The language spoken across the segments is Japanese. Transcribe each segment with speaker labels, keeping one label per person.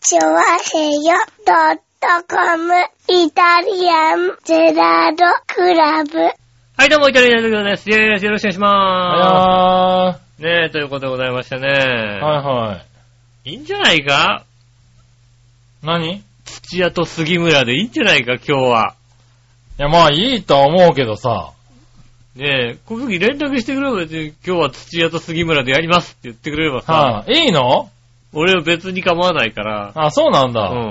Speaker 1: チョワヘヨドットコムイタリアンゼラードクラブ。
Speaker 2: はい、どうも、イタリアンジェラードです。イェーイです。よろしくお願いしま
Speaker 3: あ
Speaker 2: す。ねえ、ということでございましてね。
Speaker 3: ー、はいはい。
Speaker 2: い。いんじゃないか
Speaker 3: 何い
Speaker 2: 土屋と杉村でいいんじゃないか、今日は。
Speaker 3: や、まあいいとは思うけどさ。
Speaker 2: ねえ、この時連絡してくれれば別に今日は土屋と杉村でやりますって言ってくれればさ、
Speaker 3: はい、いいの
Speaker 2: 俺は別に構わないから、
Speaker 3: あ、そうなんだ。
Speaker 2: うん。
Speaker 3: い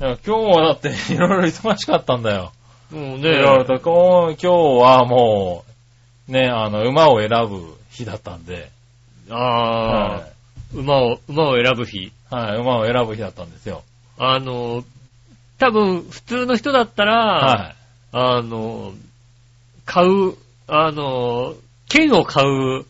Speaker 3: や今日はだって いろいろ忙しかったんだよ。
Speaker 2: もう
Speaker 3: いろいろ
Speaker 2: ね、
Speaker 3: とこう、今日はもう、ね、あの、馬を選ぶ日だったんで。
Speaker 2: あ
Speaker 3: は
Speaker 2: ー、馬を、馬を選ぶ日。
Speaker 3: い。はい、馬を選ぶ日だったんですよ。
Speaker 2: あの、多分、普通の人だったら、
Speaker 3: は
Speaker 2: あの、買う、あの、券を買う、
Speaker 3: い。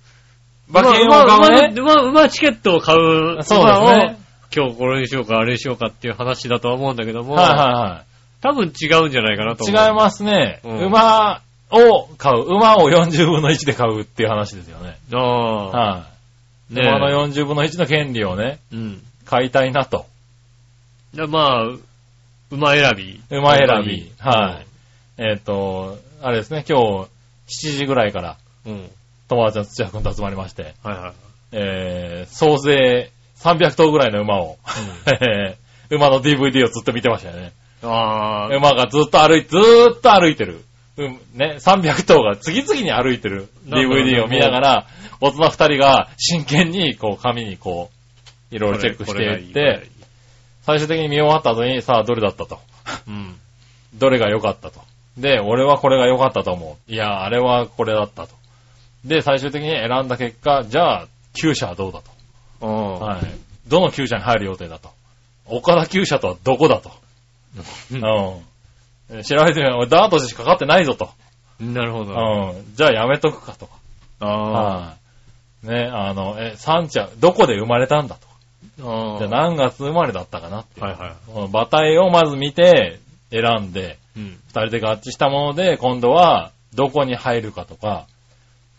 Speaker 3: 馬券を買うね。
Speaker 2: 馬馬馬馬チケットを買う。
Speaker 3: そうですね
Speaker 2: 馬を今日これにしようか、あれにしようかっていう話だとは思うんだけども、
Speaker 3: はいは
Speaker 2: 多分違うんじゃないかないと
Speaker 3: はい。
Speaker 2: 思。
Speaker 3: 違いう
Speaker 2: す。
Speaker 3: ますね。
Speaker 2: うん
Speaker 3: 馬を買う。馬を40分の1で買うっていう話ですよね。
Speaker 2: ああ。
Speaker 3: は
Speaker 2: あ
Speaker 3: い。
Speaker 2: ねえ
Speaker 3: 馬の40分の1の権利をね、
Speaker 2: うん。
Speaker 3: 買いたいなと。
Speaker 2: でまあ、馬選び。
Speaker 3: 馬選び。はい。えっ、と、あれですね、今日、7時ぐらいから、
Speaker 2: い。うん。
Speaker 3: 友達の土屋くんと集まりまして、
Speaker 2: はいはい。
Speaker 3: えー、総勢300頭ぐらいの馬を、 えー馬の DVD をずっと見てましたよね。
Speaker 2: ああ。
Speaker 3: 馬がずっと歩い、ずーっと歩いてる。うん、ね、300頭が次々に歩いてる
Speaker 2: なんだろうね
Speaker 3: DVD を見ながら、大人2人が真剣に、こう、紙にこう、いろいろチェックしていっ
Speaker 2: これがいい
Speaker 3: て、、最終的に見終わった後に、さあ、どれだったと。
Speaker 2: これがいいうん。
Speaker 3: どれが良かったと。で、俺はこれが良かったと思う。いや、あれはこれだったと。で、最終的に選んだ結果、じゃあ、旧車はどうだと。
Speaker 2: ああ。
Speaker 3: はい。どの旧車に入る予定だと。岡田旧車とはどこだと。
Speaker 2: う
Speaker 3: うんん。 調べてみれば、俺ダートしかかかってないぞと。
Speaker 2: なるほ
Speaker 3: う
Speaker 2: ど。
Speaker 3: ん。じゃあやめとくかと。
Speaker 2: ああ。
Speaker 3: はい。ね、あの、え、三茶、どこで生まれたんだと。
Speaker 2: ああ
Speaker 3: じゃあ何月生まれだったかなっていう。
Speaker 2: はいは
Speaker 3: この馬体をまず見て、選んで、
Speaker 2: い。うん。
Speaker 3: 二人で合致したもので、今度はどこに入るかとか、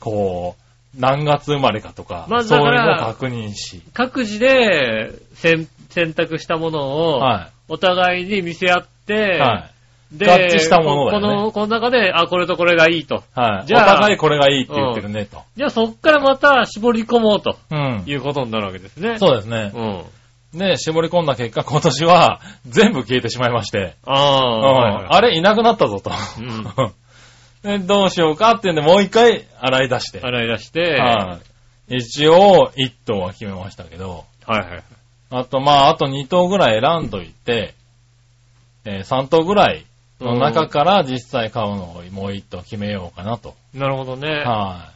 Speaker 3: こう、何月生まれかとか、
Speaker 2: まず
Speaker 3: そう
Speaker 2: だ
Speaker 3: いう
Speaker 2: か
Speaker 3: のを
Speaker 2: ら
Speaker 3: 確認し、
Speaker 2: 各自で選選択したものを、
Speaker 3: は
Speaker 2: お互いに見せ合って、
Speaker 3: い。はい。
Speaker 2: で、
Speaker 3: 合致したものだよね
Speaker 2: この、この中で、あ、これとこれがいいと。
Speaker 3: はい。
Speaker 2: じゃあ
Speaker 3: お互いこれがいいって言ってるね、と。
Speaker 2: じゃあそっからまた絞り込もうと
Speaker 3: うん
Speaker 2: い。うことになるわけですね。
Speaker 3: そうですね。
Speaker 2: うん。
Speaker 3: で、絞り込んだ結果、今年は全部消えてしまいまして、
Speaker 2: あ
Speaker 3: うん
Speaker 2: あ、
Speaker 3: あれいなくなったぞと。
Speaker 2: うん
Speaker 3: でどうしようかっていうんで、もう一回洗い出して、
Speaker 2: 洗い出して、
Speaker 3: はい一応、一頭は決めましたけど、
Speaker 2: はいはい。
Speaker 3: あと、まあ、あと2頭ぐらい選んどいて、え3頭ぐらいの中から実際買うのをもう1頭決めようかなと。
Speaker 2: なるほどね。
Speaker 3: は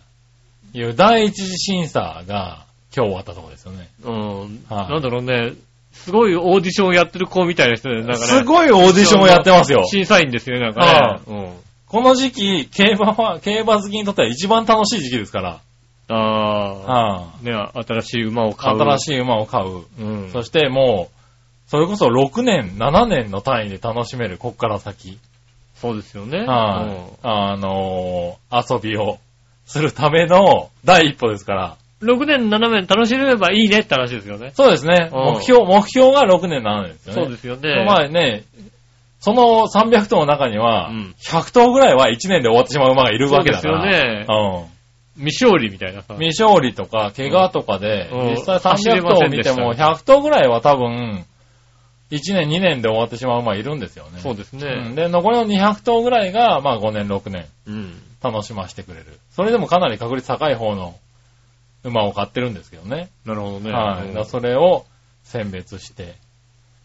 Speaker 3: い。いう第一次審査が今日終わったところですよね。
Speaker 2: うん。
Speaker 3: はい
Speaker 2: なんだろうね、すごいオーディションやってる子みたいな人で、なんかね。
Speaker 3: すごいオーディションをやってますよ。
Speaker 2: 審査員ですよね、なんかね。うん。
Speaker 3: この時期、競馬は、競馬好きにとっては一番楽しい時期ですから。
Speaker 2: ああ。
Speaker 3: は
Speaker 2: ね、新しい馬を
Speaker 3: い。
Speaker 2: 買う。
Speaker 3: 新
Speaker 2: い。
Speaker 3: しい馬を買う。
Speaker 2: うん。
Speaker 3: そしてもう、それこそ6年、7年の単位で楽しめる、こっから先。
Speaker 2: そうですよね。
Speaker 3: はい、あのー遊びをするための第一歩ですから。
Speaker 2: うん6年7年楽しめればいいねって話ですよね。
Speaker 3: そうですね。
Speaker 2: うん
Speaker 3: 目標、目標が6年7年ですよね。。
Speaker 2: そうですすよね。
Speaker 3: まあね、その300頭の中には、
Speaker 2: うん
Speaker 3: 100頭ぐらいは1年で終わってしまう馬がいるわけだから。
Speaker 2: そうです
Speaker 3: よね。
Speaker 2: 未勝利みたいなさ
Speaker 3: うん。。未勝利とか、怪我とかで、
Speaker 2: うん
Speaker 3: 実際
Speaker 2: 走れ
Speaker 3: 300
Speaker 2: ませ
Speaker 3: 頭を
Speaker 2: んでし
Speaker 3: 見
Speaker 2: た
Speaker 3: ても、100頭ぐらいは多分、1年2年で終わってしまう馬いるんですよね。
Speaker 2: そうです
Speaker 3: うん
Speaker 2: ね。
Speaker 3: で、残りの200頭ぐらいが、まあ5年6年。
Speaker 2: うん。
Speaker 3: 楽しませてくれる。それでもかなり確率高い方の馬を買ってるんですけどね。
Speaker 2: なるほどね。
Speaker 3: は
Speaker 2: う
Speaker 3: い。
Speaker 2: ん
Speaker 3: だからそれを選別して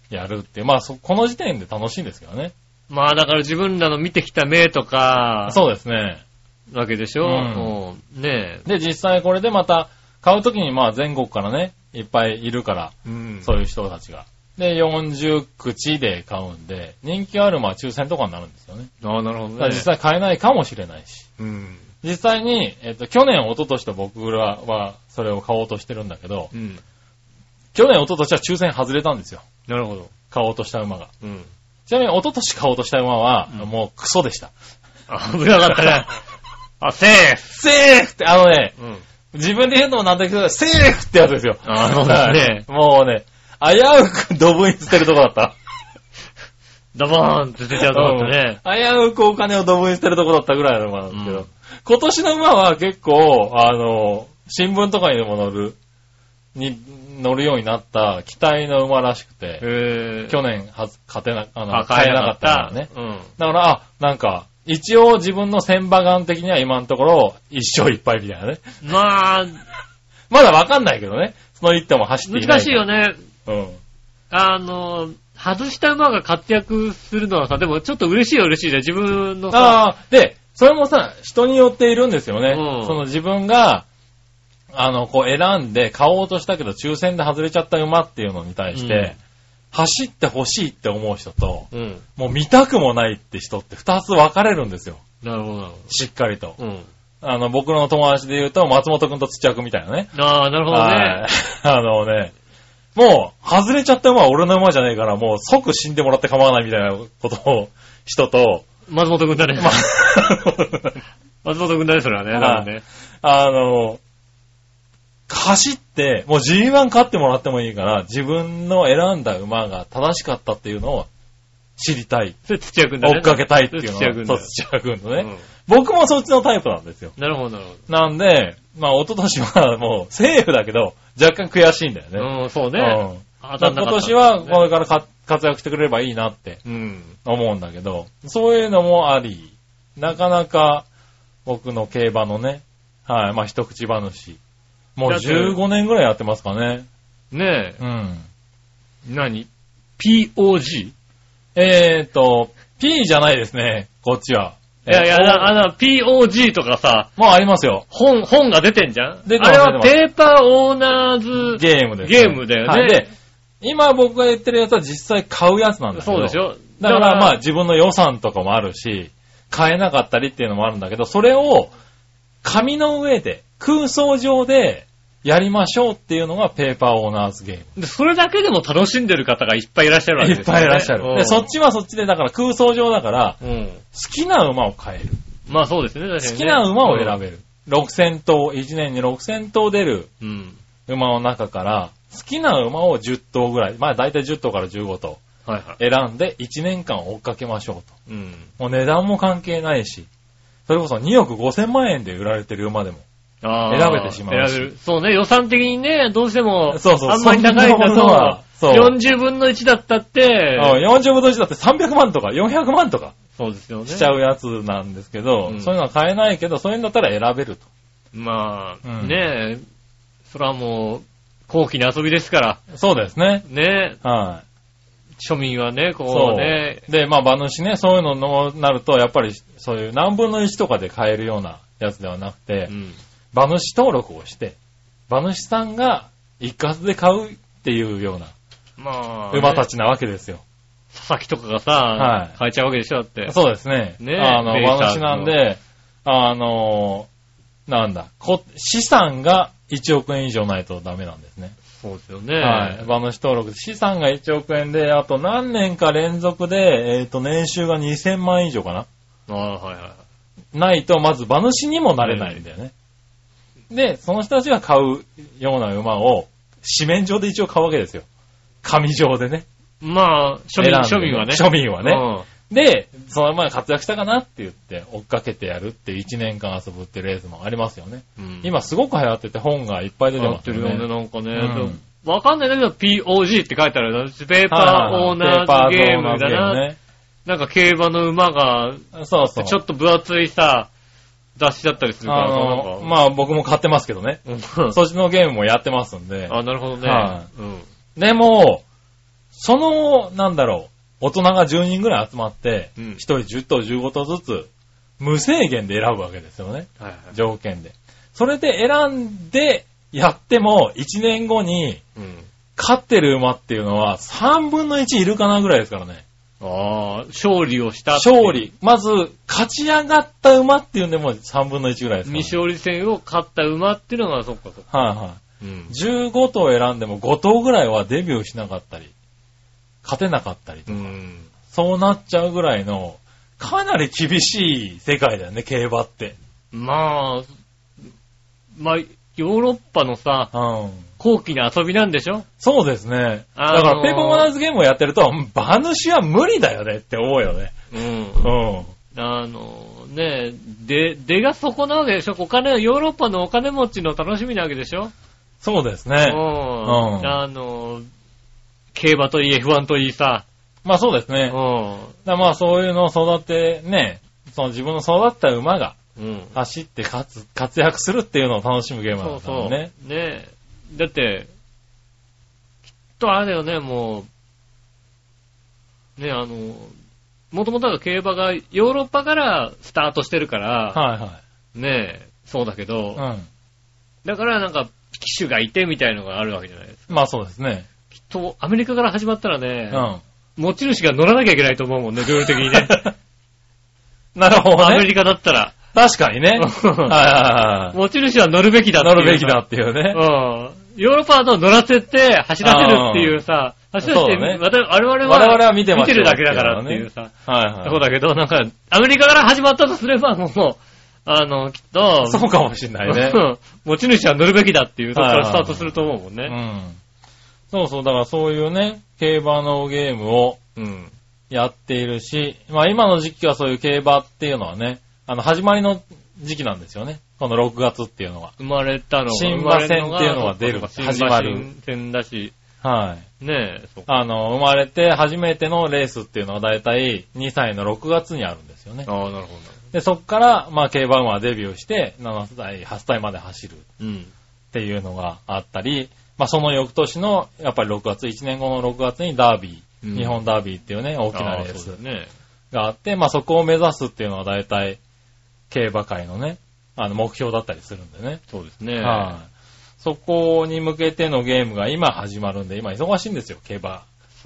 Speaker 3: やるっていう。まあ、そ、この時点で楽しいんですけどね。
Speaker 2: まあだから自分らの見てきた目とか、
Speaker 3: そうですね。
Speaker 2: わけでしょ。
Speaker 3: うん
Speaker 2: うんね
Speaker 3: で、実際これでまた買うときにまあ全国からね、いっぱいいるから、
Speaker 2: え。うん
Speaker 3: そういう人たちが。で、40口で買うんで、人気あるまあ抽選とかになるんですよね。
Speaker 2: ああ、なるほ
Speaker 3: だ
Speaker 2: ど
Speaker 3: から
Speaker 2: ね。
Speaker 3: 実際買えないかもしれないし。
Speaker 2: うん。
Speaker 3: 実際に、えっと、去年、一昨年と僕らはそれを買おうとしてるんだけど、
Speaker 2: うん。
Speaker 3: 去年、一昨年は抽選外れたんですよ。
Speaker 2: なるほど。
Speaker 3: 買おうとした馬が。
Speaker 2: うん。
Speaker 3: ちなみに、一昨年買おうとした馬は、
Speaker 2: うん
Speaker 3: もうクソでした。
Speaker 2: あ危なかった ね。あ、セーフ
Speaker 3: セーフって、あのね、
Speaker 2: うん。
Speaker 3: 自分で言うのもなんだけど、セーフってやつですよ。
Speaker 2: あそうですね
Speaker 3: はいもうね、危うくドブに捨てるとこだった。
Speaker 2: ダバーンって出ちゃうと思ってね。
Speaker 3: うん危うくお金をドブに捨てるとこだったぐらいの馬なんですけど、
Speaker 2: うん
Speaker 3: 今年の馬は結構、あの、新聞とかにも載る、に乗るようになった期待の馬らしくて、
Speaker 2: へ
Speaker 3: 去年は勝てな、あの
Speaker 2: あ、買
Speaker 3: 買え
Speaker 2: え
Speaker 3: なか
Speaker 2: な
Speaker 3: った
Speaker 2: かっ
Speaker 3: 馬
Speaker 2: た。
Speaker 3: ね。
Speaker 2: うん。
Speaker 3: だから、あ、なんか、一応自分の千馬眼的には今のところ一勝一敗みたいなね。
Speaker 2: まあ、
Speaker 3: まだわかんないけどね。その一手も走っていない。
Speaker 2: 難しいよね。
Speaker 3: ね。うん。
Speaker 2: あの、外した馬が活躍するのはさ、でもちょっと嬉しいは嬉しいじゃん。自分のさ、
Speaker 3: ああ、で、それもさ、人によっているんですよね。
Speaker 2: うん
Speaker 3: その自分が、あの、こう選んで買おうとしたけど、抽選で外れちゃった馬っていうのに対して、
Speaker 2: うん
Speaker 3: 走ってほしいって思う人と、
Speaker 2: うん。
Speaker 3: もう見たくもないって人って二つ分かれるんですよ。
Speaker 2: なるほど、なるほ
Speaker 3: しっかりと。
Speaker 2: ど。うん。
Speaker 3: あの、僕の友達で言うと、松本くんと土屋くんみたいなね。
Speaker 2: ああ、なるほど
Speaker 3: はい
Speaker 2: ね。。
Speaker 3: あのね、もう、外れちゃった馬は俺の馬じゃねえから、もう即死んでもらって構わないみたいなことを、人と、
Speaker 2: 松本くんだね。
Speaker 3: まあ
Speaker 2: 松本くんだね、それはね。だね。
Speaker 3: あの、走って、もう G1 勝ってもらってもいいから、自分の選んだ馬が正しかったっていうのを知りたい。
Speaker 2: それ土屋くんだね。
Speaker 3: 追っかけたいっていうの
Speaker 2: それ土屋くんだよ
Speaker 3: は。そう、土屋君のね、僕もそっちのタイプなんですよ。
Speaker 2: うんなるほど、なるほ
Speaker 3: なんで、まあ、一昨年はもうセーフだけど、若干悔しいんだよね。
Speaker 2: ど。うん、そうね。
Speaker 3: うん
Speaker 2: 当た
Speaker 3: だ
Speaker 2: ん
Speaker 3: か
Speaker 2: なかっ
Speaker 3: ら今
Speaker 2: た
Speaker 3: 年はこれからか活躍してくれればいいなって
Speaker 2: うん。
Speaker 3: 思うんだけど、そういうのもあり、なかなか僕の競馬のね、はい、まあ一口話。もう
Speaker 2: だって
Speaker 3: 15年ぐらいやってますかね。
Speaker 2: ねえ、
Speaker 3: うん。
Speaker 2: 何 ?POG? い
Speaker 3: えーと、P じゃないですね、こっちは。
Speaker 2: やいや、
Speaker 3: えー
Speaker 2: なあの、POG とかさ、
Speaker 3: もうありますよ。
Speaker 2: 本、本が出てんじゃん
Speaker 3: 出てます
Speaker 2: あれは
Speaker 3: 出
Speaker 2: ペーパーオーナーズ、
Speaker 3: ゲームです、
Speaker 2: ゲームだよね
Speaker 3: はいで、今僕が言ってるやつは実際買うやつなんだけど。
Speaker 2: そうでしょ
Speaker 3: だからまあ、自分の予算とかもあるし、買えなかったりっていうのもあるんだけど、それを紙の上で、空想上でやりましょうっていうのがペーパーオーナーズゲーム。
Speaker 2: でそれだけでも楽しんでる方がいっぱいいらっしゃるわけ
Speaker 3: い
Speaker 2: で
Speaker 3: っ
Speaker 2: すよね。
Speaker 3: ぱいいらっしゃる。
Speaker 2: うん
Speaker 3: で、そっちはそっちで、だから空想上だから、
Speaker 2: うん。
Speaker 3: 好きな馬を買える。
Speaker 2: まあそうですね、確か
Speaker 3: 好
Speaker 2: に、ね。
Speaker 3: きな馬を選べる。6000頭、1年に6000頭出る
Speaker 2: べ。うん。
Speaker 3: 馬の中から、好きな馬を10頭ぐらい、まあ大体10頭から15頭
Speaker 2: はいはい。
Speaker 3: 選んで1年間追っかけましょう
Speaker 2: う
Speaker 3: と。
Speaker 2: ん。
Speaker 3: もう値段も関係ないし、それこそ2億5000万円で売られてる馬でも。
Speaker 2: あー
Speaker 3: 選べてしまうし
Speaker 2: 選べる。そうね、予算的にね、どうしても、
Speaker 3: そうそう
Speaker 2: あんまり高いん
Speaker 3: そんなものは
Speaker 2: だ
Speaker 3: そ
Speaker 2: と、
Speaker 3: う
Speaker 2: 40分の1だったって、
Speaker 3: あ40分の1だって300万とか400万とか
Speaker 2: そうですよね。
Speaker 3: しちゃうやつなんですけど、
Speaker 2: うん
Speaker 3: そういうのは買えないけど、そういうんだったら選べると。
Speaker 2: まあ、
Speaker 3: うん
Speaker 2: ねえ、それはもう、高貴な遊びですから、
Speaker 3: そうですね。
Speaker 2: ねえ、
Speaker 3: はい。
Speaker 2: 庶民はね、こうね、
Speaker 3: で、まあ、馬主ね、そういうののなると、やっぱり、そういう何分の1とかで買えるようなやつではなくて、
Speaker 2: うん
Speaker 3: 馬主登録をして、馬主さんが一括で買うっていうような
Speaker 2: まあ、
Speaker 3: 馬た
Speaker 2: ね
Speaker 3: ちなわけですよ。
Speaker 2: 佐々木とかが
Speaker 3: は
Speaker 2: さ、
Speaker 3: い
Speaker 2: 変えちゃうわけでしょ、だって。
Speaker 3: そうですね。
Speaker 2: ね
Speaker 3: あの、
Speaker 2: ベイスターズの
Speaker 3: 馬主なんで、あの、なんだ、こ資産が1億円以上ないとダメなんですね。
Speaker 2: そうですよね。
Speaker 3: はい。馬主登録。資産が1億円で、あと何年か連続で、えっ、と、年収が2000万以上かな。
Speaker 2: ああ、はいはい。
Speaker 3: ないと、まず馬主にもなれないんだよね。で、その人たちが買うような馬を、紙面上で一応買うわけですよ。紙上でね。
Speaker 2: まあ、庶民、庶
Speaker 3: 選んで
Speaker 2: 民はね。
Speaker 3: 庶民はね。
Speaker 2: ね。
Speaker 3: で、その前活躍したかなって言って、追っかけてやるって1年間遊ぶってレースもありますよね。
Speaker 2: うん、
Speaker 3: 今すごく流行ってて本がいっぱい出て
Speaker 2: や
Speaker 3: ま
Speaker 2: っ
Speaker 3: す
Speaker 2: て
Speaker 3: よ
Speaker 2: る
Speaker 3: ね。
Speaker 2: よね、なんかね。
Speaker 3: うん
Speaker 2: わかんないんだけど、POG って書いてあるよ。ペーパー
Speaker 3: は
Speaker 2: オー
Speaker 3: い
Speaker 2: ナーズ
Speaker 3: ペ
Speaker 2: ゲー
Speaker 3: パ
Speaker 2: ムだ
Speaker 3: オーナーズ
Speaker 2: な。なんか競馬の馬が、
Speaker 3: ゲームね。そうそう。
Speaker 2: ちょっと分厚いさ、雑誌だったりするか
Speaker 3: あ
Speaker 2: ら、
Speaker 3: の、
Speaker 2: なんか
Speaker 3: まあ僕も買ってますけどね。
Speaker 2: うん
Speaker 3: そっちのゲームもやってますんで。
Speaker 2: あ、なるほどね。
Speaker 3: は
Speaker 2: うん。
Speaker 3: でも、その、なんだろう、大人が10人ぐらい集まって、
Speaker 2: うん
Speaker 3: 1人10頭15頭ずつ、無制限で選ぶわけですよね。
Speaker 2: はいはい。
Speaker 3: 条件で。それで選んでやっても、1年後に、
Speaker 2: うん。
Speaker 3: 勝ってる馬っていうのは、3分の1いるかなぐらいですからね。
Speaker 2: ああ、勝利をしたっていう。
Speaker 3: 勝利。まず、勝ち上がった馬っていうんでも3分の1ぐらいですから、
Speaker 2: 未
Speaker 3: ね。
Speaker 2: 勝利戦を勝った馬っていうのが、そっかそっか。
Speaker 3: はいは
Speaker 2: う
Speaker 3: い。
Speaker 2: ん。
Speaker 3: 15頭選んでも5頭ぐらいはデビューしなかったり、勝てなかったりと
Speaker 2: う
Speaker 3: か、
Speaker 2: ん。
Speaker 3: そうなっちゃうぐらいの、かなり厳しい世界だよね、競馬って。
Speaker 2: まあ、まあ、ヨーロッパのさ、
Speaker 3: うん。
Speaker 2: コ高貴な遊びなんでしょ
Speaker 3: そうですね。
Speaker 2: あのー
Speaker 3: だから、ペーパーマナーズゲームをやってると、馬主は無理だよねって思うよね。
Speaker 2: うん
Speaker 3: うん。
Speaker 2: あの、ねえ、で、出がそこなわけでしょお金、ヨーロッパのお金持ちの楽しみなわけでしょ
Speaker 3: そうです
Speaker 2: う。
Speaker 3: ね。うんん
Speaker 2: あの、競馬といい F1 といいさ。
Speaker 3: まあそうです
Speaker 2: う
Speaker 3: ね。
Speaker 2: ん。
Speaker 3: だからまあそういうのを育て、ね、その自分の育った馬が
Speaker 2: うん。
Speaker 3: 走って勝つ、活躍するっていうのを楽しむゲームなん
Speaker 2: そう
Speaker 3: だか
Speaker 2: そ
Speaker 3: ら
Speaker 2: う。
Speaker 3: ね
Speaker 2: ね。え。だって、きっとあれだよね、もう、ねえ、あの、もともとが競馬がヨーロッパからスタートしてるから、
Speaker 3: はいはい。
Speaker 2: ねえ、そうだけど、
Speaker 3: う
Speaker 2: だからなんか、騎手がいてみたいのがあるわけじゃないですか。
Speaker 3: ん。まあそうですね。
Speaker 2: きっと、アメリカから始まったら
Speaker 3: う
Speaker 2: ね、
Speaker 3: ん。
Speaker 2: 持ち主が乗らなきゃいけないと思うもんね、ルール的にね。
Speaker 3: なるほど
Speaker 2: アメ
Speaker 3: ね。
Speaker 2: リカだったら、
Speaker 3: 確かにね。
Speaker 2: うん
Speaker 3: はいはいは い。
Speaker 2: 持ち主は乗るべきだってい
Speaker 3: 乗
Speaker 2: う
Speaker 3: るべきだっていうね。
Speaker 2: うん。ヨーロッパだと乗らせて、走らせるっていうさ、走らせて、
Speaker 3: そうだね
Speaker 2: わた我々は、
Speaker 3: 我々は見てますよ
Speaker 2: るだけだからっていうさ、
Speaker 3: はいはい。
Speaker 2: そうだけど、なんか、アメリカから始まったとすれば、もう、あの、きっと、
Speaker 3: そうかもしんないね。
Speaker 2: うん 持ち主は乗るべきだっていうとこからスタートすると思うもん
Speaker 3: う
Speaker 2: ね。
Speaker 3: ん。そうそう、だからそういうね、競馬のゲームを
Speaker 2: うん。
Speaker 3: やっているし、まあ今の時期はそういう競馬っていうのはね、あの、始まりの時期なんですよね。この6月っていうのは。
Speaker 2: 生まれたのが、
Speaker 3: 新馬戦っていうのが出る
Speaker 2: 生
Speaker 3: 始
Speaker 2: ま
Speaker 3: ま
Speaker 2: れ
Speaker 3: る
Speaker 2: たのが新馬戦だし、
Speaker 3: はい。
Speaker 2: ねえ、そうか。
Speaker 3: あの、生まれて初めてのレースっていうのはだいたい2歳の6月にあるんですよね。
Speaker 2: ああ、なるほど。
Speaker 3: で、そっから、まあ競馬馬はデビューして、7歳、8歳まで走るっ
Speaker 2: うん。
Speaker 3: ていうのがあったり、まあその翌年の、やっぱり6月、1年後の6月にダービー、
Speaker 2: うん
Speaker 3: 日本ダービーっていうね、大きな
Speaker 2: あ
Speaker 3: レー
Speaker 2: あ
Speaker 3: ス
Speaker 2: そうだね。
Speaker 3: があって、まあそこを目指すっていうのは大体、競馬界のね、あの目標だったりするんでね。
Speaker 2: そうですね。
Speaker 3: はいそこに向けてのゲームが今始まるんで、今忙しいんですよ、競馬。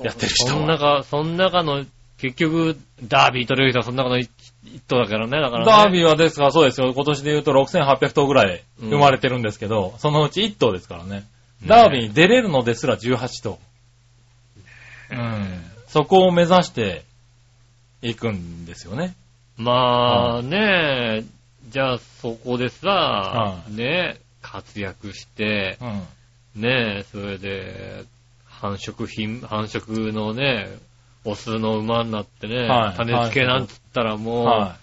Speaker 3: やってる人は
Speaker 2: そん中、そん中の、結局、ダービー取れる人はそん中の一一頭だからね、だから、ね。
Speaker 3: ダービ
Speaker 2: ー。
Speaker 3: ーはですからそうですよ、今年で言うと6800頭ぐらい生まれてるんですけど、そのうち1頭ですからね。
Speaker 2: ね
Speaker 3: ダービーに出れるのですら18頭。うん。そこを目指していくんですよね。
Speaker 2: まあねえ、じゃあそこでさ
Speaker 3: は、
Speaker 2: ねえ、活躍して、
Speaker 3: うん。
Speaker 2: ねえ、それで、繁殖品、繁殖のね、オスの馬になってね、
Speaker 3: はい
Speaker 2: 種付けなんつったらもう、
Speaker 3: は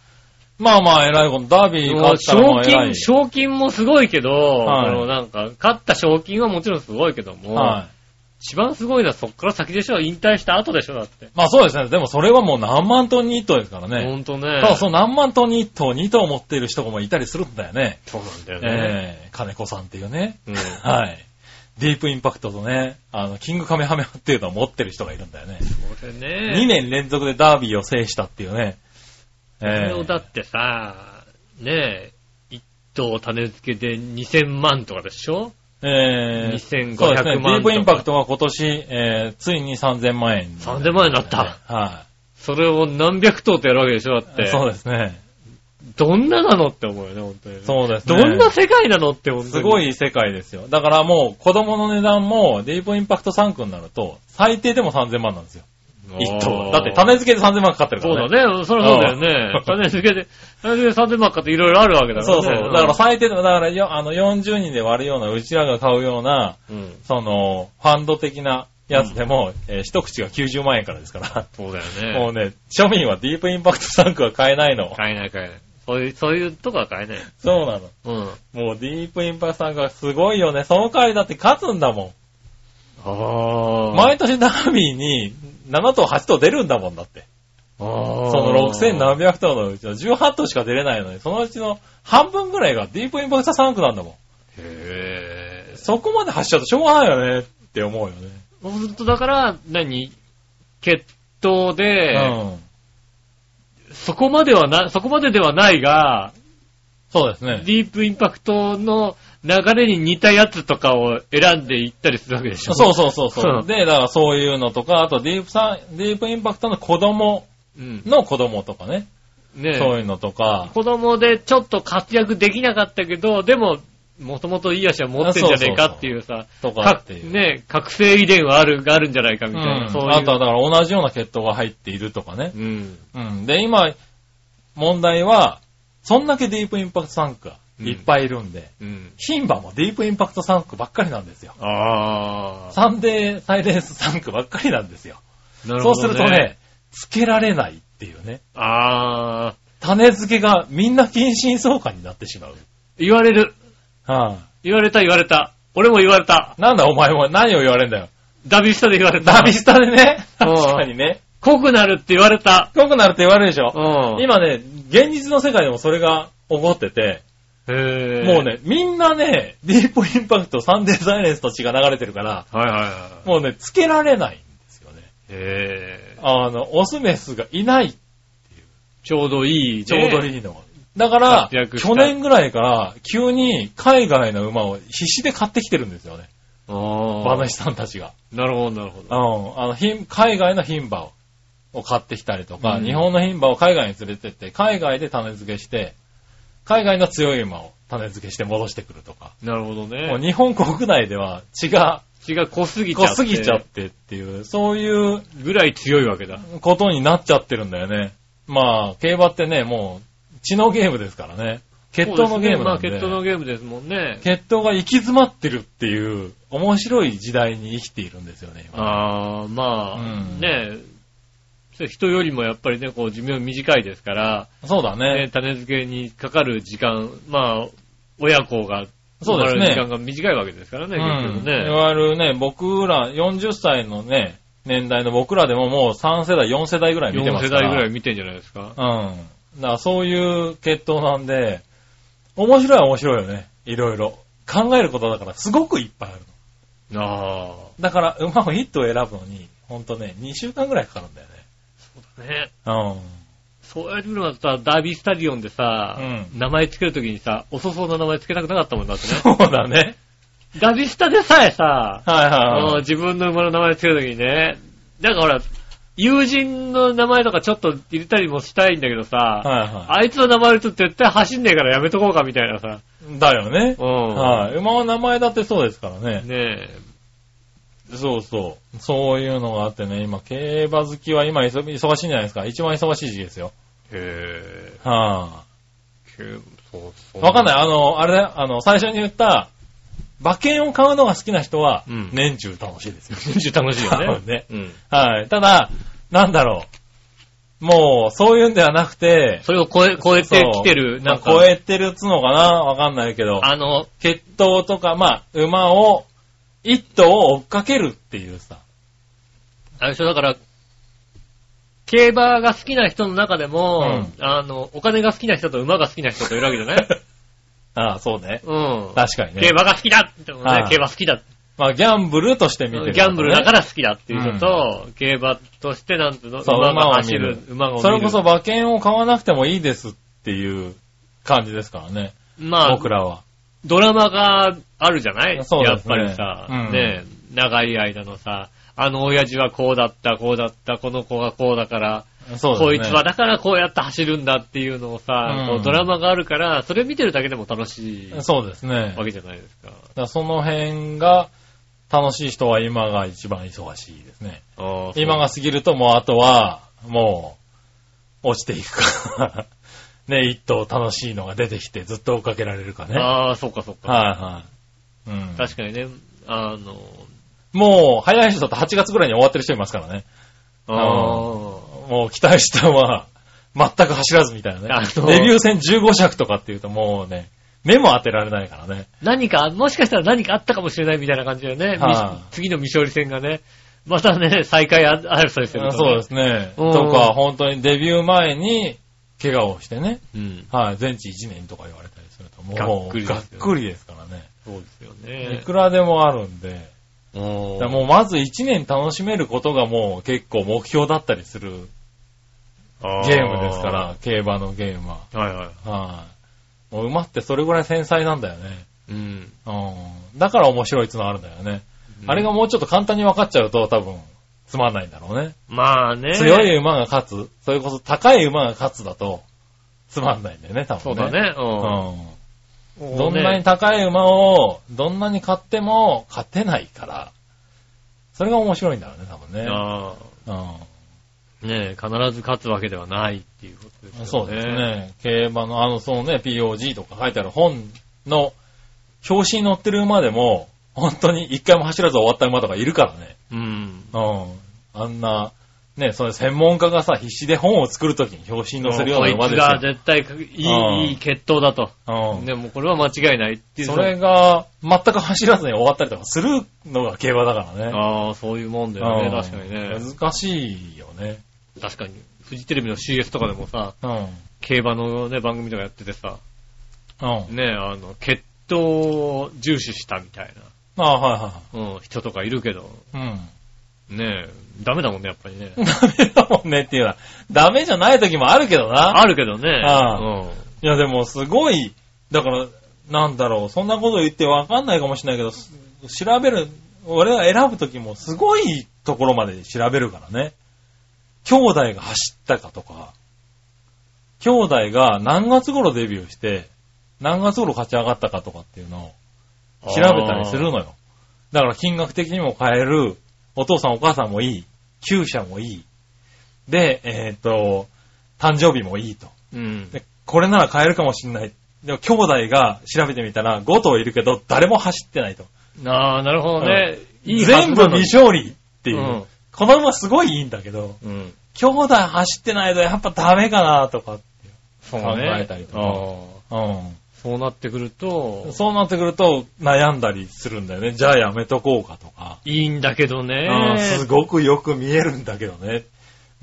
Speaker 3: い。まあまあ、偉いこと。ダービー
Speaker 2: も
Speaker 3: 勝
Speaker 2: う
Speaker 3: った
Speaker 2: 賞
Speaker 3: らもう偉い
Speaker 2: 金、。賞金もすごいけど、
Speaker 3: はい
Speaker 2: そのなんか、勝った賞金はもちろんすごいけども、
Speaker 3: はい。
Speaker 2: 一番すごいのはそっから先でしょ引退した後でしょだって。
Speaker 3: まあそうですね。でもそれはもう何万トンに1頭ですから
Speaker 2: ほ
Speaker 3: ね。
Speaker 2: んとね。
Speaker 3: ただその何万トンに1頭、2頭持っている人もいたりするんだよね。
Speaker 2: そうなんだよね。
Speaker 3: ええ金子さんっていうね。
Speaker 2: うん
Speaker 3: はい。ディープインパクトとね、あの、キングカメハメハっていうのを持ってる人がいるんだよね。
Speaker 2: これ
Speaker 3: 2
Speaker 2: ね、
Speaker 3: 年連続でダービーを制したっていうね。
Speaker 2: そ
Speaker 3: え
Speaker 2: れ
Speaker 3: え
Speaker 2: をだってさ、ねえ、1頭種付けで2000万とかでしょ
Speaker 3: ええ
Speaker 2: 2500
Speaker 3: そうですね。デ
Speaker 2: 万
Speaker 3: ィープインパク
Speaker 2: と
Speaker 3: トは今年、ええついに3000万円、
Speaker 2: 3000万円になった。
Speaker 3: は
Speaker 2: それを何百頭ってやるわけでしょだっ
Speaker 3: い。
Speaker 2: て。
Speaker 3: そうですね。
Speaker 2: どんななのって思うよね、本当にね。
Speaker 3: そうですね。
Speaker 2: どんな世界なのって本当に。
Speaker 3: すご。い世界ですよ。だからもう子供の値段もディープインパクト3区になると最低でも3000万なんですよ。1頭。だって種付けで3000万かかってるか
Speaker 2: そう
Speaker 3: らね。
Speaker 2: だね。そりゃそうだよね
Speaker 3: う。ん
Speaker 2: 種付けで、種付けで3000万かっていろいろあるわけだから
Speaker 3: そ
Speaker 2: ね。
Speaker 3: うそう。だから最低でも、だからよあの40人で割るような、うちらが買うような、
Speaker 2: うん。
Speaker 3: その、ファンド的なやつでも、えー一口が90万円からですか
Speaker 2: そうだよ
Speaker 3: ら。
Speaker 2: ね。
Speaker 3: もうね、庶民はディープインパクト3区は買えないの。
Speaker 2: 買えない買えない。そういう、そういうとこは買えない。
Speaker 3: そうなの。
Speaker 2: うん。
Speaker 3: もうディープインパクト3区はすごいよね。その代わりだって勝つんだも
Speaker 2: あ
Speaker 3: ん。毎年ダービーに7頭8頭出るんだもんだって。
Speaker 2: そ
Speaker 3: その
Speaker 2: の
Speaker 3: 6000何百頭のうちの18頭しか出れないのに、そのうちの半分ぐらいがディープインパクト3区なんだもん。
Speaker 2: へぇ
Speaker 3: そこまで走っちゃうとしょうがないよねって思うよね。
Speaker 2: そうすると、だから、何血統で、
Speaker 3: うん。
Speaker 2: そこまではな、そこまでではないが、
Speaker 3: そうです
Speaker 2: デ
Speaker 3: ね。
Speaker 2: ィープインパクトの流れに似たやつとかを選んでいったりするわけでしょ
Speaker 3: そうそうそうそうう。
Speaker 2: ん
Speaker 3: で、だからそういうのとか、あとディープさん、ディープインパクトの子供
Speaker 2: う。うん。
Speaker 3: の子供とかね。
Speaker 2: ねえ
Speaker 3: そういうのとか。
Speaker 2: 子供でちょっと活躍できなかったけど、でも、もともといい足は持ってんじゃねえかっていうさ、
Speaker 3: とか
Speaker 2: か
Speaker 3: っていう。
Speaker 2: ね、覚醒遺伝はある、があるんじゃないかみ
Speaker 3: う
Speaker 2: た
Speaker 3: ん
Speaker 2: いな、そういう。
Speaker 3: あとはだから同じような血統が入っているとかね
Speaker 2: う。ん。
Speaker 3: うん。で、今、問題は、そんだけディープインパクト参加
Speaker 2: うん
Speaker 3: いっぱいいるんで、
Speaker 2: うん。
Speaker 3: 牝馬もディープインパクト3区ばっかりなんですよ。
Speaker 2: ああ。
Speaker 3: サンデーサイレンス3区ばっかりなんですよ。
Speaker 2: なる
Speaker 3: そ
Speaker 2: ほ
Speaker 3: うす
Speaker 2: ど、ね。
Speaker 3: るとね、つけられないっていうね。
Speaker 2: ああ。
Speaker 3: 種付けがみんな近親相関になってしまう。
Speaker 2: 言われる。
Speaker 3: は
Speaker 2: 言われた言われた。俺も言われた。
Speaker 3: い。なんだお前も何を言われんだよ。
Speaker 2: ダビスタで言われた。
Speaker 3: ダビスタでね。
Speaker 2: うん
Speaker 3: 確かにね。
Speaker 2: 濃くなるって言われた。
Speaker 3: 濃くなるって言われるでし
Speaker 2: う
Speaker 3: ょ。
Speaker 2: ん。
Speaker 3: 今ね、現実の世界でもそれが起こってて、
Speaker 2: へえ。
Speaker 3: もう。ね、みんなね、ディープインパクト、サンデーサイレンスと血が流れてるから、
Speaker 2: はいはいはい。
Speaker 3: もうね、つけられないんですよね。
Speaker 2: へえ。
Speaker 3: あの、オスメスがいない、
Speaker 2: ちょうどいい、ね。
Speaker 3: ちょうどいいのが。だから
Speaker 2: 活躍、した
Speaker 3: 去年ぐらいから、急に海外の馬を必死で買ってきてるんですよね。
Speaker 2: ああ。
Speaker 3: 馬主さんたちが。
Speaker 2: なるほど、なるほ
Speaker 3: う
Speaker 2: ど。
Speaker 3: ん。あの、ひん海外の牝馬をを買ってきたりとか、
Speaker 2: うん
Speaker 3: 日本の牝馬を海外に連れてって、海外で種付けして、海外の強い馬を種付けして戻してくるとか。
Speaker 2: なるほどね。
Speaker 3: もう日本国内では血が
Speaker 2: 血が濃すぎちゃ
Speaker 3: 濃
Speaker 2: って。
Speaker 3: すぎちゃってっていう、そういう
Speaker 2: ぐらい強いわけだ。
Speaker 3: ことになっちゃってるんだよね。まあ、競馬ってね、もう、血のゲームですからね。血統のゲームなんで。
Speaker 2: そうですねまあ、血統のゲームですもんね。
Speaker 3: 血統が行き詰まってるっていう、面白い時代に生きているんですよね、今。
Speaker 2: ああ、まあ、
Speaker 3: うん
Speaker 2: ねえそう人よりもやっぱりね、こう寿命短いですから、
Speaker 3: そうだ
Speaker 2: ね、
Speaker 3: ね。
Speaker 2: 種付けにかかる時間、まあ、親子が、
Speaker 3: そうです
Speaker 2: 生
Speaker 3: ね
Speaker 2: まれる時間が短いわけですからね、
Speaker 3: うん
Speaker 2: 結局
Speaker 3: い
Speaker 2: ね。
Speaker 3: わゆるね、僕ら、40歳のね、年代の僕らでももう3世代、4世代ぐらい見て
Speaker 2: 4
Speaker 3: ます
Speaker 2: 世
Speaker 3: から。
Speaker 2: 代ぐらい見てんじゃないですか。
Speaker 3: うん。だからそういう血統なんで、面白いは面白いよね。いろいろ。考えることだからすごくいっぱいあるの。
Speaker 2: あ
Speaker 3: だから馬を1頭選ぶのに、ほんとね、2週間ぐらいかかるんだよね。
Speaker 2: あ、ね。
Speaker 3: うん。
Speaker 2: そうやってみるとさ、ダービースタディオンでさ、
Speaker 3: うん
Speaker 2: 名前つけるときにさ、遅そうな名前つけたくなかったもんだってね。
Speaker 3: そうだね。
Speaker 2: ダビスタでさえさ、
Speaker 3: はい
Speaker 2: あ
Speaker 3: はい
Speaker 2: の
Speaker 3: はい。
Speaker 2: 自分の馬の名前つけるときにね、なんかほら、友人の名前とかちょっと入れたりもしたいんだけどさ、
Speaker 3: はいは
Speaker 2: あいつの名前だと絶対走んねえからやめとこうかみたいなさ。
Speaker 3: い。だよね
Speaker 2: う。ん。
Speaker 3: はい。馬の名前だってそうですからね。
Speaker 2: ね
Speaker 3: そうそう。そういうのがあってね、今、競馬好きは今忙忙しいんじゃないですか。一番忙しい時期ですよ。
Speaker 2: え。へ
Speaker 3: は
Speaker 2: え。そうそ
Speaker 3: い。わかんない。
Speaker 2: い。
Speaker 3: あの、あれだよあの、最初に言った、馬券を買うのが好きな人は
Speaker 2: うん、
Speaker 3: 年中楽しいですよ。
Speaker 2: 年中楽しい よね。
Speaker 3: 多分 ね
Speaker 2: うん。
Speaker 3: はい。ただ、なんだろう。もう、そういうんではなくて、
Speaker 2: それを超え、超えて
Speaker 3: そ
Speaker 2: き
Speaker 3: う
Speaker 2: てる、なんか、
Speaker 3: まあ超えてるっつうのかなわかんないけど。
Speaker 2: あの、
Speaker 3: 血統とか、まあ、馬を、一頭を追っかけるっていうさ。
Speaker 2: あれでしょ、だから、競馬が好きな人の中でも、あの、お金が好きな人と馬が好きな人といるわけじゃ ない
Speaker 3: ああ、そうね。
Speaker 2: うん。
Speaker 3: 確かに
Speaker 2: 競
Speaker 3: ね。
Speaker 2: 馬が好きだっても
Speaker 3: は
Speaker 2: ね
Speaker 3: い、
Speaker 2: 競馬好きだ。
Speaker 3: まあ、ギャンブルとして見てる、。
Speaker 2: ギャンブルだからら好きだっていう人と、競馬としてなんていうの、
Speaker 3: そう
Speaker 2: 馬が走
Speaker 3: 馬を
Speaker 2: る
Speaker 3: 見、
Speaker 2: 馬が見る。
Speaker 3: それこそ、馬券を買わなくてもいいですっていう感じですからね。
Speaker 2: まあ
Speaker 3: 僕、らは。
Speaker 2: ドラマがあるじゃない
Speaker 3: そう
Speaker 2: や
Speaker 3: で
Speaker 2: っ
Speaker 3: すね
Speaker 2: ぱりさ、
Speaker 3: うん
Speaker 2: ねえ、長い間のさ、あの親父はこうだった、こうだった、この子がこうだから、
Speaker 3: そう
Speaker 2: こ
Speaker 3: で
Speaker 2: い
Speaker 3: すね。
Speaker 2: つはだからこうやって走るんだっていうのをさ、
Speaker 3: うん
Speaker 2: こうドラマがあるから、それ見てるだけでも楽しい
Speaker 3: そうですね。だ
Speaker 2: わ
Speaker 3: か
Speaker 2: けじゃないですか。
Speaker 3: らその辺が、楽しい人は今が一番忙しいですね。
Speaker 2: ああそう
Speaker 3: 今が過ぎるともうあとは、もう、落ちていくか。 ね、一頭楽しいのが出てきてずっと追っかけられるかね。はい
Speaker 2: ああ、そっかそっか。
Speaker 3: はい。うん。
Speaker 2: 確かにね、あの、
Speaker 3: もう、早い人だと8月ぐらいに終わってる人いますからね。
Speaker 2: あ
Speaker 3: もう期待したは、全く走らずみたいな
Speaker 2: あ
Speaker 3: ね。
Speaker 2: そう
Speaker 3: デビュー戦15尺とかっていうともうね、目も当てられないからね。
Speaker 2: 何か、もしかしたら何かあったかもしれないみたいな感じだよね。み
Speaker 3: は
Speaker 2: 次の未勝利戦がね、またね、再開あ争いしてるとね
Speaker 3: そうで。すね。
Speaker 2: うん
Speaker 3: とか、本当にデビュー前に、怪我をしてね。
Speaker 2: うん。
Speaker 3: はい、全治1年とか言われたりすると、もう、
Speaker 2: がっくりですよ
Speaker 3: がっくりですからね。
Speaker 2: そうですよ
Speaker 3: い
Speaker 2: ね。
Speaker 3: くらでもあるんで、だから
Speaker 2: も
Speaker 3: もうまず1年楽しめることがもう結構目標だったりするゲームですから、競馬のゲームは。
Speaker 2: はいは
Speaker 3: はい。もう馬ってそれぐらい繊細なんだよね。
Speaker 2: い。うん。
Speaker 3: うん。だから面白いっつうのあるんだよね。あれがもうちょっと簡単に分かっちゃうと多分、つまんないんだろうね。
Speaker 2: まあね。
Speaker 3: 強い馬が勝つ、それこそ高い馬が勝つだと、つまんないんだよね、多分ね。
Speaker 2: そうだ。ね。う
Speaker 3: うん。
Speaker 2: ん。
Speaker 3: どん
Speaker 2: ね
Speaker 3: なに高い馬を、どんなに勝っても勝てないから、それが面白いんだろうね、多分ね。
Speaker 2: ああ。
Speaker 3: うん。
Speaker 2: ねえ、必ず勝つわけではないっていうことですよね。
Speaker 3: そうです。ね。競馬の、あの、そのね、POG とか書いてある本の表紙に載ってる馬でも、本当に一回も走らず終わった馬とかいるからね。
Speaker 2: うん。
Speaker 3: うん。あんな、ね、それ専門家がさ、必死で本を作るときに表紙に載せるような
Speaker 2: こ
Speaker 3: 馬
Speaker 2: いつ
Speaker 3: で
Speaker 2: が
Speaker 3: すよ。
Speaker 2: 絶対かい
Speaker 3: うん
Speaker 2: い、いい決闘だと。
Speaker 3: うん。
Speaker 2: でもこれは間違いないっていう。
Speaker 3: それが全く走らずに終わったりとかするのが競馬だからね。
Speaker 2: ああ、そういうもんだよね。確かにね
Speaker 3: う。ん難しいよね。
Speaker 2: 確かに。フジテレビの CS とかでもさ、
Speaker 3: うん。
Speaker 2: 競馬のね、番組とかやっててさ、
Speaker 3: うん。
Speaker 2: ねえ、あの、決闘を重視したみたい
Speaker 3: ああ、は
Speaker 2: な、うん、人とかいるけど、
Speaker 3: いはいはい。うん。
Speaker 2: ねえ、ダメだもんね、やっぱりね。
Speaker 3: ダメだもんねっていうのは、ダメじゃない時もあるけどな。
Speaker 2: あるけどね。
Speaker 3: あ
Speaker 2: うん。
Speaker 3: いやでもすごい、だから、なんだろう、そんなこと言ってわかんないかもしれないけど、す調べる、俺が選ぶ時もすごいところまで調べるからね。兄弟が走ったかとか、兄弟が何月頃デビューして、何月頃勝ち上がったかとかっていうのを調べたりするのよ。だから金額的にも変える、お父さんお母さんもいい、旧車もいい。で、えっ、と、誕生日もいいと。
Speaker 2: うん。
Speaker 3: でこれなら買えるかもしんない。でも兄弟が調べてみたら5頭いるけど誰も走ってないと。
Speaker 2: ああ、なるほどね。いいはず
Speaker 3: 全
Speaker 2: な
Speaker 3: 部
Speaker 2: のに
Speaker 3: 未勝利っていう。
Speaker 2: うん
Speaker 3: この馬すごいいいんだけど、
Speaker 2: うん。
Speaker 3: 兄弟走ってないとやっぱダメかなとか。
Speaker 2: そう
Speaker 3: 考
Speaker 2: ね。
Speaker 3: えたりとか
Speaker 2: ああ
Speaker 3: う
Speaker 2: そうなってくると
Speaker 3: ん。、そうなってくると悩んだりするんだよね。じゃあやめとこうかとか。
Speaker 2: いいんだけど
Speaker 3: うん
Speaker 2: ね
Speaker 3: す。ごくよく見えるんだけどね。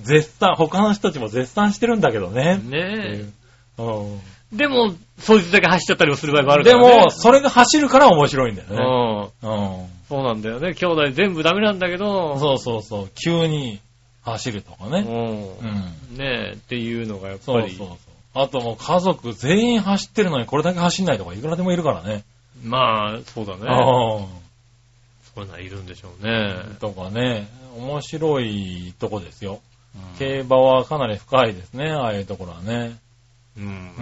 Speaker 3: 絶賛、他の人たちも絶賛してるんだけどね。ってい
Speaker 2: ね
Speaker 3: ううん
Speaker 2: え。でも、そいつだけ走っちゃったりもする場合もあるか
Speaker 3: で
Speaker 2: らね。
Speaker 3: も、それが走るから面白いんだよね。
Speaker 2: うん。
Speaker 3: うん
Speaker 2: そうなんだよね。兄弟全部ダメなんだけど、
Speaker 3: そうそうそう、急に走るとか
Speaker 2: う
Speaker 3: ね。うん。
Speaker 2: ん。ねえ、っていうのがやっ
Speaker 3: そ
Speaker 2: ぱ
Speaker 3: うそう
Speaker 2: り
Speaker 3: そう。。あともう家族全員走ってるのにこれだけ走んないとかいくらでもいるからね。
Speaker 2: まあ、そうだね。
Speaker 3: あ
Speaker 2: そういうのはいるんでしょうね
Speaker 3: あ。。とかね、面白いとこですよ。
Speaker 2: うん
Speaker 3: 競馬はかなり深いですね、ああいうところはね。
Speaker 2: うん
Speaker 3: う。ん。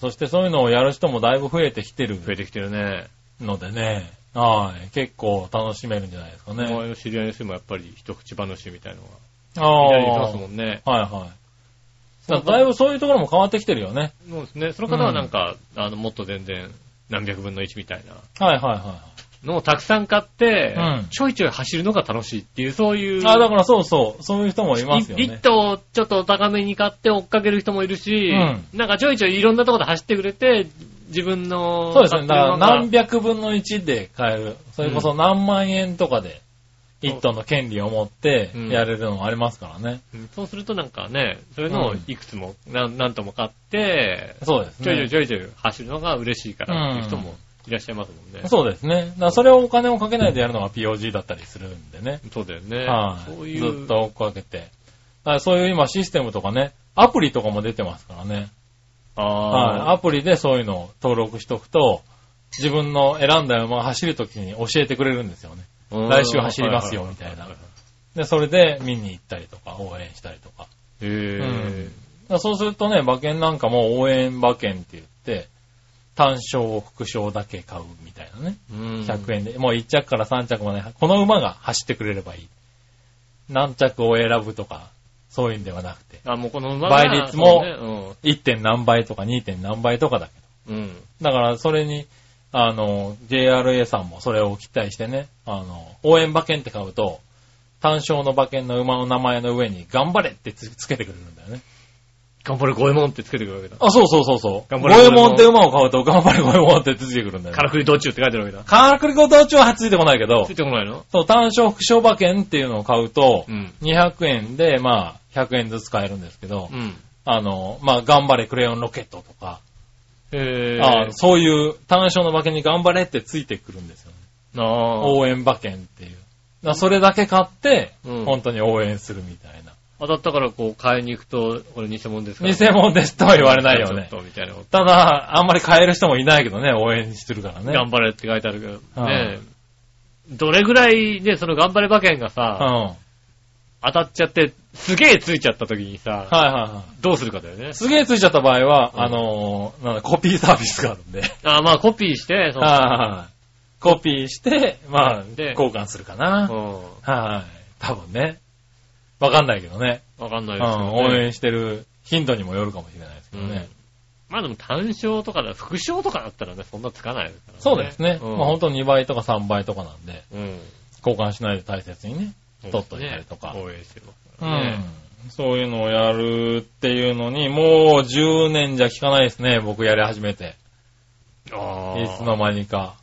Speaker 3: そしてそういうのをやる人もだいぶ増えてきてる
Speaker 2: 増えてきてるね。
Speaker 3: のでね。はい。結構楽しめるんじゃないですか
Speaker 2: お
Speaker 3: ね。
Speaker 2: 前の知り合いの人もやっぱり一口話みたいの
Speaker 3: あ
Speaker 2: が。
Speaker 3: あ。
Speaker 2: 左にます
Speaker 3: は
Speaker 2: も
Speaker 3: い
Speaker 2: んね。
Speaker 3: はい。だからだいぶそういうところも変わってきてるよね。
Speaker 2: そうですね。その方はなんか、あの、もっと全然、何百分の1みたいな
Speaker 3: はいはいはい。
Speaker 2: のをたくさん買って、
Speaker 3: うん
Speaker 2: ちょいちょい走るのが楽しいっていう、そういう。
Speaker 3: あ、だからそうそう、そういう人もいますよ
Speaker 2: リリッ
Speaker 3: ね。
Speaker 2: トをちょっとお高めに買って追っかける人もいるし、
Speaker 3: うん
Speaker 2: なんかちょいちょいいろんなところで走ってくれて、自分の、
Speaker 3: そうですね。だから
Speaker 2: 買
Speaker 3: 何
Speaker 2: ってる
Speaker 3: 百分の1で買える。それこそ何万円とかで、一トンの権利を持って
Speaker 2: うん
Speaker 3: やれるのもありますからね。
Speaker 2: のがうんそうするとなんかね、そういうのをいくつも、なん、なんとも買って、
Speaker 3: そうです
Speaker 2: ちょい
Speaker 3: ね。
Speaker 2: ちょいちょいちょい走るのが嬉しいからっていう人もいらっしゃいますもんね。
Speaker 3: そうですね。だからそれをお金をかけないでやるのが POG だったりするんでね。
Speaker 2: そうだよね。
Speaker 3: はい、
Speaker 2: そういう。
Speaker 3: ずっと追っかけて。だからそういう今システムとかね、アプリとかも出てますからね。はい、
Speaker 2: ああ、
Speaker 3: アプリでそういうのを登録しとくと、自分の選んだ馬が走るときに教えてくれるんですよ
Speaker 2: うん
Speaker 3: ね。来週走りますよみたいな
Speaker 2: ははは
Speaker 3: で、それで見に行ったりとか、応援したりとか。
Speaker 2: へえ。
Speaker 3: だからそうするとね、馬券なんかも応援馬券って言って、単勝、副賞だけ買うみたいなね。
Speaker 2: うん
Speaker 3: 100円で、もう1着から3着まで、この馬が走ってくれればいい。何着を選ぶとか、そういうんではなくて、
Speaker 2: あ、もうこの馬
Speaker 3: 倍率も
Speaker 2: そうね
Speaker 3: 1. 点何倍とか 2. 点何倍とかだけ
Speaker 2: うん。うん。
Speaker 3: ど。だからそれに、あの、JRA さんもそれを期待してね、あの、応援馬券って買うと、単勝の馬券の馬の名前の上に、頑張れってつつけてくれるんだよね。
Speaker 2: 頑張れ、五右衛門ってつけてくるわけだ。
Speaker 3: あ、そうそうそうそう。
Speaker 2: 頑
Speaker 3: 頑
Speaker 2: 張
Speaker 3: 張
Speaker 2: れ
Speaker 3: れ。五右衛門って馬を買うと、頑張れ五右衛門って出てくるんだよ。
Speaker 2: からくり道中って書いてあるわけだ。
Speaker 3: カラクリゴ道中はついてこないけど
Speaker 2: つい、てこないの
Speaker 3: そう、単勝副賞馬券っていうのを買うと
Speaker 2: う、ん。
Speaker 3: 200円で、まあ、100円ずつ買えるんですけど、
Speaker 2: うん。
Speaker 3: あの、まあ、頑張れクレヨンロケットとか、
Speaker 2: へえ。
Speaker 3: あそういう単勝の馬券に頑張れってついてくるんですよね。
Speaker 2: ああ。
Speaker 3: 応援馬券っていう。だからそれだけ買って、
Speaker 2: うん
Speaker 3: 本当に応援するみたいな。
Speaker 2: 当たったからこう、買いに行くと、これ偽物ですから。
Speaker 3: 偽物ですとは言われないよね
Speaker 2: ちょ。っとみたいなこと。
Speaker 3: ただ、あんまり買える人もいないけどね、応援してるからね。
Speaker 2: 頑張れって書いてあるけど、
Speaker 3: はい
Speaker 2: ねえどれぐらいね、その頑張れ馬券がさ、
Speaker 3: うん。
Speaker 2: 当たっちゃって、すげえついちゃった時にさ、
Speaker 3: はいはいは
Speaker 2: どうするかだよね
Speaker 3: い。。すげえついちゃった場合は、
Speaker 2: うん
Speaker 3: あのーなんだ、コピーサービスがある んで。はい
Speaker 2: ああ、まあコピーして、その
Speaker 3: はいはい。コピーして、まあ、
Speaker 2: で
Speaker 3: 交換するかな。
Speaker 2: うん
Speaker 3: はい。多分ね。わかんないけどね。
Speaker 2: わかんな
Speaker 3: う
Speaker 2: い
Speaker 3: ん、
Speaker 2: ですけど、ね。
Speaker 3: 応援してる頻度にもよるかもしれないですけどね。
Speaker 2: まあでも単勝とかだ、副賞とかだったらね、そんなつかないですからね。
Speaker 3: そうですね。
Speaker 2: うん、
Speaker 3: まあ本当に2倍とか3倍とかなんで、
Speaker 2: うん。
Speaker 3: 交換しないで大切にね。取っといたりとか
Speaker 2: そうですね応援してます
Speaker 3: う
Speaker 2: から
Speaker 3: ん
Speaker 2: ね。。
Speaker 3: そういうのをやるっていうのに、もう10年じゃ効かないですね、僕やり始めて。
Speaker 2: ああ。
Speaker 3: いつの間にか。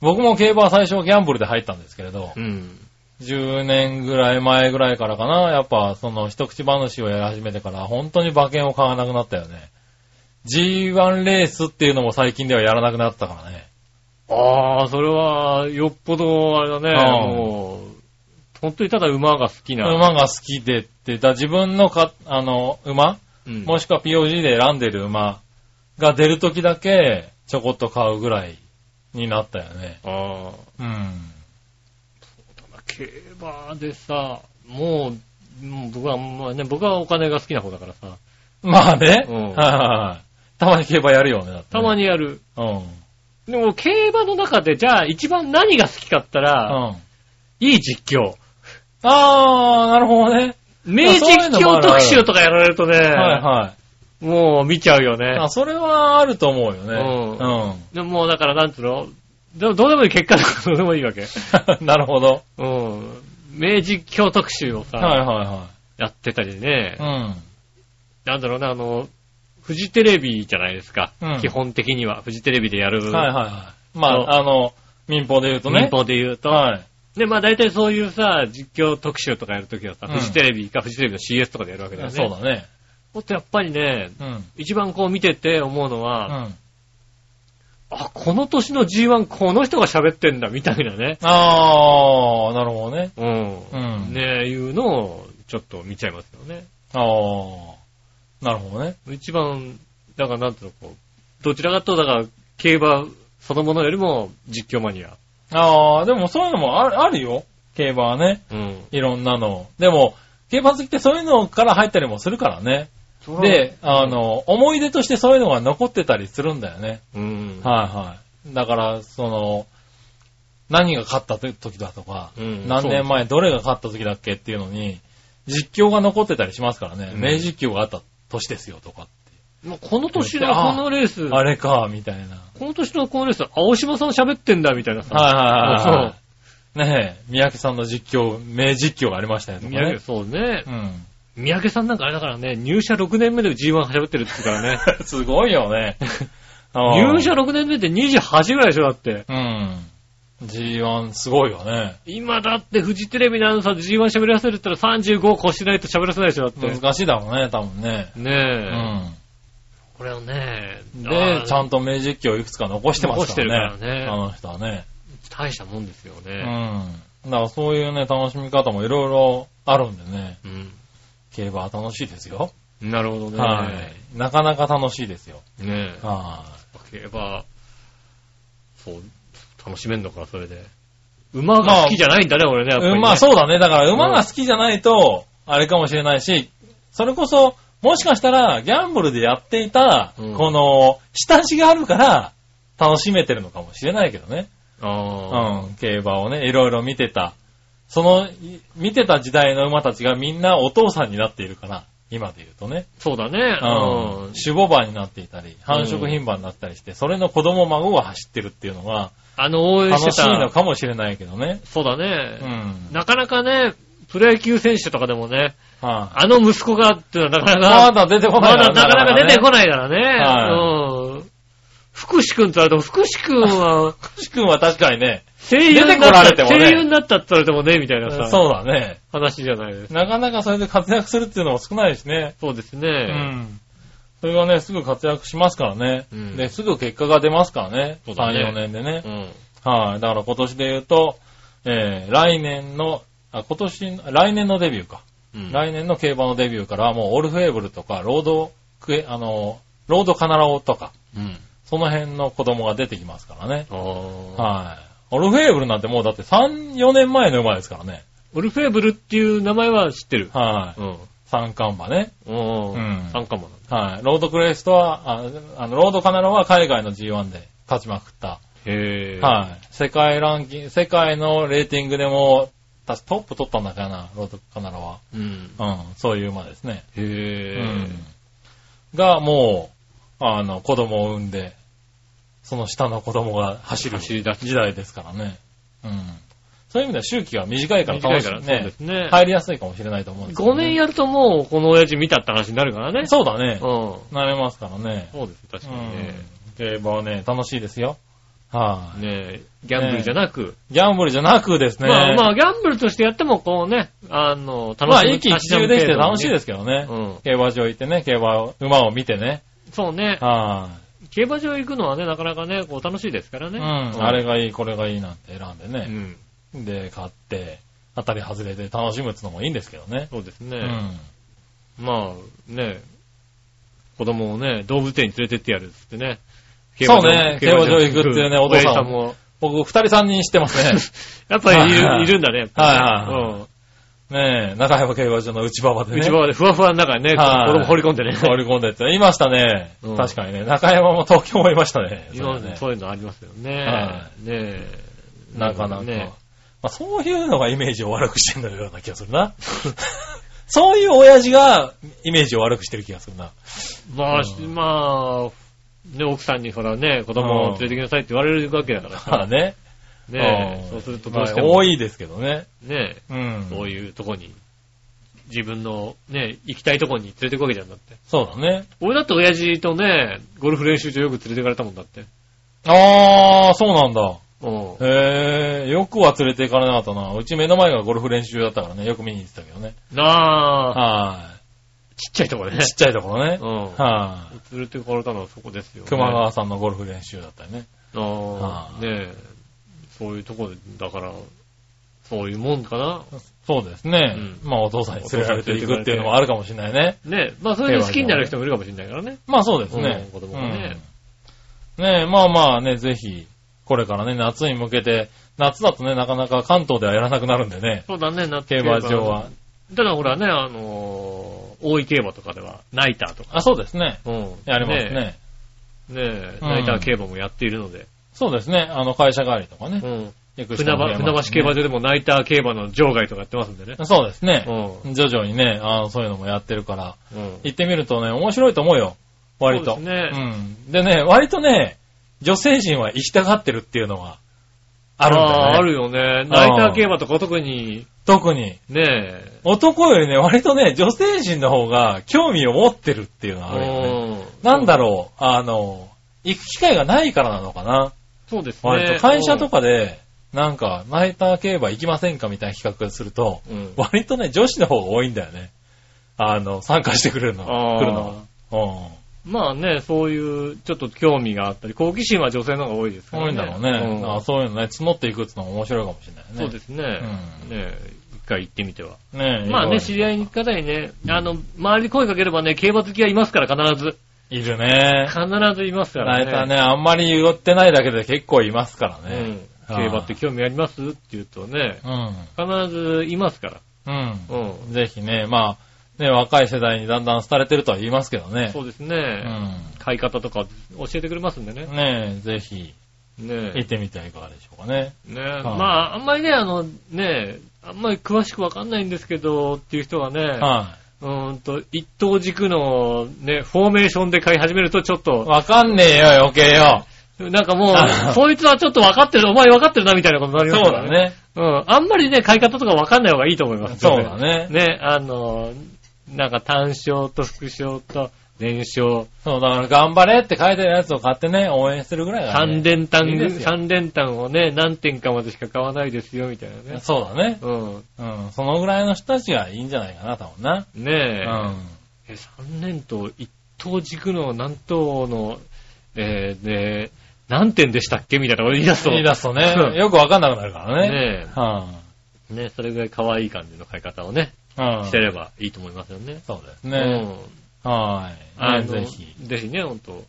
Speaker 3: 僕も競馬は最初ギャンブルで入ったんですけれど、
Speaker 2: うん。
Speaker 3: 10年ぐらい前ぐらいからかな、やっぱその一口話をやり始めてから、本当に馬券を買わなくなったよね。G1 レースっていうのも最近ではやらなくなったからね。
Speaker 2: ああ、それは、よっぽど、あれだね、
Speaker 3: うん
Speaker 2: もう、本当にただ馬が好きな。
Speaker 3: 馬が好きでって、だ自分のか、あの、馬
Speaker 2: うん
Speaker 3: もしくは POG で選んでる馬が出るときだけちょこっと買うぐらいになったよね。
Speaker 2: ああ。
Speaker 3: うん。
Speaker 2: 競馬でさ、もう、もう僕は、まあね、僕はお金が好きな方だからさ、
Speaker 3: まあね。
Speaker 2: うん
Speaker 3: はいはいはいたまに競馬やるよね。だってね
Speaker 2: たま。にやる。
Speaker 3: うん。うん。
Speaker 2: でも、競馬の中で、じゃあ、一番何が好きかったら、
Speaker 3: あ
Speaker 2: いい実況。
Speaker 3: あー、なるほどね。
Speaker 2: 名実況特集とかやられるとね、
Speaker 3: はいはい。
Speaker 2: もう見ちゃうよね。
Speaker 3: あ、それはあると思うよね。
Speaker 2: う
Speaker 3: う
Speaker 2: でももうだから、なんつうのでもどうでもいい結果とかどうでもいいわけ。
Speaker 3: ん。 なるほど。
Speaker 2: うん。名実況特集をさ、
Speaker 3: はいは
Speaker 2: やってたり
Speaker 3: い
Speaker 2: ね、
Speaker 3: はい。
Speaker 2: なんだろうな、あの、フジテレビじゃないですか。
Speaker 3: うん
Speaker 2: 基本的には。フジテレビでやる。
Speaker 3: うん。はいはいはい。ま
Speaker 2: そう
Speaker 3: あ、あの、民放で言うとね。
Speaker 2: 民放で言うと。
Speaker 3: はい。
Speaker 2: で、まあ大体そういうさ、実況特集とかやるときはさ、
Speaker 3: うん
Speaker 2: フジテレビかフジテレビの CS とかでやるわけだよね。
Speaker 3: そうだね。
Speaker 2: もっとやっぱりね、
Speaker 3: うん。
Speaker 2: 一番こう見てて思うの
Speaker 3: う
Speaker 2: は、
Speaker 3: ん。
Speaker 2: あ、この年の G1 この人が喋ってんだ、みたいなね。
Speaker 3: あー、なるほどね。
Speaker 2: うん。
Speaker 3: うん
Speaker 2: ねいうのをちょっと見ちゃいますよね。
Speaker 3: ああ、なるほどね。
Speaker 2: 一番、だからなんていうの、こう、どちらかというと、だから、競馬そのものよりも実況マニア。
Speaker 3: ああ、でもそういうのもあるあるよ。競馬はね。
Speaker 2: うん。
Speaker 3: いろんなの。でも、競馬好きってそういうのから入ったりもするからね。で、あ、の、思い出としてそういうのが残ってたりするんだよね。
Speaker 2: うん。
Speaker 3: はいはい。だから、その、何が勝った時だとか、
Speaker 2: うん
Speaker 3: 何年前どれが勝った時だっけっていうのに、実況が残ってたりしますからね。
Speaker 2: うん
Speaker 3: 名実況があった年ですよとか。
Speaker 2: もうこの年のこのレース、
Speaker 3: あれか、みたいな。
Speaker 2: この年のこのレース、青島さん喋ってんだ、みたいなさ。
Speaker 3: はいはいはいはい
Speaker 2: そ。
Speaker 3: ねえ、三宅さんの実況、名実況がありましたよ
Speaker 2: う。
Speaker 3: ね。
Speaker 2: 三宅、そうね
Speaker 3: う。ん。
Speaker 2: 三宅さんなんかあれだからね、入社6年目で G1 喋ってるって言うから ね。
Speaker 3: すごいよ ね。
Speaker 2: 入社6年目で28ぐらいでしょ、だって。
Speaker 3: うん。G1 すごいよね。
Speaker 2: 今だってフジテレビのアナウンサーで G1 喋らせるって言ったら35越しないと喋らせないでしょ、だって。
Speaker 3: 難しいだろうね、多分ね。
Speaker 2: ね
Speaker 3: う
Speaker 2: え。
Speaker 3: ん。
Speaker 2: これをね、あ
Speaker 3: で
Speaker 2: ー、
Speaker 3: ちゃんと名実況いくつか残してますか
Speaker 2: 残
Speaker 3: らね。
Speaker 2: してるからね
Speaker 3: あの人はね。
Speaker 2: 大したもんですよ
Speaker 3: う
Speaker 2: ね。
Speaker 3: ん。だからそういうね、楽しみ方もいろいろあるんでね。
Speaker 2: うん。
Speaker 3: 競馬は楽しいですよ。
Speaker 2: なるほどね。
Speaker 3: はい。なかなか楽しいですよ。
Speaker 2: ねえ。
Speaker 3: は
Speaker 2: 競馬、そう、楽しめんのか、それで。馬が好きじゃないんだね、俺ね、やっ
Speaker 3: い。
Speaker 2: ぱり、ね。
Speaker 3: まあそうだね。だから馬が好きじゃないと、あれかもしれないし、それこそ、もしかしたら、ギャンブルでやっていた、
Speaker 2: うん
Speaker 3: この、下地があるから、楽しめてるのかもしれないけどね。
Speaker 2: ああ。
Speaker 3: うん、競馬をね、いろいろ見てた。その、い見てた時代の馬たちがみんなお父さんになっているから、今で言うとね。
Speaker 2: そうだね。
Speaker 3: う
Speaker 2: うん
Speaker 3: ん。。種母馬になっていたり、繁殖牝馬になったりして、それの子供孫が走ってるっていうのが、
Speaker 2: あの、応援して
Speaker 3: 楽しい
Speaker 2: た。
Speaker 3: のかもしれないけどね。
Speaker 2: そうだ
Speaker 3: う
Speaker 2: ね、
Speaker 3: ん。
Speaker 2: なかなかね、プロ野球選手とかでもね、
Speaker 3: は。
Speaker 2: あの息子がっていうのはないか
Speaker 3: ま
Speaker 2: なか、
Speaker 3: だ出てこ
Speaker 2: ま
Speaker 3: な
Speaker 2: だ
Speaker 3: い
Speaker 2: なかなか出てこ
Speaker 3: い。
Speaker 2: ないからね。うん。福士くんって言われても、福士くんは、
Speaker 3: くしくんは確かにね、
Speaker 2: 声優に
Speaker 3: 出て
Speaker 2: な
Speaker 3: こら
Speaker 2: っ
Speaker 3: れて
Speaker 2: た、
Speaker 3: もね
Speaker 2: 声優になったって言われてもね、みたいなさ、
Speaker 3: そうだね。
Speaker 2: 話じゃないですか。
Speaker 3: なかなかそれで活躍するっていうのも少ないしね。
Speaker 2: そうです
Speaker 3: う
Speaker 2: ね。
Speaker 3: ん。それがね、すぐ活躍しますからね。
Speaker 2: うん
Speaker 3: で、すぐ結果が出ますからね。
Speaker 2: そうだね
Speaker 3: 3、4年でね
Speaker 2: う。ん。
Speaker 3: はい、だから今年で言うと、えー、来年の、あ、今年の、来年のデビューか。
Speaker 2: うん。
Speaker 3: 来年の競馬のデビューからはもうオルフェーブルとか、ロードクエ、あの、ロードカナラオとか、
Speaker 2: うん。
Speaker 3: その辺の子供が出てきますからね。
Speaker 2: あー
Speaker 3: はい、オルフェーブルなんてもうだって3、4年前の馬ですからね。
Speaker 2: オルフェーブルっていう名前は知ってる。
Speaker 3: はい、
Speaker 2: うん。
Speaker 3: 三冠馬ね。
Speaker 2: う
Speaker 3: うんん。
Speaker 2: 参加もなんだ。
Speaker 3: はい、ロードクレストは、ああの、ロードカナラは海外の G1 で勝ちまくった。
Speaker 2: へえ。
Speaker 3: はい、世界ランキング、世界のレーティングでも確かトップ取ったんだかな、ロードカナロは。
Speaker 2: うん。
Speaker 3: うん、そういう馬ですね。
Speaker 2: へえ、
Speaker 3: うん。が、もう、あの、子供を産んで、その下の子供が走る
Speaker 2: 走り
Speaker 3: 時
Speaker 2: 出す
Speaker 3: 代ですからね。うん。そういう意味では周期が短いから
Speaker 2: 短いから
Speaker 3: 楽しい
Speaker 2: そうですね
Speaker 3: 入りやすいかもしれないと思うんです
Speaker 2: 5年やるともう、この親父見たって話になるからね。
Speaker 3: そうだね
Speaker 2: う。ん。
Speaker 3: なれますからね。
Speaker 2: そうです、確かにね。
Speaker 3: うん競馬はね、楽しいですよ。はい、
Speaker 2: ねえ、ギャンブルじゃなく、
Speaker 3: ギャンブルじゃなくですね。
Speaker 2: まあまあ、ギャンブルとしてやっても、こうね、あの、楽
Speaker 3: まあ、
Speaker 2: しむ。
Speaker 3: 一気一遊できて楽しいですすけどね。
Speaker 2: うん。
Speaker 3: 競馬場行ってね、競馬を、馬を見てね。
Speaker 2: そうね。
Speaker 3: は
Speaker 2: 競馬場行くのはね、なかなかね、こう楽しいですから
Speaker 3: い、
Speaker 2: ね。
Speaker 3: うん。あれがいい、これがいいなんて選んで
Speaker 2: う
Speaker 3: ね。
Speaker 2: ん。
Speaker 3: で、買って、当たり外れて楽しむってのもいいんですけどね。
Speaker 2: そうです
Speaker 3: う
Speaker 2: ね。
Speaker 3: ん。
Speaker 2: まあ、ね、子供をね、動物園に連れてってやるっつってね。
Speaker 3: そうね競馬場行くっていうねお父さん
Speaker 2: 親父も。
Speaker 3: 僕、二人三人知ってますね。
Speaker 2: やっぱりい
Speaker 3: はいはい
Speaker 2: るいるんだね、やっぱりね
Speaker 3: はい ねえ、中山競馬場の内馬場で
Speaker 2: うん。
Speaker 3: ね。
Speaker 2: 内側でふわふわの中にね、子
Speaker 3: はい
Speaker 2: 供放り込んでね。
Speaker 3: 放り込んでって。いましたね。
Speaker 2: うん
Speaker 3: 確かにね。中山も東京もいましたね。
Speaker 2: 今ま
Speaker 3: そう
Speaker 2: で
Speaker 3: ね
Speaker 2: そういうのありますよね。
Speaker 3: は
Speaker 2: ねえ。
Speaker 3: なかなか。
Speaker 2: ね
Speaker 3: まあ、そういうのがイメージを悪くしてるような気がするな。 そういう親父がイメージを悪くしてる気がするな。
Speaker 2: まあ、
Speaker 3: うん
Speaker 2: しまあ、ね、奥さんにほらね、子供を連れてきなさいって言われるわけだから
Speaker 3: ま
Speaker 2: さ。
Speaker 3: あね。
Speaker 2: ね
Speaker 3: ん
Speaker 2: え、そうするとどうして
Speaker 3: まあ
Speaker 2: も
Speaker 3: 多。いですけどね。
Speaker 2: ねえ、
Speaker 3: うん。
Speaker 2: そういうとこに、自分のね、行きたいとこに連れてくわけじゃんだって。
Speaker 3: そうだね。
Speaker 2: 俺だって親父とね、ゴルフ練習場よく連れてかれたもんだって。
Speaker 3: ああ、そうなんだ。
Speaker 2: うん。
Speaker 3: へえ、よくは連れて行かれなかったな。うち目の前がゴルフ練習場だったからね、よく見に行ってたけどね。
Speaker 2: なあ、
Speaker 3: は
Speaker 2: ちっちゃいとこで
Speaker 3: い。
Speaker 2: ね。
Speaker 3: ちっちゃいところね。
Speaker 2: うん。
Speaker 3: はい。
Speaker 2: 連れてかれたのはそこですよ、ね。
Speaker 3: 熊川さんのゴルフ練習だったりね。
Speaker 2: あ
Speaker 3: は
Speaker 2: あ、
Speaker 3: あ
Speaker 2: ねえ。そういうとこで、だから、そういうもんかな。
Speaker 3: そうですね。
Speaker 2: う
Speaker 3: まあお父さんに連れられていくっていうのもあるかもしれないね。
Speaker 2: ねえ。まあ、それで好きになる人もいるかもしれないからね。
Speaker 3: まあそうですね。
Speaker 2: うん子供がね
Speaker 3: うんねえ、まあまあね、ぜひ、これからね、夏に向けて、夏だとね、なかなか関東ではやらなくなるんでね、
Speaker 2: そうだね、なって
Speaker 3: 競馬場は。。
Speaker 2: ただほらね、あのー、大井競馬とかでは、ナイターとか。
Speaker 3: あ、そうですね。
Speaker 2: うん。
Speaker 3: やりますね。
Speaker 2: ねえ。ねえ
Speaker 3: うん
Speaker 2: ナイター競馬もやっているので。
Speaker 3: そうですね。あの、会社帰りとかね
Speaker 2: う。ん。
Speaker 3: 行く人
Speaker 2: 船
Speaker 3: も増
Speaker 2: 場
Speaker 3: え
Speaker 2: 船
Speaker 3: ま
Speaker 2: 橋
Speaker 3: す
Speaker 2: 競馬
Speaker 3: ね
Speaker 2: 場でもナイター競馬の場外とかやってますんでね。
Speaker 3: そうですね。
Speaker 2: う
Speaker 3: 徐々にね、あのそういうのもやってるから、
Speaker 2: うん。
Speaker 3: 行ってみるとね、面白いと思うよ。割と。
Speaker 2: そうですね
Speaker 3: うん。でね、割とね、女性陣は行きたがってるっていうのは、あるんだよね。
Speaker 2: あーあるよね。ナイター競馬とか特に、
Speaker 3: 特に。
Speaker 2: ねえ。
Speaker 3: 男よりね、割とね、女性陣の方が興味を持ってるっていうのはあるよね。
Speaker 2: うん
Speaker 3: なんだろう、あの、行く機会がないからなのかな。
Speaker 2: そうですね。
Speaker 3: 割と会社と
Speaker 2: か。
Speaker 3: かで、なんか、ナイター競馬行きませんかみたいな企画すると、
Speaker 2: うん。
Speaker 3: 割とね、女子の方が多いんだよね。あの、参加してくれるの
Speaker 2: あ
Speaker 3: が、
Speaker 2: ー
Speaker 3: 来るのが。
Speaker 2: まあね、そういう、ちょっと興味があったり、好奇心は女性の方が多いです
Speaker 3: う
Speaker 2: か
Speaker 3: ん。
Speaker 2: らね。
Speaker 3: 多いんだろうね。
Speaker 2: ん
Speaker 3: あーそういうのね、募っていくってのも面白いかもしれないね。
Speaker 2: そうですね。
Speaker 3: うん
Speaker 2: ね一回行ってみては。
Speaker 3: ねえ
Speaker 2: まあね、知り合
Speaker 3: い
Speaker 2: い方にね、あの、周りに声かければね、競馬好きはいますから、必ず。
Speaker 3: い るね。
Speaker 2: 必ずいますから
Speaker 3: ナ
Speaker 2: ね。
Speaker 3: イターね、あんまり言ってないだけで結構いますからね。
Speaker 2: うん。競馬って興味ありますって言うとね、
Speaker 3: うん。
Speaker 2: 必ずいますから。
Speaker 3: うん。
Speaker 2: うん。
Speaker 3: ぜひね、まあ、ね、若い世代にだんだん廃れてるとは言いますけどね。
Speaker 2: そうですね。買い方とか教えてくれますんでね
Speaker 3: うん。。ねえ、ぜひ、
Speaker 2: ね
Speaker 3: 行ってみてはいかがでしょうかね。
Speaker 2: ねまあ、あんまりね、あの、ねあんまり詳しくわかんないんですけど、っていう人はね、
Speaker 3: は
Speaker 2: うーんと、一等軸のね、フォーメーションで買い始めるとちょっ
Speaker 3: い。
Speaker 2: と、
Speaker 3: わかんねえよ、余計よ。
Speaker 2: なんか もう、
Speaker 3: あ
Speaker 2: そいつはちょっと分かってる、お前分かってるなみたいなことになり
Speaker 3: そう
Speaker 2: ますから
Speaker 3: だ
Speaker 2: ね。
Speaker 3: ね。
Speaker 2: うん。あんまりね、買い方とか分かんない方がいいと思います。
Speaker 3: そうだね
Speaker 2: ね、あの、なんか単勝と副勝と連勝、
Speaker 3: そう、だから頑張れって書いてるやつを買ってね、応援するぐらいが、ね。
Speaker 2: 三連単
Speaker 3: いいで、すよ
Speaker 2: 三連単をね、何点かまでしか買わないですよ、みたいなね。
Speaker 3: そうだね。
Speaker 2: うん。
Speaker 3: うん。そのぐらいの人たちがいいんじゃないかな、多分な。
Speaker 2: ねえ。
Speaker 3: うん。
Speaker 2: え、3連投、1投軸の何投の、えー、で、何点でしたっけみたいなこと言い出すと。
Speaker 3: 言い出すとね
Speaker 2: うん、
Speaker 3: よくわかんなくなるからね。
Speaker 2: ね
Speaker 3: は
Speaker 2: え。ねそれぐらい可愛い感じの買い方をね、
Speaker 3: あ、うん。
Speaker 2: してればいいと思いますよね。
Speaker 3: そうですね。は
Speaker 2: うん。あ
Speaker 3: い。ね
Speaker 2: の、
Speaker 3: ぜひ。。
Speaker 2: ぜひね、ほんと。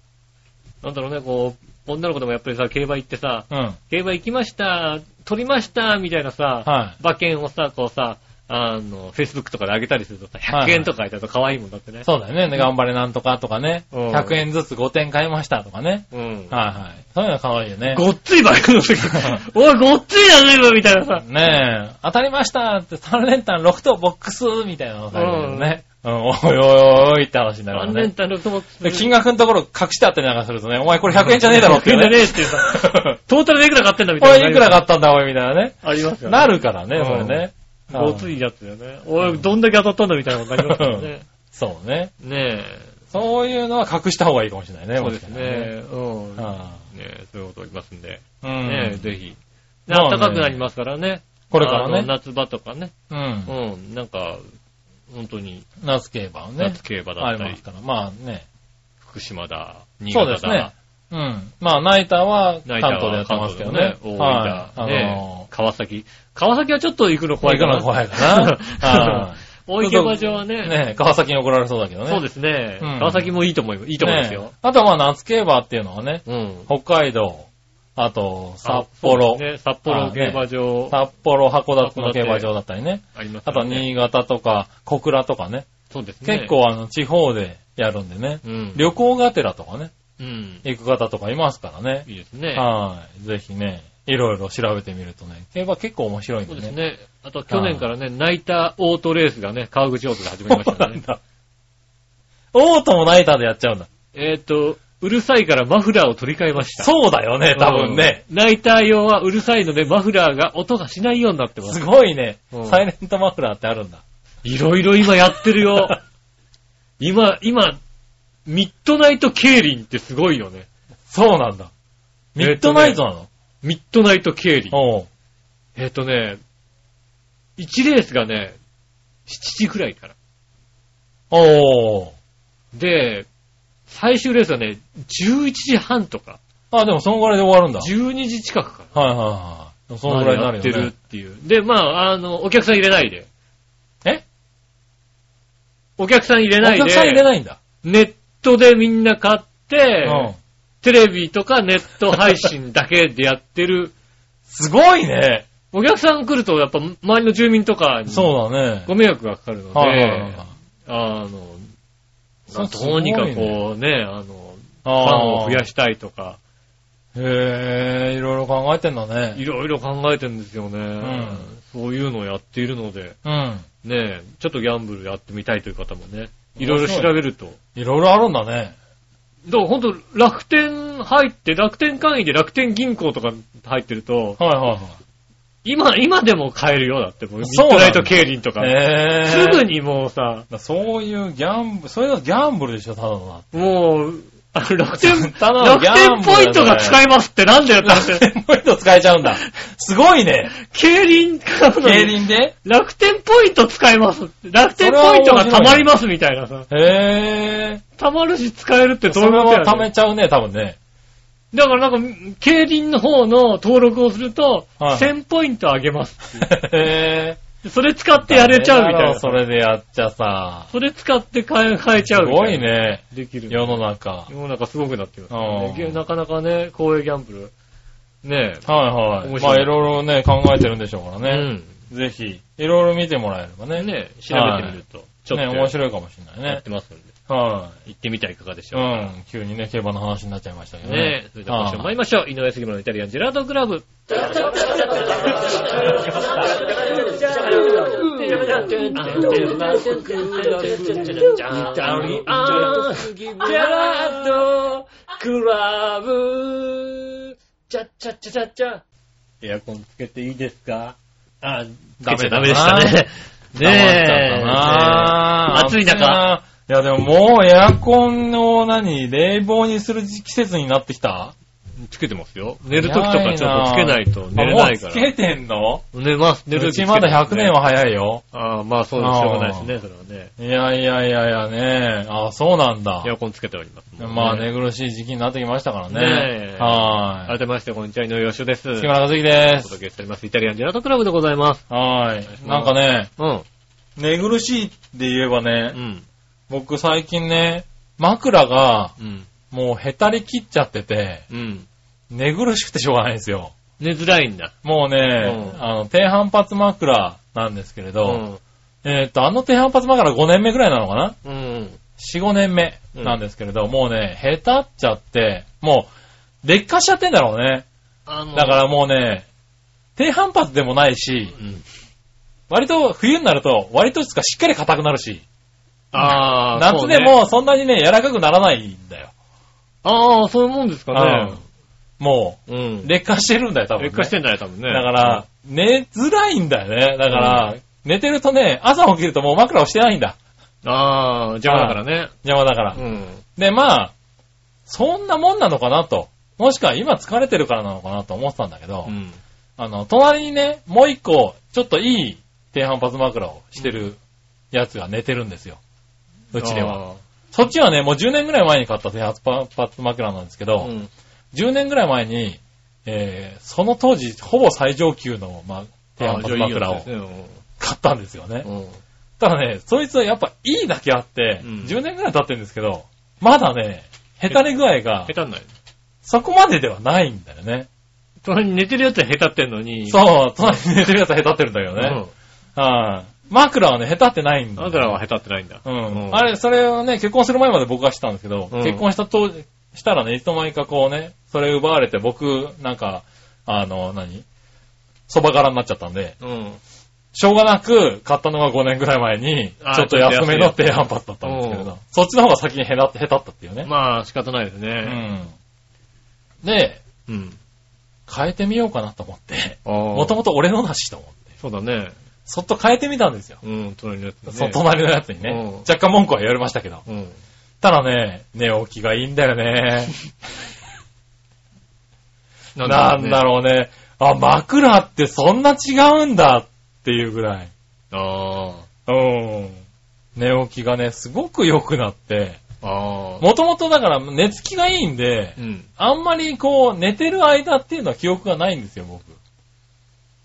Speaker 2: なんだろうね、こう、女の子でもやっぱりさ、競馬行ってさ、
Speaker 3: うん。
Speaker 2: 競馬行きました、取りました、みたいなさ、
Speaker 3: は
Speaker 2: 馬券をさ、こうさ、あの、Facebook とかであげたりするとさ、100円とか書いてあると可愛いもんだってね。
Speaker 3: そうだよね。頑張れなんとかとかね。
Speaker 2: うん
Speaker 3: 100円ずつ5点買いましたとかね。
Speaker 2: うん。
Speaker 3: はいはい。そういうの可愛いよね。
Speaker 2: ごっついバイクの時、 おい、ごっついやねえみたいなさ。
Speaker 3: ねえ、当たりましたって3連単6等ボックスみたいなのがあるよね。うん、おいおいおいおいって話になるわ
Speaker 2: 何
Speaker 3: ね
Speaker 2: 年。単独とも
Speaker 3: で金額のところ隠してあったりなんかするとね、お前これ100円じゃねえだろって、
Speaker 2: 100円じゃねえ
Speaker 3: ね。
Speaker 2: って さ、トータルでいくら買ってんだみ
Speaker 3: お
Speaker 2: たいな。
Speaker 3: いいくら買ったんだおいみたいなね。
Speaker 2: ありますよね。
Speaker 3: なるからね、それね。
Speaker 2: ごっついやつだよね。おい、どんだけ当たったんだみたいなことになりますよ ね。
Speaker 3: そうね。
Speaker 2: ね
Speaker 3: そういうのは隠した方がいいかもしれない
Speaker 2: え。
Speaker 3: ね、
Speaker 2: そうです
Speaker 3: もしかしたらね。
Speaker 2: ね。うん。ね
Speaker 3: あ
Speaker 2: え、そういうことありますんで。
Speaker 3: あうん
Speaker 2: ねえ、ぜひ。
Speaker 3: まあね
Speaker 2: 暖かくなりますからね。
Speaker 3: これから
Speaker 2: あの
Speaker 3: ね。
Speaker 2: 夏場とかね。
Speaker 3: うん。
Speaker 2: うん。なんか、本当に、
Speaker 3: 夏競馬をね
Speaker 2: 夏。競馬だ
Speaker 3: あ
Speaker 2: っ
Speaker 3: り
Speaker 2: た
Speaker 3: ま
Speaker 2: り
Speaker 3: す、から。まあね。
Speaker 2: 福島だ、新
Speaker 3: そう
Speaker 2: 潟
Speaker 3: ですね
Speaker 2: だ、。
Speaker 3: うん。まあ、ナイターは
Speaker 2: ナ
Speaker 3: 関
Speaker 2: イター
Speaker 3: 東でや
Speaker 2: は
Speaker 3: ってま
Speaker 2: 関
Speaker 3: す
Speaker 2: 東
Speaker 3: け
Speaker 2: だよ
Speaker 3: ど
Speaker 2: ね。。
Speaker 3: ねは
Speaker 2: 大分、
Speaker 3: い。あの
Speaker 2: ね川崎。川崎はちょっと行くの怖いかな。
Speaker 3: 行くの怖い かなはい
Speaker 2: 大井競馬場はね
Speaker 3: ー、ね川崎に怒られそうだけどね。
Speaker 2: そう
Speaker 3: で
Speaker 2: ですね。
Speaker 3: うん
Speaker 2: 川崎もいいと思います。いいと思いますよ。
Speaker 3: あとはまあ、夏競馬っていうのはね、
Speaker 2: うん。
Speaker 3: 北海道、あと、札
Speaker 2: あそう
Speaker 3: 幌、
Speaker 2: ですね、札幌競馬場
Speaker 3: 札幌、函館の競馬場だったりね。
Speaker 2: ありますか
Speaker 3: あと
Speaker 2: ら
Speaker 3: は
Speaker 2: ね。
Speaker 3: 新潟とか、小倉とかね。
Speaker 2: そうですね。
Speaker 3: 結、構あの、地方でやるんでね。
Speaker 2: うん。
Speaker 3: 旅行がてらとかね、
Speaker 2: うん。
Speaker 3: 行く方とかいますからね。
Speaker 2: いいですね。
Speaker 3: はい。ぜひね、いろいろ調べてみるとね、競馬結構面白いん
Speaker 2: そ
Speaker 3: で
Speaker 2: う
Speaker 3: ね。
Speaker 2: ですね。あと、去年からね、ナイターオートレースがね、川口オートで始まりま
Speaker 3: そ
Speaker 2: し
Speaker 3: う
Speaker 2: た
Speaker 3: な
Speaker 2: ね
Speaker 3: ん。だ。オートもナイターでやっちゃうんだ。
Speaker 2: えっと、うるさいからマフラーを取り替えました。
Speaker 3: そうだよ ね、多分ね。
Speaker 2: うん。ナイター用はうるさいので、マフラーが音がしないようになってますす。
Speaker 3: ごいね
Speaker 2: う。ん
Speaker 3: サイレントマフラーってあるんだ。
Speaker 2: いろいろ今やってるよ。 今、今、ミッドナイト競輪ってすごいよね。
Speaker 3: そうなんだ。ミッドナイトなの、
Speaker 2: ミッドナイト競輪。
Speaker 3: おう
Speaker 2: えっ、とね、1レースがね、7時くらいから。
Speaker 3: おう
Speaker 2: で、最終レースはね、11時半とか、
Speaker 3: あ、でもそのぐらいで終わるんだ。
Speaker 2: 12時近くか
Speaker 3: はいはいはいでも。そ
Speaker 2: ら。
Speaker 3: のぐらいになる
Speaker 2: や
Speaker 3: よ
Speaker 2: って
Speaker 3: ね。
Speaker 2: るっていう。で、まあ、あの、お客さん入れないで。
Speaker 3: え
Speaker 2: お客さん入れない
Speaker 3: お
Speaker 2: で。
Speaker 3: 客さん入れないんだ。
Speaker 2: ネットでみんな買って、
Speaker 3: うん。
Speaker 2: テレビとかネット配信だけでやってる。
Speaker 3: すごいね。
Speaker 2: お客さん来ると、やっぱ周りの住民とかに
Speaker 3: そうだね。
Speaker 2: ご迷惑がかかるので、
Speaker 3: はいはいはいはい
Speaker 2: あの、
Speaker 3: そうす
Speaker 2: ど
Speaker 3: ご
Speaker 2: う
Speaker 3: いね
Speaker 2: にかこうね、あの、
Speaker 3: フ
Speaker 2: ファンを増やしたいとか、
Speaker 3: へえ、いろいろ考えてんだね。
Speaker 2: いろいろ考えてるんですよね、
Speaker 3: ん
Speaker 2: そういうのをやっているので、
Speaker 3: うん。
Speaker 2: ね、ちょっとギャンブルやってみたいという方もね、い
Speaker 3: 面
Speaker 2: ろ
Speaker 3: 白い
Speaker 2: いろ調べると。
Speaker 3: いろいろあるんだね。
Speaker 2: だからほんと、楽天入って、楽天会員で楽天銀行とか入ってると、
Speaker 3: はいはいはい。
Speaker 2: 今、今でも買えるよ、だってもう。ミッ
Speaker 3: そう
Speaker 2: ド
Speaker 3: なんだ
Speaker 2: ナイト競輪とか。
Speaker 3: へ
Speaker 2: すぐ
Speaker 3: に。
Speaker 2: にもうさ、
Speaker 3: そういうギャンブル、そういうのギャンブルでしょ、ただの
Speaker 2: もう、あの楽天、
Speaker 3: ただの
Speaker 2: 楽
Speaker 3: ギャン
Speaker 2: 天
Speaker 3: ブルだね
Speaker 2: ポイントが使えますってなんだよ
Speaker 3: な。
Speaker 2: って
Speaker 3: 楽 天ポイント使えちゃうんだ。すごいね。
Speaker 2: 競輪買うの
Speaker 3: 競
Speaker 2: に、
Speaker 3: 輪で
Speaker 2: 楽天ポイント使えますって。楽天ポイントが貯まりますみたいなさ。
Speaker 3: へ
Speaker 2: 貯まるし使えるって
Speaker 3: え。
Speaker 2: ど
Speaker 3: そう
Speaker 2: いう
Speaker 3: れ
Speaker 2: こと
Speaker 3: は
Speaker 2: や
Speaker 3: 貯
Speaker 2: ね
Speaker 3: めちゃうね、多分ね。
Speaker 2: んだからなんか、競輪の方の登録をすると、
Speaker 3: はい
Speaker 2: 1000ポイントあげますって
Speaker 3: へえ。
Speaker 2: いう。それ使ってやれちゃうみたい
Speaker 3: ダメだ
Speaker 2: な。
Speaker 3: ろそれでやっちゃさ。
Speaker 2: それ使って買え買えちゃ
Speaker 3: す
Speaker 2: うみ
Speaker 3: ご
Speaker 2: た
Speaker 3: い
Speaker 2: いな。
Speaker 3: ね。
Speaker 2: できる。
Speaker 3: 世の中。
Speaker 2: 世の中すごくなってますからね
Speaker 3: うん
Speaker 2: なかなかね、公営ギャンブル。ね
Speaker 3: はいは
Speaker 2: 面
Speaker 3: い。ま
Speaker 2: 白い
Speaker 3: あいろいろね、考えてるんでしょうから
Speaker 2: え。
Speaker 3: ね。ぜひ、いろいろ見てもらえれば
Speaker 2: う
Speaker 3: ね。
Speaker 2: ん。ねえ、調べてみると、ちょっと、
Speaker 3: ね、面白いかもしれない
Speaker 2: やっ
Speaker 3: ね。
Speaker 2: てますんで、
Speaker 3: は
Speaker 2: 行ってみてはいかがでし
Speaker 3: い。
Speaker 2: ょ
Speaker 3: う
Speaker 2: うか。
Speaker 3: ん。急にね、競馬の話になっちゃいましたけどね。
Speaker 2: ねえ、それでは今週も参りましょう。井上杉村のイタリアンジェラートクラブ。エアコンつけていいですかあ、つけちゃダメでしたね。
Speaker 3: 黙っちゃった
Speaker 2: ねえ
Speaker 3: な
Speaker 2: 暑い中。
Speaker 3: いやでももうエアコンを何、冷房にする季節になってきた
Speaker 2: つけてますよ。寝るときとかちょっとつけないと寝れないか
Speaker 3: あもう
Speaker 2: ら
Speaker 3: つけ。てんの
Speaker 2: 寝ます、寝る
Speaker 3: う
Speaker 2: とき
Speaker 3: ち
Speaker 2: つけて
Speaker 3: ま
Speaker 2: ますね
Speaker 3: だ100年は早いよ。
Speaker 2: ああ、まあそうです。
Speaker 3: あー
Speaker 2: しょうがないですね、それはね。
Speaker 3: いやいやいやいやね。あ、そうなんだ
Speaker 2: エ。アコンつけております。
Speaker 3: まあ。寝苦しい時期になってきましたから
Speaker 2: ね
Speaker 3: ね。
Speaker 2: え
Speaker 3: は
Speaker 2: 改めまして、こんにちは、井上洋翔です。
Speaker 3: い。
Speaker 2: お
Speaker 3: 木村和樹で
Speaker 2: 届
Speaker 3: す。
Speaker 2: けしております。イタリアンジェラートクラブでございます。
Speaker 3: はい。なんかね、
Speaker 2: うん。
Speaker 3: 寝苦しいって言えば
Speaker 2: う
Speaker 3: ね、
Speaker 2: ん。
Speaker 3: 僕最近ね、枕が
Speaker 2: うん。
Speaker 3: もうへたり切っちゃってて、
Speaker 2: うん。
Speaker 3: 寝苦しくてしょうがないんですよ。
Speaker 2: 寝づらいんだ。
Speaker 3: もうね、
Speaker 2: うん
Speaker 3: あの、低反発枕なんですけれ
Speaker 2: う
Speaker 3: ど、
Speaker 2: ん。
Speaker 3: えーっと、あの低反発だから5年目ぐらいなのかな
Speaker 2: うん。
Speaker 3: ?4、5年目なんですけれど、もうね、下手っちゃって、もう、劣化しちゃってんだろうね。
Speaker 2: あの、
Speaker 3: だからもうね、低反発でもないし、
Speaker 2: うん、
Speaker 3: 割と冬になると、割とつかしっかり硬くなるし、
Speaker 2: ああ、そ
Speaker 3: 夏
Speaker 2: うね
Speaker 3: で、もそんなにね、柔らかくならないんだよ。
Speaker 2: ああ、そういうもんですかね。
Speaker 3: も
Speaker 2: うん
Speaker 3: う、。劣化してるんだよ、多分、ね。
Speaker 2: 劣化してんだよ、多分ね。
Speaker 3: だから、寝づらいんだよね。だから、寝てるとね、朝起きるともう枕をしてないんだ。
Speaker 2: うん。ああ、邪魔だからね。
Speaker 3: 邪魔だから。
Speaker 2: うん。
Speaker 3: で、まあ、そんなもんなのかなと。もしくは今疲れてるからなのかなと思ってたんだけど、
Speaker 2: うん。
Speaker 3: あの、隣にね、もう一個、ちょっといい低反発枕をしてるやつが寝てるんですよ。うちでは。
Speaker 2: は。
Speaker 3: そっちはね、もう10年ぐらい前に買った低反発枕なんですけ
Speaker 2: う
Speaker 3: ど、
Speaker 2: ん。
Speaker 3: 10年ぐらい前に、えー、その当時、ほぼ最上級の、まあ、低反発枕を買ったんですよね。
Speaker 2: を。
Speaker 3: ただね、そいつはやっぱいいだけあって、
Speaker 2: うん
Speaker 3: 10年ぐらい経ってるんですけど、まだね、へたれ具合が
Speaker 2: 下、手にない。
Speaker 3: そこまでではないんだよね。
Speaker 2: 隣に寝てるやつは下手ってんのに。
Speaker 3: そう、隣に寝てるやつはへたってるんだけど
Speaker 2: う
Speaker 3: ね。
Speaker 2: ね。
Speaker 3: はい、枕はね、へたってないんだよ。
Speaker 2: あなたらは下手ってないんだ。
Speaker 3: うん。
Speaker 2: うん
Speaker 3: あれ、それをね、結婚する前まで僕はしてたんですけど、
Speaker 2: うん
Speaker 3: 結婚したと、したらね、いつの間にかこうね、それ奪われて僕、なんか、あの、何蕎麦柄になっちゃったんで、
Speaker 2: うん。
Speaker 3: しょうがなく買ったのが5年ぐらい前に、
Speaker 2: あー
Speaker 3: ちょっと安めの低反発だったんですけれ
Speaker 2: うん
Speaker 3: ど、そっちの方が先にへたへたったっていうね。
Speaker 2: まあ、仕方ないです
Speaker 3: う
Speaker 2: ね。
Speaker 3: ん。で、
Speaker 2: うん。
Speaker 3: 変えてみようかなと思って、
Speaker 2: ああ。も
Speaker 3: もともと俺のだしと思って、
Speaker 2: そうだね。
Speaker 3: そっと変えてみたんですよ。
Speaker 2: うん、隣のやつね。
Speaker 3: その隣のやつにね、
Speaker 2: うん
Speaker 3: 若干文句は言われましたけど。
Speaker 2: うん。
Speaker 3: ただね、寝起きがいいんだよね。なんだ
Speaker 2: ろ
Speaker 3: ろうね。あ、枕ってそんな違うんだっていうぐらい。
Speaker 2: う。あ
Speaker 3: うん。寝起きがね、すごく良くなって。
Speaker 2: あ。ああ。
Speaker 3: もともとだから寝つきがいいんで
Speaker 2: う、ん。
Speaker 3: あんまりこう寝てる間っていうのは記憶がないんですよ、僕。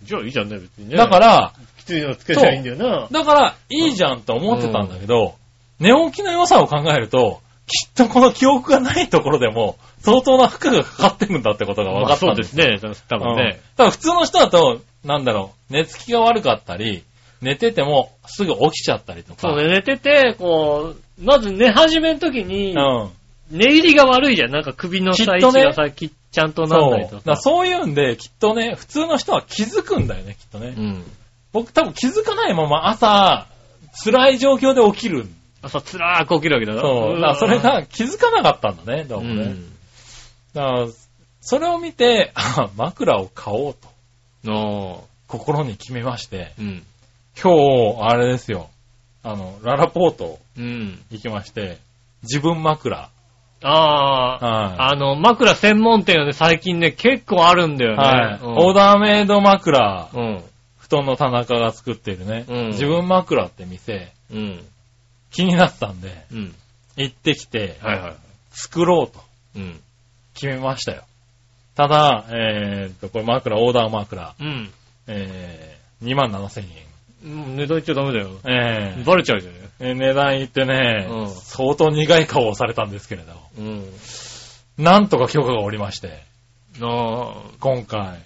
Speaker 2: じゃあいいじゃんね、別にね。、
Speaker 3: だからら、
Speaker 2: きついのつけちゃいいんだよな。
Speaker 3: だからいいじゃんと思ってたんだけど、寝起きの良さを考えると、きっとこの記憶がないところでも相当な負荷がかかってるんだってことが分
Speaker 2: ま
Speaker 3: か
Speaker 2: あ
Speaker 3: った
Speaker 2: そ
Speaker 3: ん
Speaker 2: う
Speaker 3: で
Speaker 2: ですすね、多分ね。
Speaker 3: ただ普通の人だと、なんだろう、寝つきが悪かったり、寝ててもすぐ起きちゃったりとか。
Speaker 2: そうね、寝てて、こう、まず寝始めの時に、
Speaker 3: うん。
Speaker 2: 寝入りが悪いじゃん。なんか首のさ、
Speaker 3: きっ
Speaker 2: 位
Speaker 3: と
Speaker 2: 置
Speaker 3: ね
Speaker 2: がさ、きちゃんと
Speaker 3: そ
Speaker 2: なん
Speaker 3: う。
Speaker 2: ない
Speaker 3: だ
Speaker 2: と
Speaker 3: から
Speaker 2: さ。
Speaker 3: そういうんで、きっとね、普通の人は気づくんだよね、きっとね。
Speaker 2: うん。
Speaker 3: 僕多分気づかないまま朝、辛い状況で起きる。
Speaker 2: 朝、つらーく起きるわけだ
Speaker 3: そう。だからそれ、が気づかなかったんだね、どうもね。
Speaker 2: うん。
Speaker 3: だからそれを見て、 あ枕を買おうと
Speaker 2: の
Speaker 3: 心に決めまして、
Speaker 2: うん。
Speaker 3: 今日、あれですよ、あの、ララポート
Speaker 2: うん。
Speaker 3: 行きまして、自分枕。
Speaker 2: ああ、
Speaker 3: はい
Speaker 2: あの、枕専門店はね、最近ね、結構あるんだよね。
Speaker 3: はい。
Speaker 2: うん
Speaker 3: オーダーメイド枕、
Speaker 2: うん。
Speaker 3: 布団の田中が作ってるね、
Speaker 2: うん
Speaker 3: 自分枕って店、
Speaker 2: うん。
Speaker 3: 気になったんで、
Speaker 2: うん。
Speaker 3: 行ってきて、
Speaker 2: はいはい。
Speaker 3: 作ろうと
Speaker 2: うん。
Speaker 3: 決めましたよ。ただ、えーっと、これ枕、オーダー枕、
Speaker 2: うん。
Speaker 3: えー、2万7千円。
Speaker 2: うん値段言っちゃダメだよ。
Speaker 3: えー
Speaker 2: バレちゃうじゃね
Speaker 3: えー値段言ってね、
Speaker 2: うん
Speaker 3: 相当苦い顔をされたんですけれど、
Speaker 2: うん。
Speaker 3: なんとか許可がおりまして、
Speaker 2: あ
Speaker 3: 今回、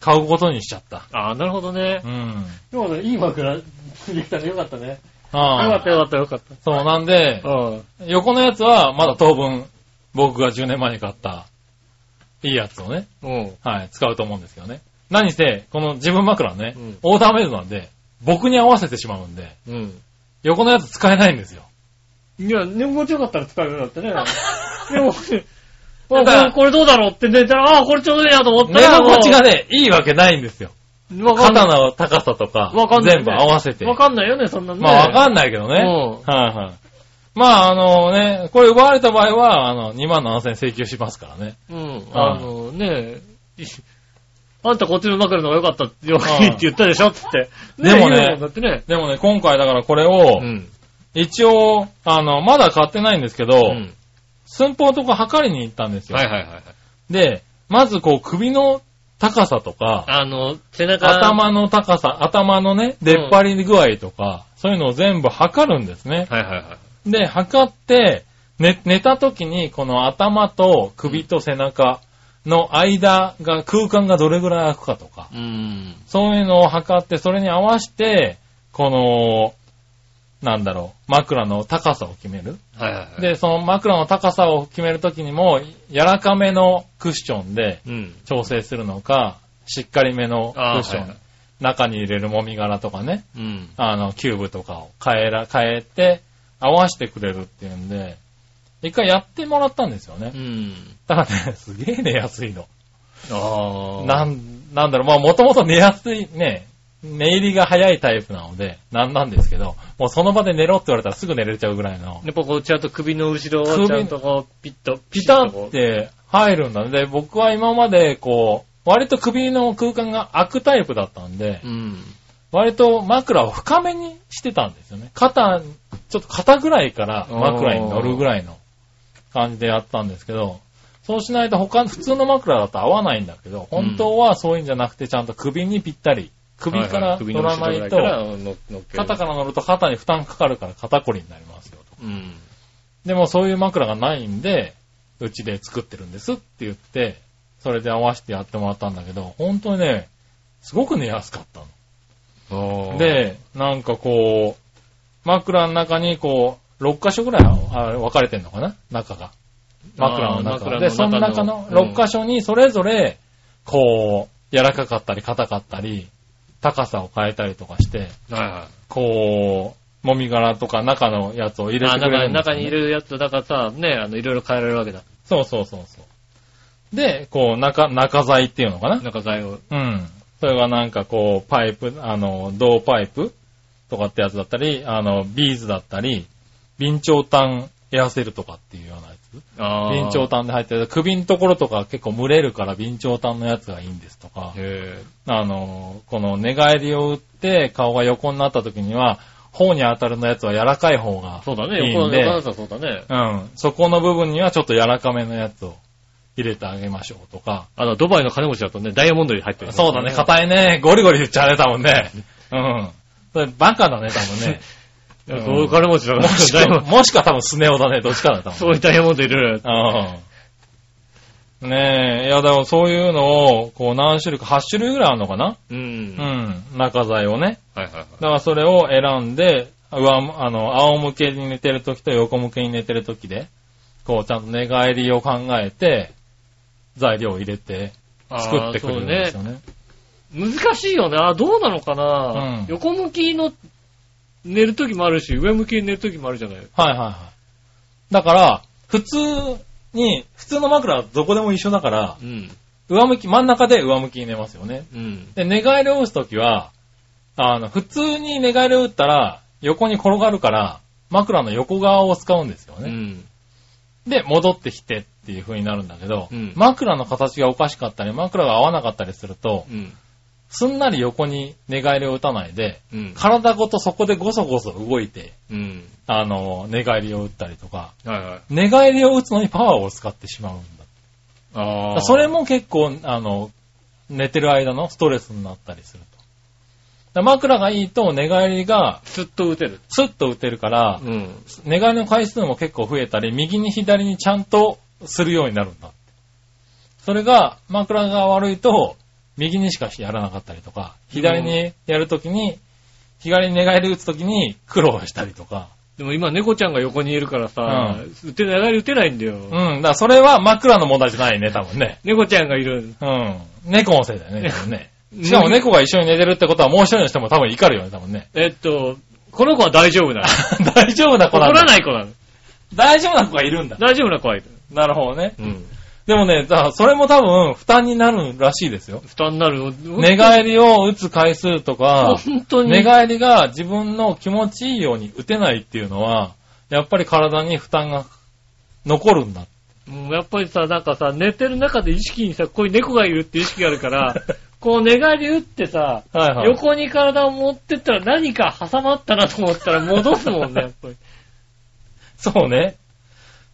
Speaker 3: 買うことにしちゃった。
Speaker 2: あ、ああ、なるほどね
Speaker 3: う。ん。
Speaker 2: でもね、いい枕、できたね。よかったね。よ
Speaker 3: あ
Speaker 2: かっ
Speaker 3: あ
Speaker 2: たよかったよかった。
Speaker 3: そう、なんで、
Speaker 2: うん。
Speaker 3: 横のやつは、まだ当分、僕が10年前に買った、いいやつをね、
Speaker 2: うん。
Speaker 3: はい、使うと思うんですけどね。何せ、この自分枕はね、
Speaker 2: うん
Speaker 3: オーダーメイドなんで、僕に合わせてしまうんで、
Speaker 2: うん。
Speaker 3: 横のやつ使えないんですよ。
Speaker 2: いや、寝心地よかったら使えるようになってね。でも、
Speaker 3: ただ
Speaker 2: あこれこれどうだろうって寝たら、ああ、これちょうどいいなと思っ
Speaker 3: 寝
Speaker 2: たら、
Speaker 3: 心地がね、いいわけないんですよ。
Speaker 2: もう、わかん
Speaker 3: 肩
Speaker 2: ない。
Speaker 3: の高さとか
Speaker 2: わかん、ないね
Speaker 3: 全部合わせて。
Speaker 2: わかんないよね、そんなのね。
Speaker 3: まあ、わかんないけどね。
Speaker 2: うん
Speaker 3: はいはい。まあ、あのね、これ奪われた場合は、あの、2万7000請求しますからね。
Speaker 2: うん。あのね、 あんたこっちの枕の方が良かったって、良いって言ったでしょつって。
Speaker 3: でもね
Speaker 2: 言うだってね。
Speaker 3: でもね、今回だからこれを、
Speaker 2: ん。
Speaker 3: 一応、あの、まだ買ってないんですけど、
Speaker 2: うん。
Speaker 3: 寸法のとか測りに行ったんですよ。
Speaker 2: はいはいはい。
Speaker 3: で、まずこう首の高さとか、
Speaker 2: あの、背中。
Speaker 3: 頭の高さ、頭のね、出っ張り具合とか、そういうのを全部測るんですね。
Speaker 2: はいはいはい。
Speaker 3: で、測って、寝、寝た時にこの頭と首と背中の間が、空間がどれぐらい空くかとか、
Speaker 2: うん。
Speaker 3: そういうのを測って、それに合わせて、この、なんだろう、枕の高さを決める。
Speaker 2: はいはいはい。、
Speaker 3: で、その枕の高さを決めるときにも、柔らかめのクッションで
Speaker 2: うん。
Speaker 3: 調整するのか、しっかりめのク
Speaker 2: あー
Speaker 3: ッション、
Speaker 2: はいはい
Speaker 3: 中に入れるもみ殻とかね、
Speaker 2: うん。
Speaker 3: あの、キューブとかを変えら、変えて、合わせてくれるっていうんで、一回やってもらったんですよね
Speaker 2: う。ん。
Speaker 3: だからね、 すげえ寝やすいの。
Speaker 2: ああ。
Speaker 3: なん、なんだろう、まあもともと寝やすいね、寝入りが早いタイプなので、なんなんですけど、もうその場で寝ろって言われたらすぐ寝れちゃうぐらいの、
Speaker 2: やっぱこう、ちゃんと首の後ろを
Speaker 3: 首
Speaker 2: ちゃんとこう、ピッと、
Speaker 3: ピタ
Speaker 2: ッとこ
Speaker 3: っ
Speaker 2: う
Speaker 3: て入るんだね。で、僕は今までこう、割と首の空間が開くタイプだったんで
Speaker 2: う、ん。
Speaker 3: 割と枕を深めにしてたんですよね。肩、ちょっと肩ぐらいから枕に乗るぐらいの感じでやったんですけど、そうしないと他、普通の枕だと合わないんだけど、本当はそういうんじゃなくてちゃんと首にぴったり、首か
Speaker 2: はいは
Speaker 3: ら
Speaker 2: い首
Speaker 3: 乗
Speaker 2: の後ろ
Speaker 3: らな
Speaker 2: ぐら
Speaker 3: い
Speaker 2: いか
Speaker 3: と、
Speaker 2: ら乗っ乗っける。
Speaker 3: 肩から乗ると肩に負担かかるから肩こりになりますよと。
Speaker 2: うん。
Speaker 3: でもそういう枕がないんで、うちで作ってるんですって言って、それで合わせてやってもらったんだけど、本当にね、すごく寝やすかったの。で、なんかこう、枕の中にこう、6箇所ぐらいあ分かれてんのかな中が。枕の中
Speaker 2: あー
Speaker 3: で、そ
Speaker 2: 枕
Speaker 3: の
Speaker 2: の
Speaker 3: 中
Speaker 2: 中
Speaker 3: の
Speaker 2: の
Speaker 3: 6箇所にそれぞれ、こう、柔らかかったり硬かったり、高さを変えたりとかして、
Speaker 2: はいはい。
Speaker 3: こう、もみ殻とか中のやつを入れ
Speaker 2: あ
Speaker 3: てく
Speaker 2: 中
Speaker 3: れるん
Speaker 2: に
Speaker 3: です
Speaker 2: 中
Speaker 3: よね
Speaker 2: に入れるやつ、だからさ、ね、あの、いろいろ変えられるわけだ。
Speaker 3: そうそうそうそう。で、こう、中、中材っていうのかな
Speaker 2: 中材を。
Speaker 3: うん。それがなんかこう、パイプ、あの、銅パイプとかってやつだったり、あの、ビーズだったり、備長炭エアセルとかっていうようなやつ。
Speaker 2: あ
Speaker 3: 備長
Speaker 2: と。
Speaker 3: 炭で入ってる。首のところとか結構蒸れるから備長炭のやつがいいんですとか、
Speaker 2: へ
Speaker 3: あの、この寝返りを打って顔が横になった時には、頬に当たるのやつは柔らかい方が
Speaker 2: ーそうだ
Speaker 3: い
Speaker 2: ね。
Speaker 3: いん
Speaker 2: 横
Speaker 3: で
Speaker 2: の長さそうだね。
Speaker 3: うん。そこの部分にはちょっと柔らかめのやつを入れてあげましょうとか。
Speaker 2: あの、ドバイの金持ちだとね、ダイヤモンドに入ってる。
Speaker 3: そうだね、硬いね。ゴリゴリ言っちゃうね、多分ね。うん。それバカだね、多分 ね。
Speaker 2: いやそういう金持ちだか
Speaker 3: も
Speaker 2: ら、
Speaker 3: し
Speaker 2: ダイヤモ
Speaker 3: か、
Speaker 2: ン
Speaker 3: もしか多分スネ夫だね、どっちかだ、多
Speaker 2: ド、
Speaker 3: 分。
Speaker 2: そういうダイヤモンド入れる。
Speaker 3: うん。ねえ、いや、でもそういうのを、こう何種類か、8種類ぐらいあるのかな
Speaker 2: うん。
Speaker 3: う
Speaker 2: はい
Speaker 3: ん。中材をね。
Speaker 2: はいはい。
Speaker 3: だからそれを選んで、上、あの、仰向けに寝てるときと横向けに寝てるときで、こうちゃんと寝返りを考えて、材料を入れて、作ってくれるんですよね。
Speaker 2: 難しいよね。あ、どうなのかな、
Speaker 3: うん
Speaker 2: 横向きの寝るときもあるし、上向きに寝るときもあるじゃない。
Speaker 3: はいはいはい。だから、普通に、普通の枕はどこでも一緒だから
Speaker 2: う、ん。
Speaker 3: 上向き、真ん中で上向きに寝ますよね。
Speaker 2: うん。
Speaker 3: で、寝返りを打つときは、あの、普通に寝返りを打ったら、横に転がるから、枕の横側を使うんですよ
Speaker 2: う
Speaker 3: ね。
Speaker 2: ん。
Speaker 3: で、戻ってきてっていう風になるんだけど、
Speaker 2: うん
Speaker 3: 枕の形がおかしかったり、枕が合わなかったりすると
Speaker 2: う、ん。
Speaker 3: すんなり横に寝返りを打たないで、
Speaker 2: うん。
Speaker 3: 体ごとそこでゴソゴソ動いて、
Speaker 2: うん。
Speaker 3: あの、寝返りを打ったりとか、
Speaker 2: はいはい。
Speaker 3: 寝返りを打つのにパワーを使ってしまうんだ。
Speaker 2: ああ。
Speaker 3: それも結構、あの、寝てる間のストレスになったりすると。だ枕がいいと寝返りが
Speaker 2: すっと打てる。
Speaker 3: スッと打てるから、
Speaker 2: うん。
Speaker 3: 寝返りの回数も結構増えたり、右に左にちゃんとするようになるんだって。それが枕が悪いと、右にしかやらなかったりとか、左にやるときに、左に寝返り打つときに苦労したりとか。
Speaker 2: でも今猫ちゃんが横にいるからさ、打てない、打てないんだよ。
Speaker 3: うん。だからそれは枕の問題じゃないね、多分ね。
Speaker 2: 猫ちゃんがいる。
Speaker 3: うん。猫のせいだよね、多分ね。し
Speaker 2: し
Speaker 3: かも。猫が一緒に寝てるってことはもう一人の人も多分怒るよね、多分ね。
Speaker 2: えっと、この子は大丈夫なの。
Speaker 3: 大丈夫な子
Speaker 2: 怒
Speaker 3: なんだ。
Speaker 2: らない子なの。
Speaker 3: 大丈夫な子がいるんだ。
Speaker 2: 大丈夫な子はいる。
Speaker 3: なるほどね。
Speaker 2: うん。
Speaker 3: でもね、だからそれも多分負担になるらしいですよ。
Speaker 2: 負担になる。
Speaker 3: 寝返りを打つ回数とか、
Speaker 2: 本当に。
Speaker 3: 寝返りが自分の気持ちいいように打てないっていうのは、やっぱり体に負担が残るんだ。
Speaker 2: うんやっぱりさ、なんかさ、寝てる中で意識にさ、こういう猫がいるって意識がある から、こう寝返り打ってさ、
Speaker 3: はいはい。
Speaker 2: 横に体を持ってったら何か挟まったなと思ったら戻すもんね、やっぱり。
Speaker 3: そうね。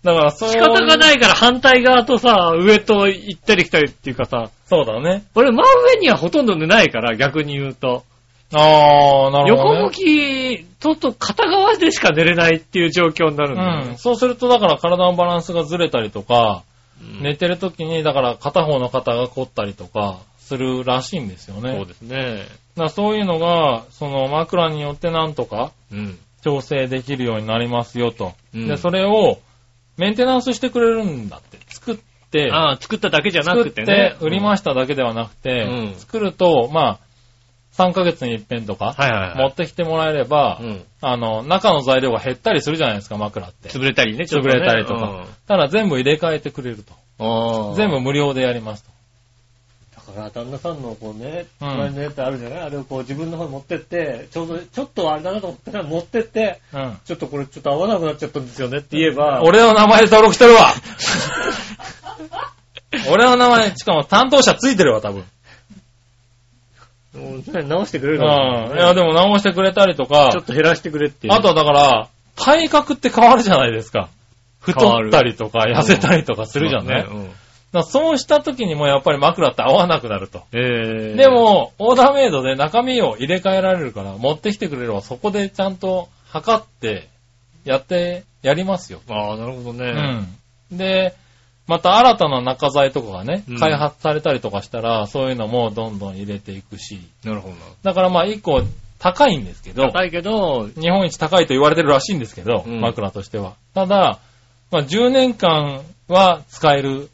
Speaker 3: だからそう。。
Speaker 2: 仕方がないいから反対側とさ、上と行ったり来たりっていうかさ、
Speaker 3: そうだね。
Speaker 2: 俺真上にはほとんど寝ないから、逆に言うと。
Speaker 3: あー、なるほど、
Speaker 2: 横
Speaker 3: ね。
Speaker 2: 向き、ちょっと片側でしか寝れないっていう状況になるんだよ
Speaker 3: うん。
Speaker 2: ね。
Speaker 3: そうすると、だから体のバランスがずれたりとか、
Speaker 2: うん
Speaker 3: 寝てる時に、だから片方の肩が凝ったりとかするらしいんですよね。
Speaker 2: そうですね。
Speaker 3: だからそういうのが、その枕によってなんとか
Speaker 2: うん。
Speaker 3: 調整できるようになりますよと。
Speaker 2: うん
Speaker 3: で、それをメンテナンスしてくれるんだって。作って、
Speaker 2: ああ、作っただけじゃな
Speaker 3: 作
Speaker 2: く
Speaker 3: ってて
Speaker 2: ね。
Speaker 3: 売りま
Speaker 2: し
Speaker 3: しただけではなくて、
Speaker 2: うん
Speaker 3: 作ると、まあ、3ヶ月に一遍とか、
Speaker 2: はいはいはい。
Speaker 3: 持ってきてもらえれば、
Speaker 2: うん。
Speaker 3: あの、中の材料が減ったりするじゃないですか、枕って。
Speaker 2: 潰れたりね、ちょっと
Speaker 3: 潰
Speaker 2: ね
Speaker 3: れたりとか。ただ全部入れ替えてくれると。
Speaker 2: うんああ。
Speaker 3: 全部無料でやりますと。
Speaker 4: だから、旦那さんのこうね、
Speaker 3: うん
Speaker 4: 前のやつあるじゃないあれをこう自分の方に持ってって、ちょうど、ちょっとあれだなと思ったら持ってって、
Speaker 3: うん。
Speaker 4: ちょっとこれちょっと合わなくなっちゃったんですよねって言え ば、
Speaker 3: 俺の名前で登録してるわ 俺の名前、しかも担当者ついてるわ、多分。
Speaker 4: もうね直してくれ
Speaker 3: う
Speaker 4: る
Speaker 3: ん。い
Speaker 4: かもしれない
Speaker 3: や、でも直してくれたりとか、
Speaker 4: ちょっと減らしてくれっていう。
Speaker 3: あとはだから、体格って変わるじゃないですか。太
Speaker 2: 変わる
Speaker 3: ったりとか、痩せたりとかするじゃんね。だか
Speaker 2: うん。
Speaker 3: らそうした時にもやっぱり枕って合わなくなると。
Speaker 2: ええ。
Speaker 3: で、も、オーダーメイドで中身を入れ替えられるから、持ってきてくれればそこでちゃんと測って、やって、やりますよ。
Speaker 2: ああ、なるほどね。
Speaker 3: うん。で、また新たな中材とかがね
Speaker 2: うん、
Speaker 3: 開発されたりとかしたら、そういうのもどんどん入れていくし、
Speaker 2: なるほどな。
Speaker 3: だからまあ一個高いんですけど、
Speaker 2: 高いけど、
Speaker 3: 日本一高いと言われてるらしいんですけど、
Speaker 2: うん
Speaker 3: 枕としては。ただ、まあ10年間は使える。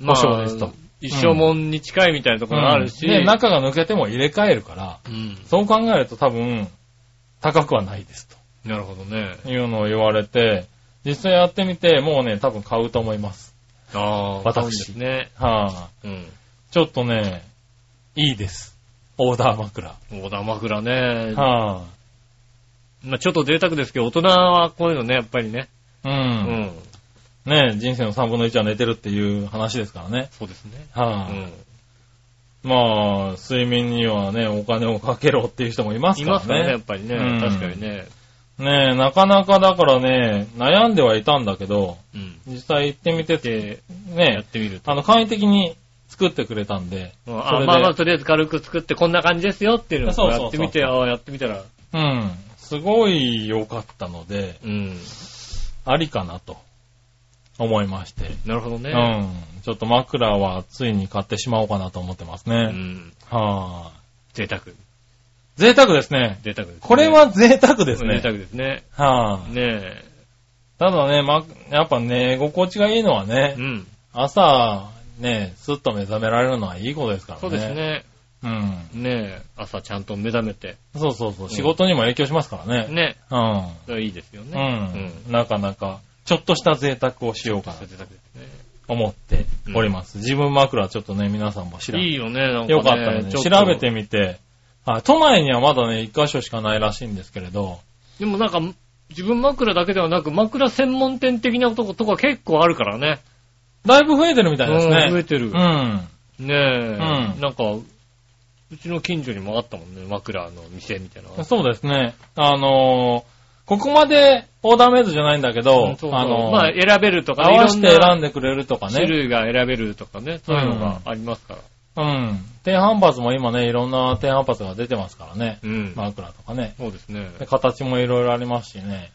Speaker 2: ま
Speaker 3: 保証ですと
Speaker 2: 一生もんに近いみたいなところがあるし。
Speaker 3: で、中が抜けても入れ替えるから、
Speaker 2: うん。
Speaker 3: そう考えると多分、高くはないです
Speaker 2: なるほどね。
Speaker 3: というのを言われて、実際やってみて、もうね、多分買うと思います。
Speaker 2: ああ、
Speaker 3: 私
Speaker 2: そうですね。
Speaker 3: はい、
Speaker 2: うん。
Speaker 3: ちょっとね、いいです。オーダー枕。はい、
Speaker 2: オーダー枕ね。まあちょっと贅沢ですけど、大人はこういうのね、やっぱりね。
Speaker 3: う。
Speaker 2: うんん。
Speaker 3: ね人生の3分の1は寝てるっていう話ですからね。
Speaker 2: そうですね。う
Speaker 3: はい、
Speaker 2: ん。
Speaker 3: まあ、睡眠にはね、お金をかけろっていう人もいます
Speaker 2: い
Speaker 3: から
Speaker 2: ま
Speaker 3: ね。
Speaker 2: すからね、やっぱりね。
Speaker 3: うん
Speaker 2: 確かにね。
Speaker 3: ねえ、なかなかだからね、悩んではいたんだけど、
Speaker 2: うん。
Speaker 3: 実際行ってみてて、
Speaker 2: やっ
Speaker 3: ね
Speaker 2: てみると。
Speaker 3: あの、簡易的に作ってくれたんで、
Speaker 2: うん
Speaker 3: そ
Speaker 2: あ
Speaker 3: れで
Speaker 2: まあまあ、とりあえず軽く作って、こんな感じですよっていうの
Speaker 3: そ
Speaker 2: を
Speaker 3: うそうそう
Speaker 2: やってみて、ああ、やってみたら。
Speaker 3: うん、すごい良かったので、
Speaker 2: うん。
Speaker 3: ありかなと思いまして。
Speaker 2: なるほどね。
Speaker 3: うん。ちょっと枕はついに買ってしまおうかなと思ってます
Speaker 2: う
Speaker 3: ね。
Speaker 2: ん。
Speaker 3: は
Speaker 2: 贅沢。
Speaker 3: い。贅沢ですね。
Speaker 2: 贅沢ですね。
Speaker 3: これは贅沢です
Speaker 2: 贅
Speaker 3: ね。
Speaker 2: 沢ですね。
Speaker 3: はい。
Speaker 2: ね
Speaker 3: ただね、ま、やっぱ寝心地がいいのは
Speaker 2: え。
Speaker 3: ね
Speaker 2: う、ん。
Speaker 3: 朝、ね、スッと目覚められるのはいいことですからね。
Speaker 2: そうです。ね。
Speaker 3: うん。
Speaker 2: ねえ。朝ちゃんと目覚めて。
Speaker 3: そうそうそう。仕事にも影響しますからね。
Speaker 2: ね
Speaker 3: うん。
Speaker 2: それはいいですよ
Speaker 3: う
Speaker 2: ね。
Speaker 3: ん。なかなか、ちょっとした贅沢をしようかな
Speaker 2: そ
Speaker 3: と
Speaker 2: う贅沢ですね。
Speaker 3: 思っております。自分枕ちょっとね、皆さんも知らない
Speaker 2: いよね、なんかね。
Speaker 3: よかったね。
Speaker 2: ちょと
Speaker 3: 調べてみて。はい。都内にはまだね、一箇所しかないらしいんですけれど。
Speaker 2: でもなんか、自分枕だけではなく、枕専門店的なとことか結構あるからね。
Speaker 3: だいぶ増えてるみたいです
Speaker 2: うん増え
Speaker 3: ね。
Speaker 2: てる。
Speaker 3: うん。
Speaker 2: ねえ、
Speaker 3: うん
Speaker 2: なんか、うちの近所にもあったもんね、枕の店みたいなのが。
Speaker 3: そうですね。あのーここまでオーダーメイドじゃないんだけ
Speaker 2: うん
Speaker 3: ど、
Speaker 2: そうそう
Speaker 3: あのー
Speaker 2: まあ、選べるとか、
Speaker 3: 合
Speaker 2: い
Speaker 3: わ
Speaker 2: ろん
Speaker 3: せ
Speaker 2: な
Speaker 3: て選んでくれるとか
Speaker 2: 種
Speaker 3: ね。
Speaker 2: 類が選べるとかね、そういうのがありますから。
Speaker 3: うん。低反発も今ね、いろんな低反発が出てますからね。
Speaker 2: うん。
Speaker 3: 枕とかね。
Speaker 2: そうですね。
Speaker 3: で形もいろいろありますしね。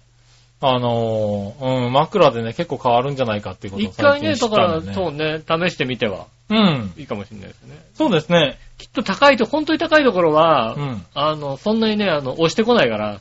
Speaker 3: あのーうん、枕でね、結構変わるんじゃないかっていうことを
Speaker 2: 一回
Speaker 3: 最
Speaker 2: ね、
Speaker 3: 近知
Speaker 2: だ
Speaker 3: っ
Speaker 2: か
Speaker 3: た
Speaker 2: ら、
Speaker 3: んで
Speaker 2: そうね、試してみては
Speaker 3: うん。
Speaker 2: いいかもしれないですね。
Speaker 3: そうですね。
Speaker 2: きっと高いと、本当に高いところは、
Speaker 3: うん。
Speaker 2: あの、そんなにね、あの、押してこないから、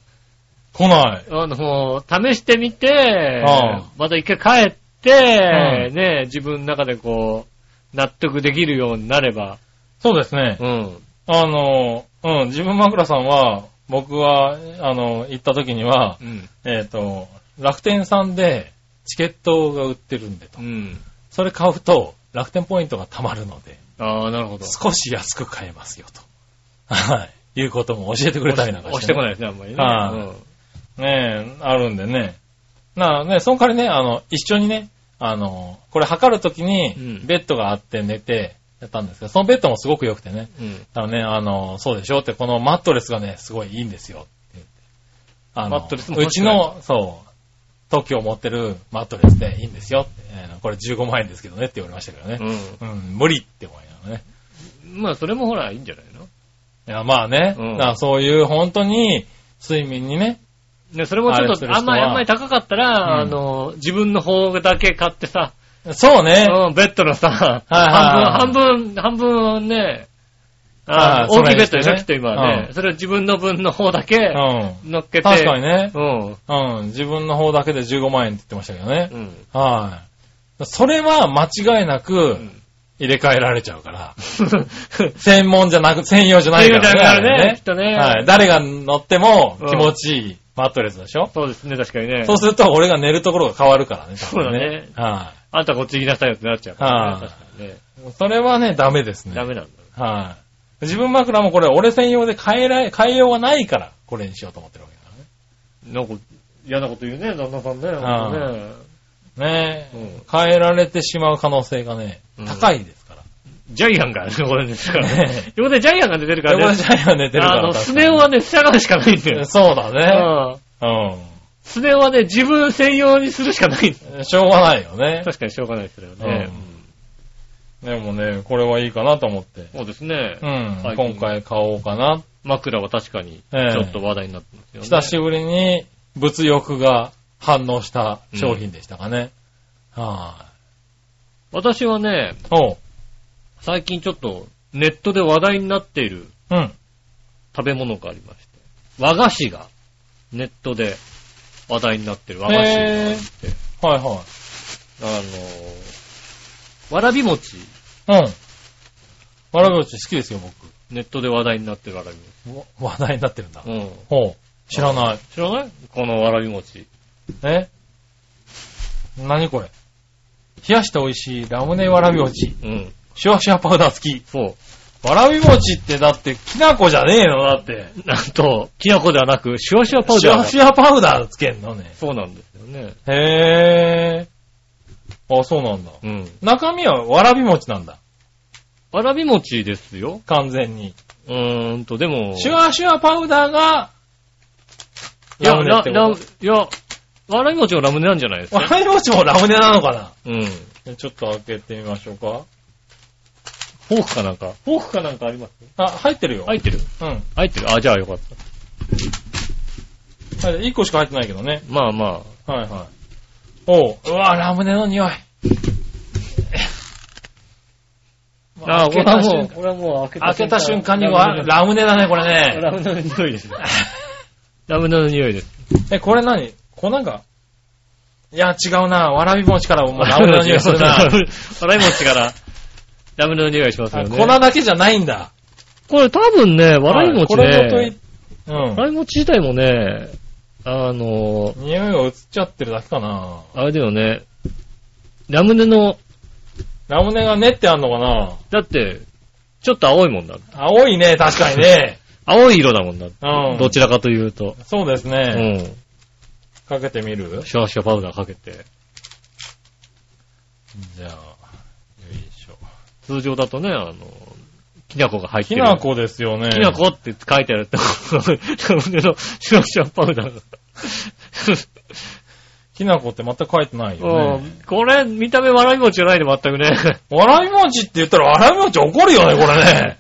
Speaker 3: 来ない。
Speaker 2: あの、もう試してみて
Speaker 3: ああ、
Speaker 2: また一回帰って、
Speaker 3: う
Speaker 2: ね、自分の中でこう、納得できるようになれば、
Speaker 3: そうですね。
Speaker 2: うん。
Speaker 3: あの、うん、自分枕さんは、僕は、あの、行った時には、
Speaker 2: うん。
Speaker 3: えっ、と、楽天さんでチケットが売ってるんでと
Speaker 2: う。ん。
Speaker 3: それ買うと、楽天ポイントが貯まるので、
Speaker 2: ああ、なるほど。
Speaker 3: 少し安く買えますよと。はい。いうことも教えてくれたりなんか
Speaker 2: 押してこない
Speaker 3: い。
Speaker 2: ですね、あんまりね。
Speaker 3: はい
Speaker 2: うん
Speaker 3: ねえ、あるんでね。なあね、その代わりね、あの、一緒にね、あの、これ測るときに
Speaker 2: う、ん
Speaker 3: ベッドがあって寝て、やったんですけど、そのベッドもすごく良くてね。
Speaker 2: うん。
Speaker 3: だからね、あの、そうでしょって、このマットレスがね、すごいいいんですよって言って。あの
Speaker 2: マットレスも
Speaker 3: うちの、そう、特許を持ってるマットレスでいいんですよって、えーこれ15万円ですけどねって言われましたけどね。うん、無理って思いながらね。
Speaker 2: うん。まあ、それもほら、いいんじゃないの
Speaker 3: いや、まあね、
Speaker 2: うん
Speaker 3: だからそういう本当に、睡眠にね、
Speaker 2: ね、それもちょ
Speaker 3: あ
Speaker 2: っ
Speaker 3: れす
Speaker 2: と、
Speaker 3: る
Speaker 2: あ
Speaker 3: 人
Speaker 2: んまり、
Speaker 3: は
Speaker 2: あんまり高かったら、
Speaker 3: うん
Speaker 2: あの、自分の方だけ買ってさ、
Speaker 3: そうね。
Speaker 2: うん、ベッドのさ、
Speaker 3: はい
Speaker 2: 半分、半分、半分ね、あ
Speaker 3: は
Speaker 2: の大
Speaker 3: い
Speaker 2: きい
Speaker 3: それ
Speaker 2: ベ
Speaker 3: に
Speaker 2: ッ
Speaker 3: し
Speaker 2: ド
Speaker 3: て
Speaker 2: で
Speaker 3: ね
Speaker 2: しょ、きっと今はね。それを自分の分の方だけ
Speaker 3: う
Speaker 2: 乗っけて。
Speaker 3: ん。確かにね。
Speaker 2: うん。
Speaker 3: うん。自分の方だけで15万円って言ってましたけどね。
Speaker 2: うん。
Speaker 3: はい。それは間違いなく
Speaker 2: ん
Speaker 3: 入れ替えられちゃうから。
Speaker 2: そう
Speaker 3: 専門じゃなく、専用じゃないからね。
Speaker 2: 専用じゃないからね
Speaker 3: あれ
Speaker 2: きっとね
Speaker 3: はい。誰が乗っても気持ちいいマットレスでしょ、
Speaker 2: ですね、確かにね
Speaker 3: そ。うすると俺が寝るところが変わるからね。
Speaker 2: そうだね
Speaker 3: 多分は
Speaker 2: あんたこっち行きなさいよってなっちゃうからね。
Speaker 3: はい
Speaker 2: 確かにね。
Speaker 3: い。それはね、ダメですね。
Speaker 2: ダメなんだ。
Speaker 3: はい。自分枕もこれ俺専用で変えられ、変えようがないから、これにしようと思ってるわけだ
Speaker 2: なんか、嫌なこと言うね、旦那さんね。
Speaker 3: あ
Speaker 2: ほ
Speaker 3: あ
Speaker 2: んとね
Speaker 3: からね。ねえ、
Speaker 2: うん
Speaker 3: 変えられてしまう可能性がね
Speaker 2: うん、
Speaker 3: 高いですから。
Speaker 2: ジャイアンが、これです からね
Speaker 3: ね。
Speaker 2: 横でジャイアンが出てるか
Speaker 3: そこ
Speaker 2: ら
Speaker 3: で
Speaker 2: ね
Speaker 3: ジ。ャイアン寝てるか
Speaker 2: あ
Speaker 3: ら。
Speaker 2: の、スネ夫はね、従うしかないんだよ。
Speaker 3: そうだね。
Speaker 2: うん
Speaker 3: う
Speaker 2: スネ夫はね、自分専用にするしかないんだよ。
Speaker 3: ん。しょうがないよね。
Speaker 2: 確かにしょうがないですけどね。
Speaker 3: うんでもね、これはいいかなと思って。
Speaker 2: そうですね
Speaker 3: う。ん。
Speaker 2: 最近
Speaker 3: 今回買おうかな。
Speaker 2: 枕は確かに、ち
Speaker 3: ええ
Speaker 2: ょっと話題になってますよね。
Speaker 3: 久しぶりに物欲が反応した商品でしたかね。は
Speaker 2: 私はね、
Speaker 3: い。おう。
Speaker 2: 最近ちょっと、ネットで話題になっている
Speaker 3: うん。
Speaker 2: 食べ物がありまして。和菓子が、ネットで話題になってる和菓子があって、
Speaker 3: はいは
Speaker 2: あのー、わらび餅、
Speaker 3: い。うん。わらび餅好きですよ、僕。
Speaker 2: ネットで話題になってるわらび
Speaker 3: わ話題になってるんだ。
Speaker 2: 餅。うん。
Speaker 3: ほう。知らない。
Speaker 2: 知らないこのわらび餅。
Speaker 3: え何これ冷やして美味しいラムネわらび餅。
Speaker 2: うん。
Speaker 3: シュワシュワパウダー付
Speaker 2: そう。
Speaker 3: き。わらび餅ってだってきな粉じゃねえのだって。
Speaker 2: なんと、きな粉ではなく、シュワシュワパウ
Speaker 3: シュ
Speaker 2: ダー
Speaker 3: ワ
Speaker 2: が。
Speaker 3: シュワパウダーつけんのね。
Speaker 2: そうなんですよね。
Speaker 3: へぇー。あ、そうなんだ。
Speaker 2: うん。
Speaker 3: 中身はわらび餅なんだ。
Speaker 2: わらび餅ですよ。
Speaker 3: 完全に。
Speaker 2: うーんと、でも。
Speaker 3: シュワシュワパウダーが、
Speaker 2: いや、
Speaker 3: ラムネ
Speaker 2: ラ
Speaker 3: ってこ
Speaker 2: ラいや、わらび餅はラムネなんじゃないです
Speaker 3: と。わ
Speaker 2: か。
Speaker 3: らび餅もラムネなのかな
Speaker 2: うん。
Speaker 3: じゃあちょっと開けてみましょうか。
Speaker 2: フォークかなんか。フォークかなんかあります
Speaker 3: あ、入ってるよ。
Speaker 2: 入ってる
Speaker 3: うん。
Speaker 2: 入ってるあ、じゃあよかった。
Speaker 3: はい、1個しか入ってないけどね。
Speaker 2: まあま
Speaker 3: はいはい。おう。うわ、ラムネの匂い。
Speaker 2: あ。あ、これ
Speaker 3: 開けた
Speaker 2: は
Speaker 3: 瞬
Speaker 2: も
Speaker 3: 間
Speaker 4: これはもう開け
Speaker 3: 開けた瞬間 に
Speaker 4: は
Speaker 3: は、ラムネだね、これね。
Speaker 4: ラムネの匂いです ね。
Speaker 2: う、ラムネの匂いです。
Speaker 3: え、これ何粉がいや、違うな。わらび餅からもうラムネの匂いする
Speaker 2: わ
Speaker 3: な。
Speaker 2: らび餅から、ラムネの匂いしますよ
Speaker 3: あ
Speaker 2: ね。
Speaker 3: 粉だけじゃないんだ。
Speaker 2: これ多分ね、わらび餅ね、
Speaker 3: はいこれご
Speaker 2: わ
Speaker 3: とい
Speaker 2: らび餅自体もね、あの、
Speaker 3: うん。匂いが移っちゃってるだけかな。
Speaker 2: あれだよね、ラムネの、
Speaker 3: ラムネが練ってあんのかな
Speaker 2: だって、ちょっと青いもんだ。
Speaker 3: 青いね、確かに ね。
Speaker 2: 青い色だもんだ。
Speaker 3: うん。
Speaker 2: どちらかというと。
Speaker 3: そうです
Speaker 2: う
Speaker 3: ね。
Speaker 2: ん。
Speaker 3: かけてみる
Speaker 2: シュワシュワパウダーかけて。
Speaker 3: じゃあ、よいしょ。
Speaker 2: 通常だとね、あの、きな粉が入って
Speaker 3: き
Speaker 2: る。
Speaker 3: な粉ですよね。
Speaker 2: きな粉って書いてあるって、ラムネのシュワシュワパウダーが。
Speaker 3: きな粉って全く書いてないよ
Speaker 2: う
Speaker 3: ね。
Speaker 2: んこれ、見た目わらび餅じゃないで全くね。
Speaker 3: わらび餅って言ったらわらび餅怒るよね、これね。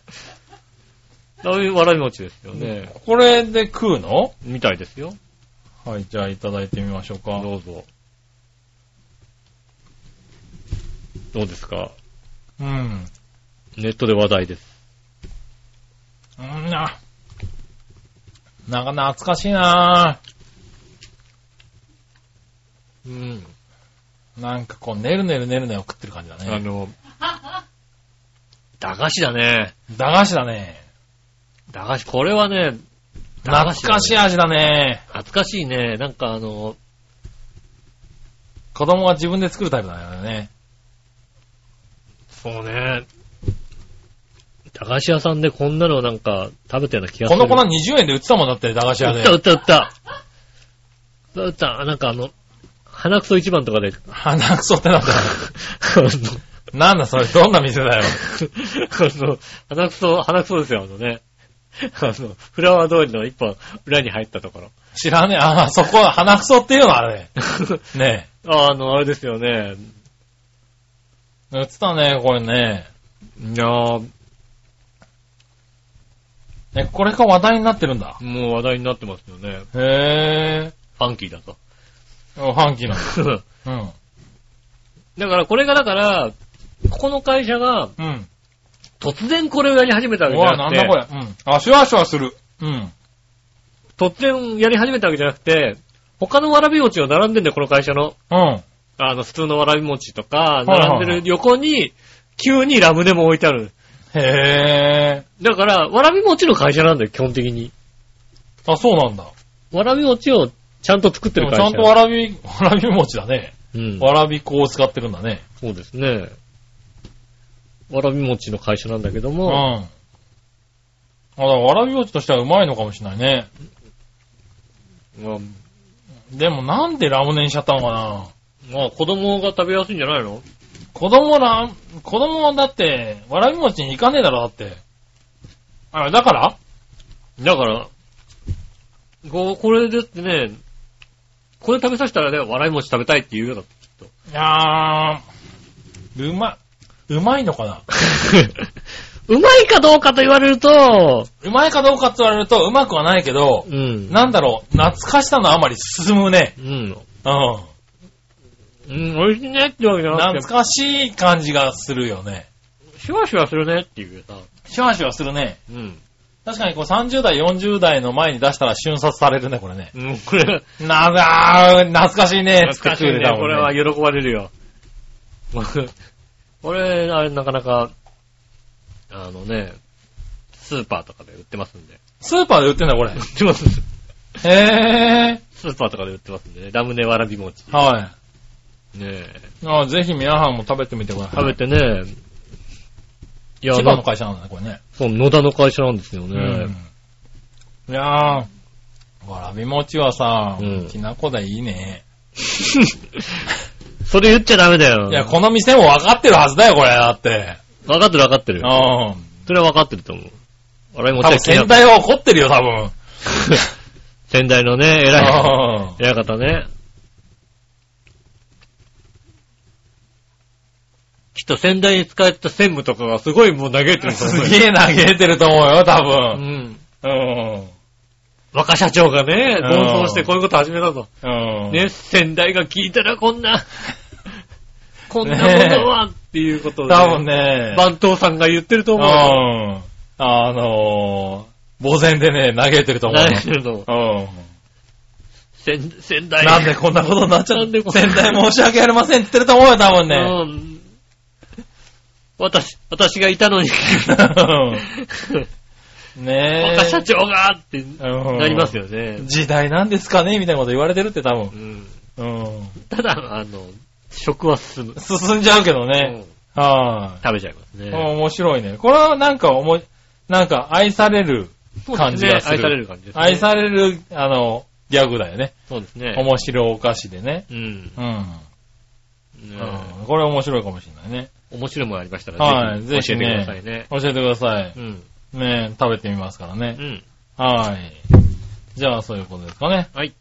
Speaker 2: そういうわらび餅ですよね。
Speaker 3: これで食うの
Speaker 2: みたいですよ。
Speaker 3: はい、じゃあいただいてみましょうか。
Speaker 2: どうぞ。どうですか
Speaker 3: うん。
Speaker 2: ネットで話題です。
Speaker 3: うんな。なんか懐かしいな
Speaker 2: うん。
Speaker 3: なんかこう、ねるねるねるねを食ってる感じだ
Speaker 2: あ
Speaker 3: ね。
Speaker 2: の、駄菓子だね。
Speaker 3: 駄菓子だね。
Speaker 2: 駄菓子、これはね、駄
Speaker 3: 懐
Speaker 2: 菓子だね
Speaker 3: かしい味だね。
Speaker 2: 懐かしいね。なんかあの、
Speaker 3: 子供が自分で作るタイプだよね。
Speaker 2: そうね。駄菓子屋さんでこんなのなんか食べたような気がす
Speaker 3: こ
Speaker 2: る。
Speaker 3: の粉20円で売ってたもんだって、駄菓子屋
Speaker 2: 売
Speaker 3: で
Speaker 2: った。売った売った。売った、あなんかあの、鼻くそ一番とかで、
Speaker 3: 鼻くそってなんだ。
Speaker 2: あの、
Speaker 3: なんだそれ、どんな店だよ。
Speaker 2: あの、鼻くそ、鼻くそですよ、あのね。あの、フラワー通りの一本裏に入ったところ。
Speaker 3: 知らねえ。あ、そこ、鼻くそっていうのあれ。ね
Speaker 2: あの、あれですよね。
Speaker 3: え。売ってたね、これね。
Speaker 2: いやー、
Speaker 3: え、これが話題になってるんだ。
Speaker 2: もう話題になってますよね。
Speaker 3: へえ。
Speaker 2: ファンキーだと。
Speaker 3: ファンキーな
Speaker 2: フ
Speaker 3: の。うん。
Speaker 2: だからこれがだから、ここの会社が
Speaker 3: うん。
Speaker 2: 突然これをやり始めたわけ
Speaker 3: う
Speaker 2: じゃ
Speaker 3: わ、
Speaker 2: な
Speaker 3: な
Speaker 2: く
Speaker 3: ん
Speaker 2: て
Speaker 3: だ、これ。うん。あ、シュワシュワする。うん。
Speaker 2: 突然やり始めたわけじゃなくて、他のわらび餅が並んでんだよ、この会社の。
Speaker 3: うん。
Speaker 2: あの、普通のわらび餅とか、
Speaker 3: いはいはい
Speaker 2: 並んでる横に、急にラムネも置いてある。
Speaker 3: へ
Speaker 2: だから、わらび餅の会社なんだよ、基本的に。
Speaker 3: ー。あ、そうなんだ。
Speaker 2: わらび餅をちゃんと作って
Speaker 3: で
Speaker 2: る
Speaker 3: も
Speaker 2: 会
Speaker 3: ち
Speaker 2: 社。
Speaker 3: ゃんとわらび、わらび餅だね。
Speaker 2: うん。
Speaker 3: わらび粉を使ってるんだね。
Speaker 2: そうですね。わらび餅の会社なんだけど
Speaker 3: うん。
Speaker 2: も、
Speaker 3: あ、だからわらび餅としてはうまいのかもしれないね。
Speaker 2: まあ、
Speaker 3: でもなんでラムネにしちゃったのかな
Speaker 2: まあ子供が食べやすいんじゃないの
Speaker 3: 子供ら、子供はだって、わらび餅に行かねえだろ、だって。あ、だから
Speaker 2: だから、こうこれでってね、これ食べさせたらね、わらび餅食べたいって言うようだ。
Speaker 3: いやー、うまい、うまいのかな
Speaker 2: うまいかどうかと言われると、
Speaker 3: うまいかどうかって言われると、うまくはないけど、
Speaker 2: うん。
Speaker 3: なんだろう、懐かしさのあまり進むね。
Speaker 2: うん。
Speaker 3: うん。
Speaker 2: うん、美味しいねってわけじゃな
Speaker 3: 懐
Speaker 2: くて、
Speaker 3: かしい感じがするよね。
Speaker 2: シュワシュワするねっていうさ、
Speaker 3: シュワシュワするね。
Speaker 2: うん。
Speaker 3: 確かにこう30代、40代の前に出したら瞬殺されるね、これね。
Speaker 2: うん、これ、
Speaker 3: なあー、懐かしいね、
Speaker 2: 懐かしいね。これは喜ばれるよ。 これ、あれ、なかなか、あのね、スーパーとかで売ってますんで。
Speaker 3: スーパーで売ってんだ、これ。
Speaker 2: 売ってます。
Speaker 3: へ
Speaker 2: スーパーとかで売ってますんでね。ラムネわらび餅。
Speaker 3: ー。はい。
Speaker 2: ねえ
Speaker 3: あぜひ皆さんも食べてみてくださ
Speaker 2: 食
Speaker 3: い。
Speaker 2: べてね、いや、
Speaker 3: 千葉の
Speaker 2: な
Speaker 3: 会社なんだね、これね。
Speaker 2: そう、野田の会社なんですよね。
Speaker 3: うん。いやー、わらび餅はさ、
Speaker 2: うん
Speaker 3: きなこでいいね。
Speaker 2: それ言っちゃダメだよ。
Speaker 3: いや、この店も分かってるはずだよ、これ、だって。
Speaker 2: 分かってる分かって
Speaker 3: う
Speaker 2: る
Speaker 3: ん。。多
Speaker 2: それは分かってると思う。わらび餅は
Speaker 3: 分
Speaker 2: 嫌い
Speaker 3: 先代は怒ってるよ、多分。
Speaker 2: 先代のね、偉い。
Speaker 3: うん
Speaker 2: 親方ね。きっと先代に使えてた専務とかがすごいもう嘆いてると思う
Speaker 3: す
Speaker 2: よ。
Speaker 3: げえ嘆いてると思うよ、多
Speaker 2: う
Speaker 3: 分。
Speaker 2: ん。
Speaker 3: うん。
Speaker 2: 若社長がね、
Speaker 3: うん
Speaker 2: 暴走してこういうこと始めたと。
Speaker 3: うん。
Speaker 2: ね、先代が聞いたらこんな、 こんなものはっていうことで。
Speaker 3: 多分。ね、
Speaker 2: 番頭さんが言ってると
Speaker 3: う
Speaker 2: 思うよ。
Speaker 3: ん。あのー、呆然でね、嘆いてると思う
Speaker 2: 何
Speaker 3: よ
Speaker 2: 言ってるの。
Speaker 3: うん。
Speaker 2: 先先代。
Speaker 3: なんでこんなことになっちゃ
Speaker 2: な
Speaker 3: っ
Speaker 2: んでこ
Speaker 3: た
Speaker 2: んな
Speaker 3: 先代申し訳ありませんって言ってると思うよ、多分ね。
Speaker 2: うん。私、私がいたのに。
Speaker 3: ね
Speaker 2: 若社長がって
Speaker 3: え。うん
Speaker 2: なりますよね。
Speaker 3: 時代なんですかねみたいなこと言われてるって多
Speaker 2: う
Speaker 3: 分。
Speaker 2: ん。
Speaker 3: うん。
Speaker 2: ただ、あの、食は進む。
Speaker 3: 進んじゃうけど
Speaker 2: う
Speaker 3: ね。
Speaker 2: ん
Speaker 3: は
Speaker 2: 食べちゃいます
Speaker 3: い。
Speaker 2: ね。
Speaker 3: 面白いね。これはなんかおも、なんか愛される、
Speaker 2: そうですね
Speaker 3: 感じがする
Speaker 2: 愛される感じですね。
Speaker 3: 愛される、あの、ギャグだよね。
Speaker 2: そうですね。
Speaker 3: 面白お菓子でね。
Speaker 2: うん。ね
Speaker 3: うん。
Speaker 2: え
Speaker 3: うんこれ面白いかもしれないね。
Speaker 2: 面白いものありました
Speaker 3: は
Speaker 2: ら、
Speaker 3: い
Speaker 2: ぜひ
Speaker 3: ぜ
Speaker 2: 教え
Speaker 3: ひ
Speaker 2: て
Speaker 3: ね
Speaker 2: くださいね。
Speaker 3: 教えてください。
Speaker 2: うん。
Speaker 3: ねえ、食べてみますからね
Speaker 2: う。ん。
Speaker 3: はい。じゃあ、そういうことですかね。
Speaker 2: はい。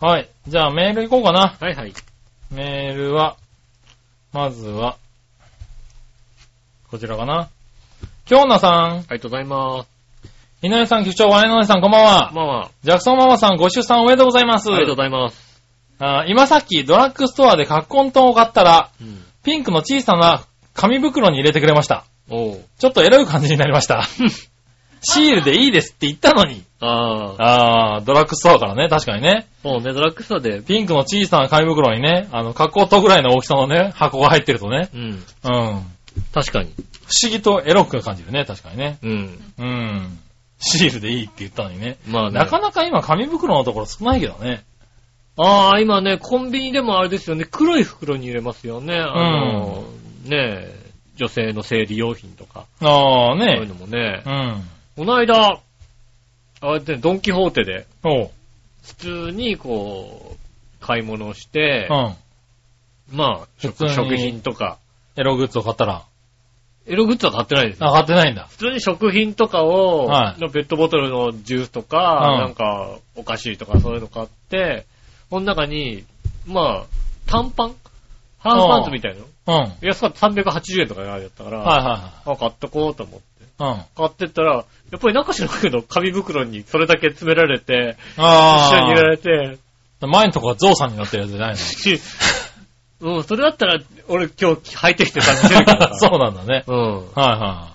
Speaker 3: はい。じゃあ、メール行こうかな。
Speaker 2: はいはい。
Speaker 3: メールは、まずは、こちらかな。京奈さん、
Speaker 2: ありがとうございます。
Speaker 3: 井上さん、局長、我々のさん、こんばんは。
Speaker 2: まあま
Speaker 3: ジャクソンママさん、ご出産おめでとうございます
Speaker 2: あ、ありがとうございます。
Speaker 3: あー今さっき、ドラッグストアでカッコントンを買ったら、
Speaker 2: うん。
Speaker 3: ピンクの小さな紙袋に入れてくれました。
Speaker 2: おう。
Speaker 3: ちょっとエロい感じになりま した。シールでいいですって言ったのに。
Speaker 2: ああ、
Speaker 3: あー、ドラッグストアからね、確かにね。
Speaker 2: そうね、ドラッグストアで、
Speaker 3: ピンクの小さな紙袋にね、あの、加工とぐらいの大きさのね、箱が入ってるとね、
Speaker 2: うん。
Speaker 3: うん。不思
Speaker 2: 確かに。
Speaker 3: 議とエロく感じるね、確かにね。
Speaker 2: うん。
Speaker 3: うん。シールでいいって言ったのにね。
Speaker 2: まあね。
Speaker 3: なかなか今紙袋のところ少ないけどね。
Speaker 2: ああ、今ね、コンビニでもあれですよね、黒い袋に入れますよね。あの、ねえ、女性の生理用品とか、
Speaker 3: あー
Speaker 2: そういう
Speaker 3: ね。
Speaker 2: のもね
Speaker 3: う。ん。
Speaker 2: この間、あれってドンキホーテで、
Speaker 3: おう。
Speaker 2: 普通にこう、買い物をして
Speaker 3: う、ん。
Speaker 2: まあ、食
Speaker 3: 普通に
Speaker 2: 食品とか、
Speaker 3: エログッズを買ったら。
Speaker 2: エログッズは買ってないですよ。
Speaker 3: あ、買ってないんだ。
Speaker 2: 普通に食品とかを、
Speaker 3: はい
Speaker 2: のペットボトルのジュースとか、
Speaker 3: うん
Speaker 2: なんか、お菓子とかそういうの買って、この中に、まあ、短パンハーフパンツみたいなの
Speaker 3: うん。はい
Speaker 2: 安かった380円とかであれだったから、
Speaker 3: は
Speaker 2: あ、買っとこうと思って。
Speaker 3: いはい。うん。
Speaker 2: 買ってったら、やっぱり中島くんの紙袋にそれだけ詰められて、一緒に入れら
Speaker 3: あ
Speaker 2: れて、
Speaker 3: ー。前のとこはゾウさんになってるやつじゃないの。
Speaker 2: しうん、それだったら、俺今日履いてきて さ、着てるからさ。
Speaker 3: そうなんだね。
Speaker 2: うん。
Speaker 3: はいは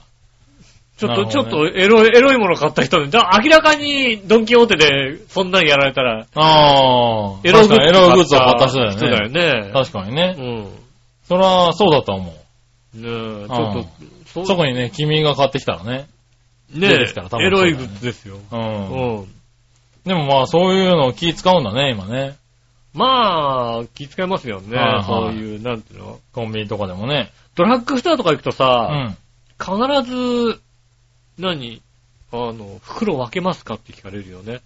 Speaker 2: ちょっと、
Speaker 3: な
Speaker 2: ち
Speaker 3: る
Speaker 2: ょ
Speaker 3: ほ
Speaker 2: っ
Speaker 3: ど
Speaker 2: と、エロい、エロいもの買った人に、じゃあ明らかに、ドンキホーテで、そんなんやられたら、
Speaker 3: い。ああ。
Speaker 2: エログ
Speaker 3: 確かにエログ
Speaker 2: ッ
Speaker 3: ッズ
Speaker 2: ズ
Speaker 3: を
Speaker 2: を買
Speaker 3: 買っ
Speaker 2: ったた
Speaker 3: 人
Speaker 2: 人
Speaker 3: だ
Speaker 2: だ
Speaker 3: よね。
Speaker 2: よね。
Speaker 3: 確かにね。
Speaker 2: うん。ね
Speaker 3: それはそうだと思う。
Speaker 2: え、ちょっと、
Speaker 3: そこ
Speaker 2: に、
Speaker 3: にね、君が買ってきたらね。
Speaker 2: ね
Speaker 3: 出てきたら多分
Speaker 2: え、エロいグッズですよ。
Speaker 3: う。
Speaker 2: うんん。
Speaker 3: でもまあ、そういうのを気使うんだね、今ね。
Speaker 2: まあ、気遣いますよね
Speaker 3: はいはい。
Speaker 2: そういう、なんていうの
Speaker 3: コンビニとかでもね。
Speaker 2: ドラッグストアとか行くと
Speaker 3: う
Speaker 2: さ、
Speaker 3: ん。
Speaker 2: 必ず、何あの、袋分けますかって聞かれるよね。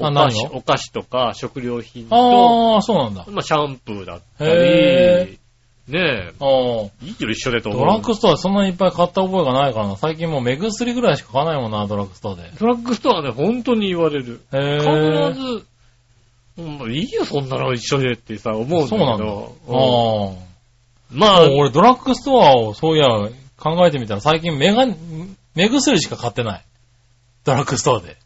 Speaker 3: あ
Speaker 2: お菓子
Speaker 3: 何、を
Speaker 2: お菓子とか食料品と、
Speaker 3: ああ、そうなんだ。
Speaker 2: まあ、シャンプーだった
Speaker 3: へ
Speaker 2: り、ねえ、
Speaker 3: ああ。
Speaker 2: いいよ一緒でと思う。
Speaker 3: ドラッグストアでそんなにいっぱい買った覚えがないからな。最近もう目薬ぐらいしか買わないもんな、ドラッグストアで。
Speaker 2: ドラッグストアね、本当に言われる。
Speaker 3: へ
Speaker 2: 必
Speaker 3: ぇー。
Speaker 2: ず、うん、いいよ、そんなの一緒でってさ、思うんだけ
Speaker 3: そう
Speaker 2: ど。
Speaker 3: なんだ。ああ。
Speaker 2: うん
Speaker 3: も
Speaker 2: まあ
Speaker 3: う、俺ドラッグストアをそういや考えてみたら最近目が、目薬しか買ってない。ドラッグストアで。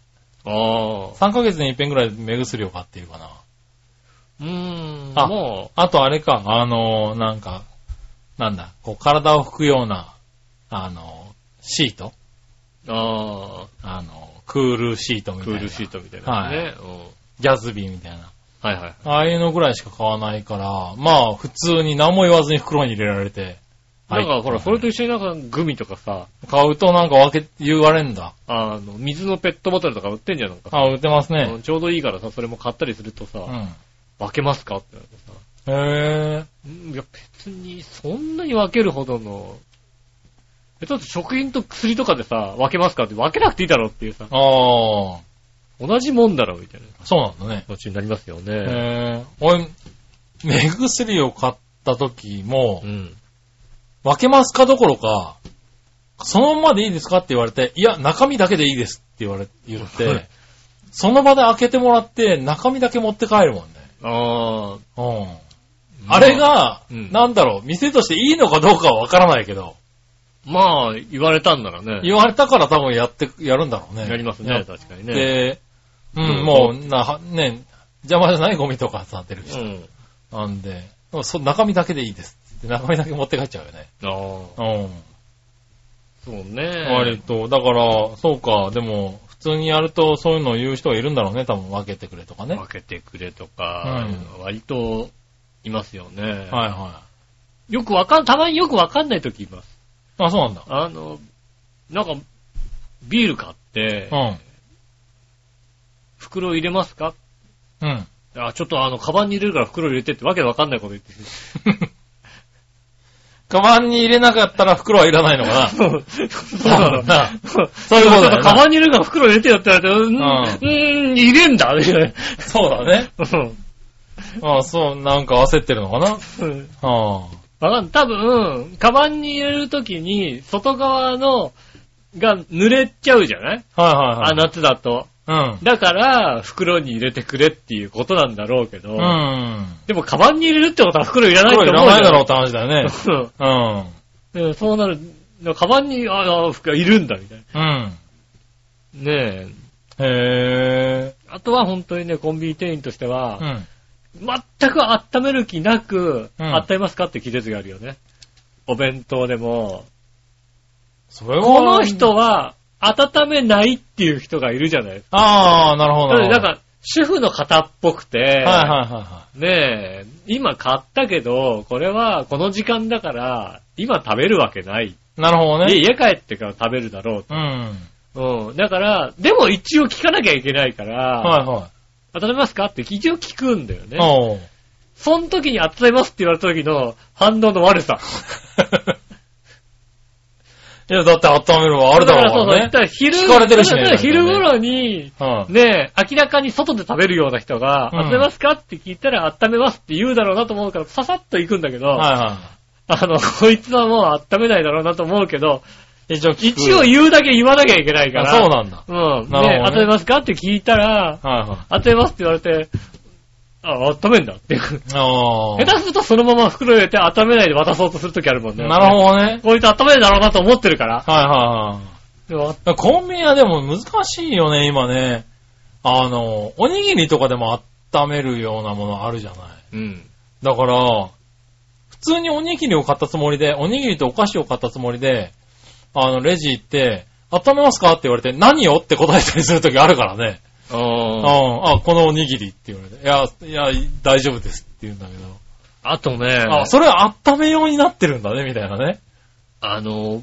Speaker 2: ああ。
Speaker 3: 3ヶ月に一遍ぐらい目薬を買っているかな。
Speaker 2: うーん。
Speaker 3: あ
Speaker 2: も
Speaker 3: あとあれか、あのー、なんか、なんだ、こう体を拭くような、あのー、シート
Speaker 2: う、あ
Speaker 3: あのー、クールシートみ
Speaker 2: あ、
Speaker 3: た
Speaker 2: ク
Speaker 3: いな。
Speaker 2: ールシートみたいなね。うん
Speaker 3: ギャズビーみたいな。
Speaker 2: はいはい。
Speaker 3: ああいうのぐらいしか買わないから、まあ普通に何も言わずに袋に入れられて。
Speaker 2: なんかほら、それと
Speaker 3: はい
Speaker 2: 一緒になんかグミとかさ、
Speaker 3: 買うとなんか分け、言われんだ。
Speaker 2: あの、水のペットボトルとか売ってんじゃんなんかさ
Speaker 3: あ、売ってます
Speaker 2: う
Speaker 3: ね。
Speaker 2: んちょうどいいからさ、それも買ったりするとさ、
Speaker 3: うん。
Speaker 2: 分けますかってなるとさ、
Speaker 3: へぇ
Speaker 2: うんいや別にそんなに分けるほどの、え、ちょっと食品と薬とかでさ、分けますかって分けなくていいだろうっていうさ
Speaker 3: ー。、ああ、
Speaker 2: 同じもんだろうみたいな
Speaker 3: そうなんだね。
Speaker 2: 気持ちになりますよね。
Speaker 3: へぇー。俺、目薬を買った時も
Speaker 2: う、ん。
Speaker 3: 分けますかどころか、そのままでいいですかって言われて、いや、中身だけでいいですって言われ、言っ
Speaker 2: は
Speaker 3: て
Speaker 2: い、
Speaker 3: その場で開けてもらって、中身だけ持って帰るもんね。
Speaker 2: ああ、
Speaker 3: うん。あれが、
Speaker 2: うん
Speaker 3: なんだろう、店としていいのかどうかはわからないけど、
Speaker 2: まあ、言われたんならね。
Speaker 3: 言われたから多分やって、やるんだろうね。
Speaker 2: やります
Speaker 3: や
Speaker 2: ね、
Speaker 3: っ
Speaker 2: 確かにね。
Speaker 3: て、
Speaker 2: う
Speaker 3: う、
Speaker 2: んん
Speaker 3: もう、な、はね、邪魔じゃないゴミとか集まってる
Speaker 2: う
Speaker 3: 人
Speaker 2: ん。
Speaker 3: なんで、そ中身だけでいいですって中身だけ持って帰っちゃうよね。
Speaker 2: ああ、
Speaker 3: うん。
Speaker 2: そうね。
Speaker 3: 割と、だから、そうか、でも、普通にやるとそういうのを言う人がいるんだろうね、多分分けてくれとかね。
Speaker 2: 分けてくれとか、
Speaker 3: う
Speaker 2: 割といますよね。
Speaker 3: はいは
Speaker 2: よくわかん、たまによくわかんない時います。
Speaker 3: い。あ、そうなんだ。
Speaker 2: あの、なんか、ビール買って、袋入れますか
Speaker 3: うん。うん。
Speaker 2: あ、ちょっとあの、カバンに入れるから袋入れてってわけわかんないこと言ってる。
Speaker 3: カバンに入れなかったら袋はいらないのか な。
Speaker 2: そうなの
Speaker 3: な
Speaker 2: そう
Speaker 3: いうことだよな
Speaker 2: カバンに入れるから袋入れてよって言われて、うーん、うーん、入れんだみたいな。
Speaker 3: そうだね。
Speaker 2: うん
Speaker 3: あそう、なんか焦ってるのかな。
Speaker 2: うん
Speaker 3: あ
Speaker 2: わかんない。多分、カバンに入れるときに、外側の、が濡れちゃうじゃない
Speaker 3: あ。はいはいはい。
Speaker 2: あ、夏だと。
Speaker 3: うん。
Speaker 2: だから、袋に入れてくれっていうことなんだろうけど、
Speaker 3: うん。
Speaker 2: でも、カバンに入れるってことは袋いらないと
Speaker 3: 袋
Speaker 2: 思
Speaker 3: いうらないだろう
Speaker 2: よ
Speaker 3: って話だよね。うん。
Speaker 2: うん。そうなる。カバンに、ああ、袋いるんだ、みたい
Speaker 3: うん。
Speaker 2: な。ねえ。
Speaker 3: へぇ
Speaker 2: あとは本当にね、コンビニ店員として
Speaker 3: ー。う
Speaker 2: は、
Speaker 3: ん。
Speaker 2: 全く温める気なく、
Speaker 3: うん
Speaker 2: 温めますかって季節があるよね。お弁当でも、
Speaker 3: それは。
Speaker 2: この人は、温めないっていう人がいるじゃないです
Speaker 3: ああ、なるほ
Speaker 2: か。
Speaker 3: ど。
Speaker 2: なのでなん
Speaker 3: は
Speaker 2: か、主婦の方っぽくて、
Speaker 3: いはいはいは
Speaker 2: ねえ、今買ったけど、これはこの時間だから、今食べるわけない。
Speaker 3: い。なるほど
Speaker 2: で
Speaker 3: ね。
Speaker 2: 家帰ってから食べるだろう
Speaker 3: うん。
Speaker 2: と。うん。だから、でも一応聞かなきゃいけないから、
Speaker 3: はいは
Speaker 2: 温めますかって一応聞くんだよ
Speaker 3: い。
Speaker 2: ね。
Speaker 3: おう。
Speaker 2: その時に温めますって言われた時の反応の悪さ。
Speaker 3: いや、だって温めるはあるだろう
Speaker 2: から
Speaker 3: から
Speaker 2: そうそう言ったら昼、
Speaker 3: 聞かれてるしね
Speaker 2: だから昼頃に、
Speaker 3: ね。
Speaker 2: ねえ、明らかに外で食べるような人が、
Speaker 3: うん
Speaker 2: 温めますかって聞いたら温めますって言うだろうなと思うから、ささっと行くんだけど、
Speaker 3: うん。はいは
Speaker 2: あの、こいつはもう温めないだろうなと思うけど、
Speaker 3: い。一応聞く
Speaker 2: 一応言うだけ言わなきゃいけないから、
Speaker 3: あそうなんだ。
Speaker 2: うん。
Speaker 3: なる
Speaker 2: ね
Speaker 3: ほどね
Speaker 2: 温めますかって聞いたら、
Speaker 3: はいはい。
Speaker 2: 温めますって言われて、あ、温めんだっていう。
Speaker 3: あ
Speaker 2: 下手するとそのまま袋入れて温めないで渡そうとするときあるもん
Speaker 3: あ。
Speaker 2: ね。
Speaker 3: なるほどね。
Speaker 2: こいつ温めるだろうなと思ってるから。
Speaker 3: はいはいはい。
Speaker 2: でも
Speaker 3: コンビニはでも難しいよね、今ね。あの、おにぎりとかでも温めるようなものあるじゃない。
Speaker 2: うん。
Speaker 3: だから、普通におにぎりを買ったつもりで、おにぎりとお菓子を買ったつもりで、あの、レジ行って、温めますかって言われて、何よって答えたりするときあるからね。うん、
Speaker 2: あー
Speaker 3: あ、このおにぎりって言われて、いや、いや、大丈夫ですって言うんだけど。
Speaker 2: あとね、
Speaker 3: あ、それは温めようになってるんだね、みたいなね。
Speaker 2: あの、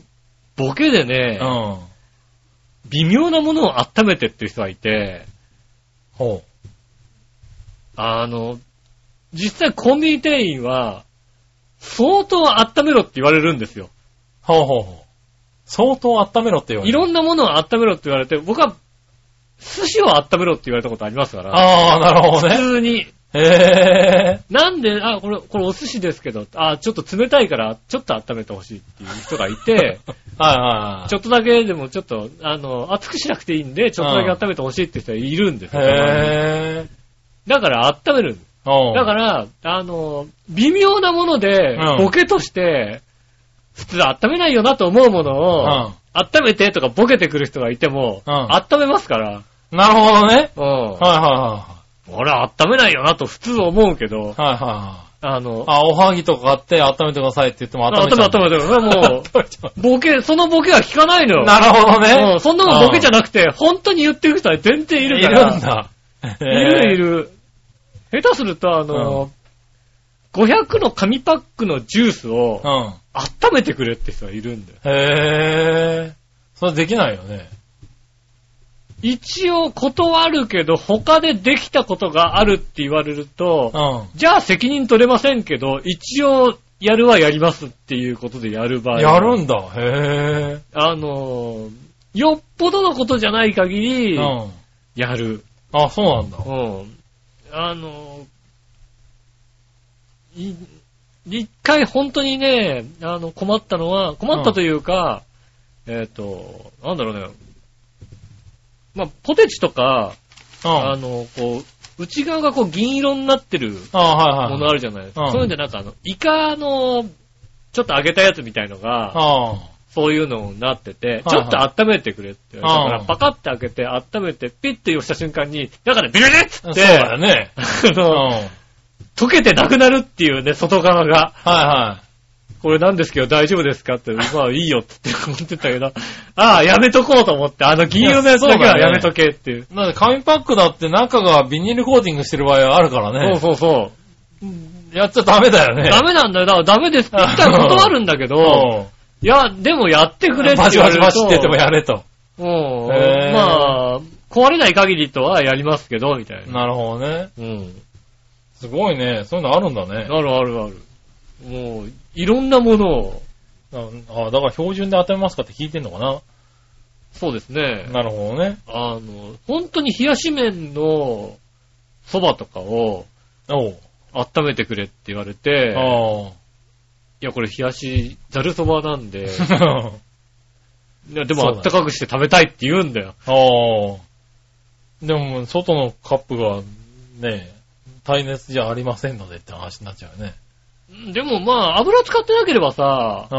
Speaker 2: ボケでね、
Speaker 3: うん。
Speaker 2: 微妙なものを温めてっていう人がいて、
Speaker 3: ほ
Speaker 2: あの、実際コンビニ店員は、相当温めろって言われるんですよ。
Speaker 3: う。ほうほうほう。相当温めろって言われ
Speaker 2: い
Speaker 3: る。
Speaker 2: ろんなものを温めろって言われて、僕は、寿司を温めろって言われたことありますから、
Speaker 3: ああ、なるほ
Speaker 2: 普
Speaker 3: どね。
Speaker 2: 通に。
Speaker 3: へえ。
Speaker 2: なんで、あ、これ、これお寿司ですけど、あ、ちょっと冷たいから、ちょっと温めてほしいっていう人がい て、
Speaker 3: はいはいはい。
Speaker 2: ちょっとだけでもちょっと、あの、熱くしなくていいんで、ちょっとだけ温めてほしいって人はいるんですよ。
Speaker 3: へえ。
Speaker 2: だから温めるんです。
Speaker 3: うん
Speaker 2: だから、あの、微妙なもので
Speaker 3: う、ん
Speaker 2: ボケとして、普通温めないよなと思うものを、
Speaker 3: うん
Speaker 2: 温めてとかボケてくる人がいても、
Speaker 3: うん
Speaker 2: 温めますから、
Speaker 3: なるほどね。
Speaker 2: うん。
Speaker 3: はいは
Speaker 2: 俺は温めないよなと普通思うけど
Speaker 3: い、はい。はいはいはい。
Speaker 2: あの、
Speaker 3: あ、おはぎとか買って温めてくださいって言っても温
Speaker 2: 温
Speaker 3: め
Speaker 2: め
Speaker 3: ちゃう。
Speaker 2: 温め温め、も
Speaker 3: 温めちゃ
Speaker 2: う、ボケ、そのボケは効かないの
Speaker 3: う。
Speaker 2: よ。
Speaker 3: なるほど
Speaker 2: う
Speaker 3: ね。
Speaker 2: ん、そんなのボケじゃ
Speaker 3: な
Speaker 2: なくて、本当に言ってる人は全然い
Speaker 3: い
Speaker 2: る
Speaker 3: い
Speaker 2: から。
Speaker 3: るんだ。い
Speaker 2: いるい。る。下手すると、あの、500の紙パックのジュースを
Speaker 3: うん。
Speaker 2: 温めてくれって人がいるんだよ。
Speaker 3: へえ。それできないよね。
Speaker 2: 一応断るけど、他でできたことがあるって言われると
Speaker 3: う、ん。
Speaker 2: じゃあ責任取れませんけど、一応やるはやりますっていうことでやる場合。
Speaker 3: やるんだ。へ
Speaker 2: あの、よっぽどのことじゃない限
Speaker 3: え。
Speaker 2: り
Speaker 3: う、ん。
Speaker 2: やる。
Speaker 3: あ、そうなんだ。
Speaker 2: うん。あの、い一回本当にね、あの、困ったのは、困ったというか、えっ、と、なんだろうね。まあ、ポテチとか、あ
Speaker 3: うん。
Speaker 2: の、こう、内側がこう銀色になってる
Speaker 3: あ、はいは
Speaker 2: も
Speaker 3: い。
Speaker 2: のあるじゃないですか。
Speaker 3: うん
Speaker 2: そういうんでなんかあの、イカの、ちょっと揚げたやつみたいのが、
Speaker 3: あ
Speaker 2: そういうのになってて、
Speaker 3: はい
Speaker 2: ちょっと温めてくれって言われた
Speaker 3: う
Speaker 2: か
Speaker 3: ん
Speaker 2: ら、パカッて開けて温めて、ピッて押した瞬間に、だからビルビルっつ
Speaker 3: あ。そ
Speaker 2: っ
Speaker 3: う
Speaker 2: て、
Speaker 3: だよね。
Speaker 2: あ
Speaker 3: うん。
Speaker 2: の、
Speaker 3: はい
Speaker 2: 溶けてなくなるっていうね、外側が。
Speaker 3: は
Speaker 2: これなんですけど大丈夫ですかって、まあいいよって言って思ってたけど、ああ、やめとこうと思って、あの銀色のやつだけはやめとけっていう。
Speaker 3: い。なんで紙パックだって中がビニールコーティングしてる場合はあるから
Speaker 2: そう,、
Speaker 3: ね。
Speaker 2: そうそう
Speaker 3: やっちゃダメだよね。
Speaker 2: ダメなんだよ。だからダメですって一回断るんだけど、
Speaker 3: うん。
Speaker 2: いや、でもやってくれって
Speaker 3: バチ
Speaker 2: 言わ
Speaker 3: バ
Speaker 2: れると。
Speaker 3: チバチって言ってもやれと。
Speaker 2: うん。
Speaker 3: へー
Speaker 2: まあ、壊れない限りとはやりますけど、みたいな。
Speaker 3: なるほどね。
Speaker 2: うん。
Speaker 3: すごいね。そういうのあるんだね。
Speaker 2: あるあるある。もう、いろんなものを、
Speaker 3: ああ、だから標準で当てますかって聞いてんのかな。
Speaker 2: そうですね。
Speaker 3: なるほどね。
Speaker 2: あの、本当に冷やし麺の蕎麦とかを
Speaker 3: おう。
Speaker 2: 温めてくれって言われて、
Speaker 3: あ
Speaker 2: いや、これ冷やし、ざる蕎麦なん で、
Speaker 3: あ。
Speaker 2: いやで
Speaker 3: そ
Speaker 2: もあ
Speaker 3: うだね
Speaker 2: ったかくして食べたいって言うんだよ。
Speaker 3: ああ。でも、外のカップが、ね、耐熱じゃありませんのでって話になっちゃうよね。
Speaker 2: でもまあ、油使ってなければさ、
Speaker 3: う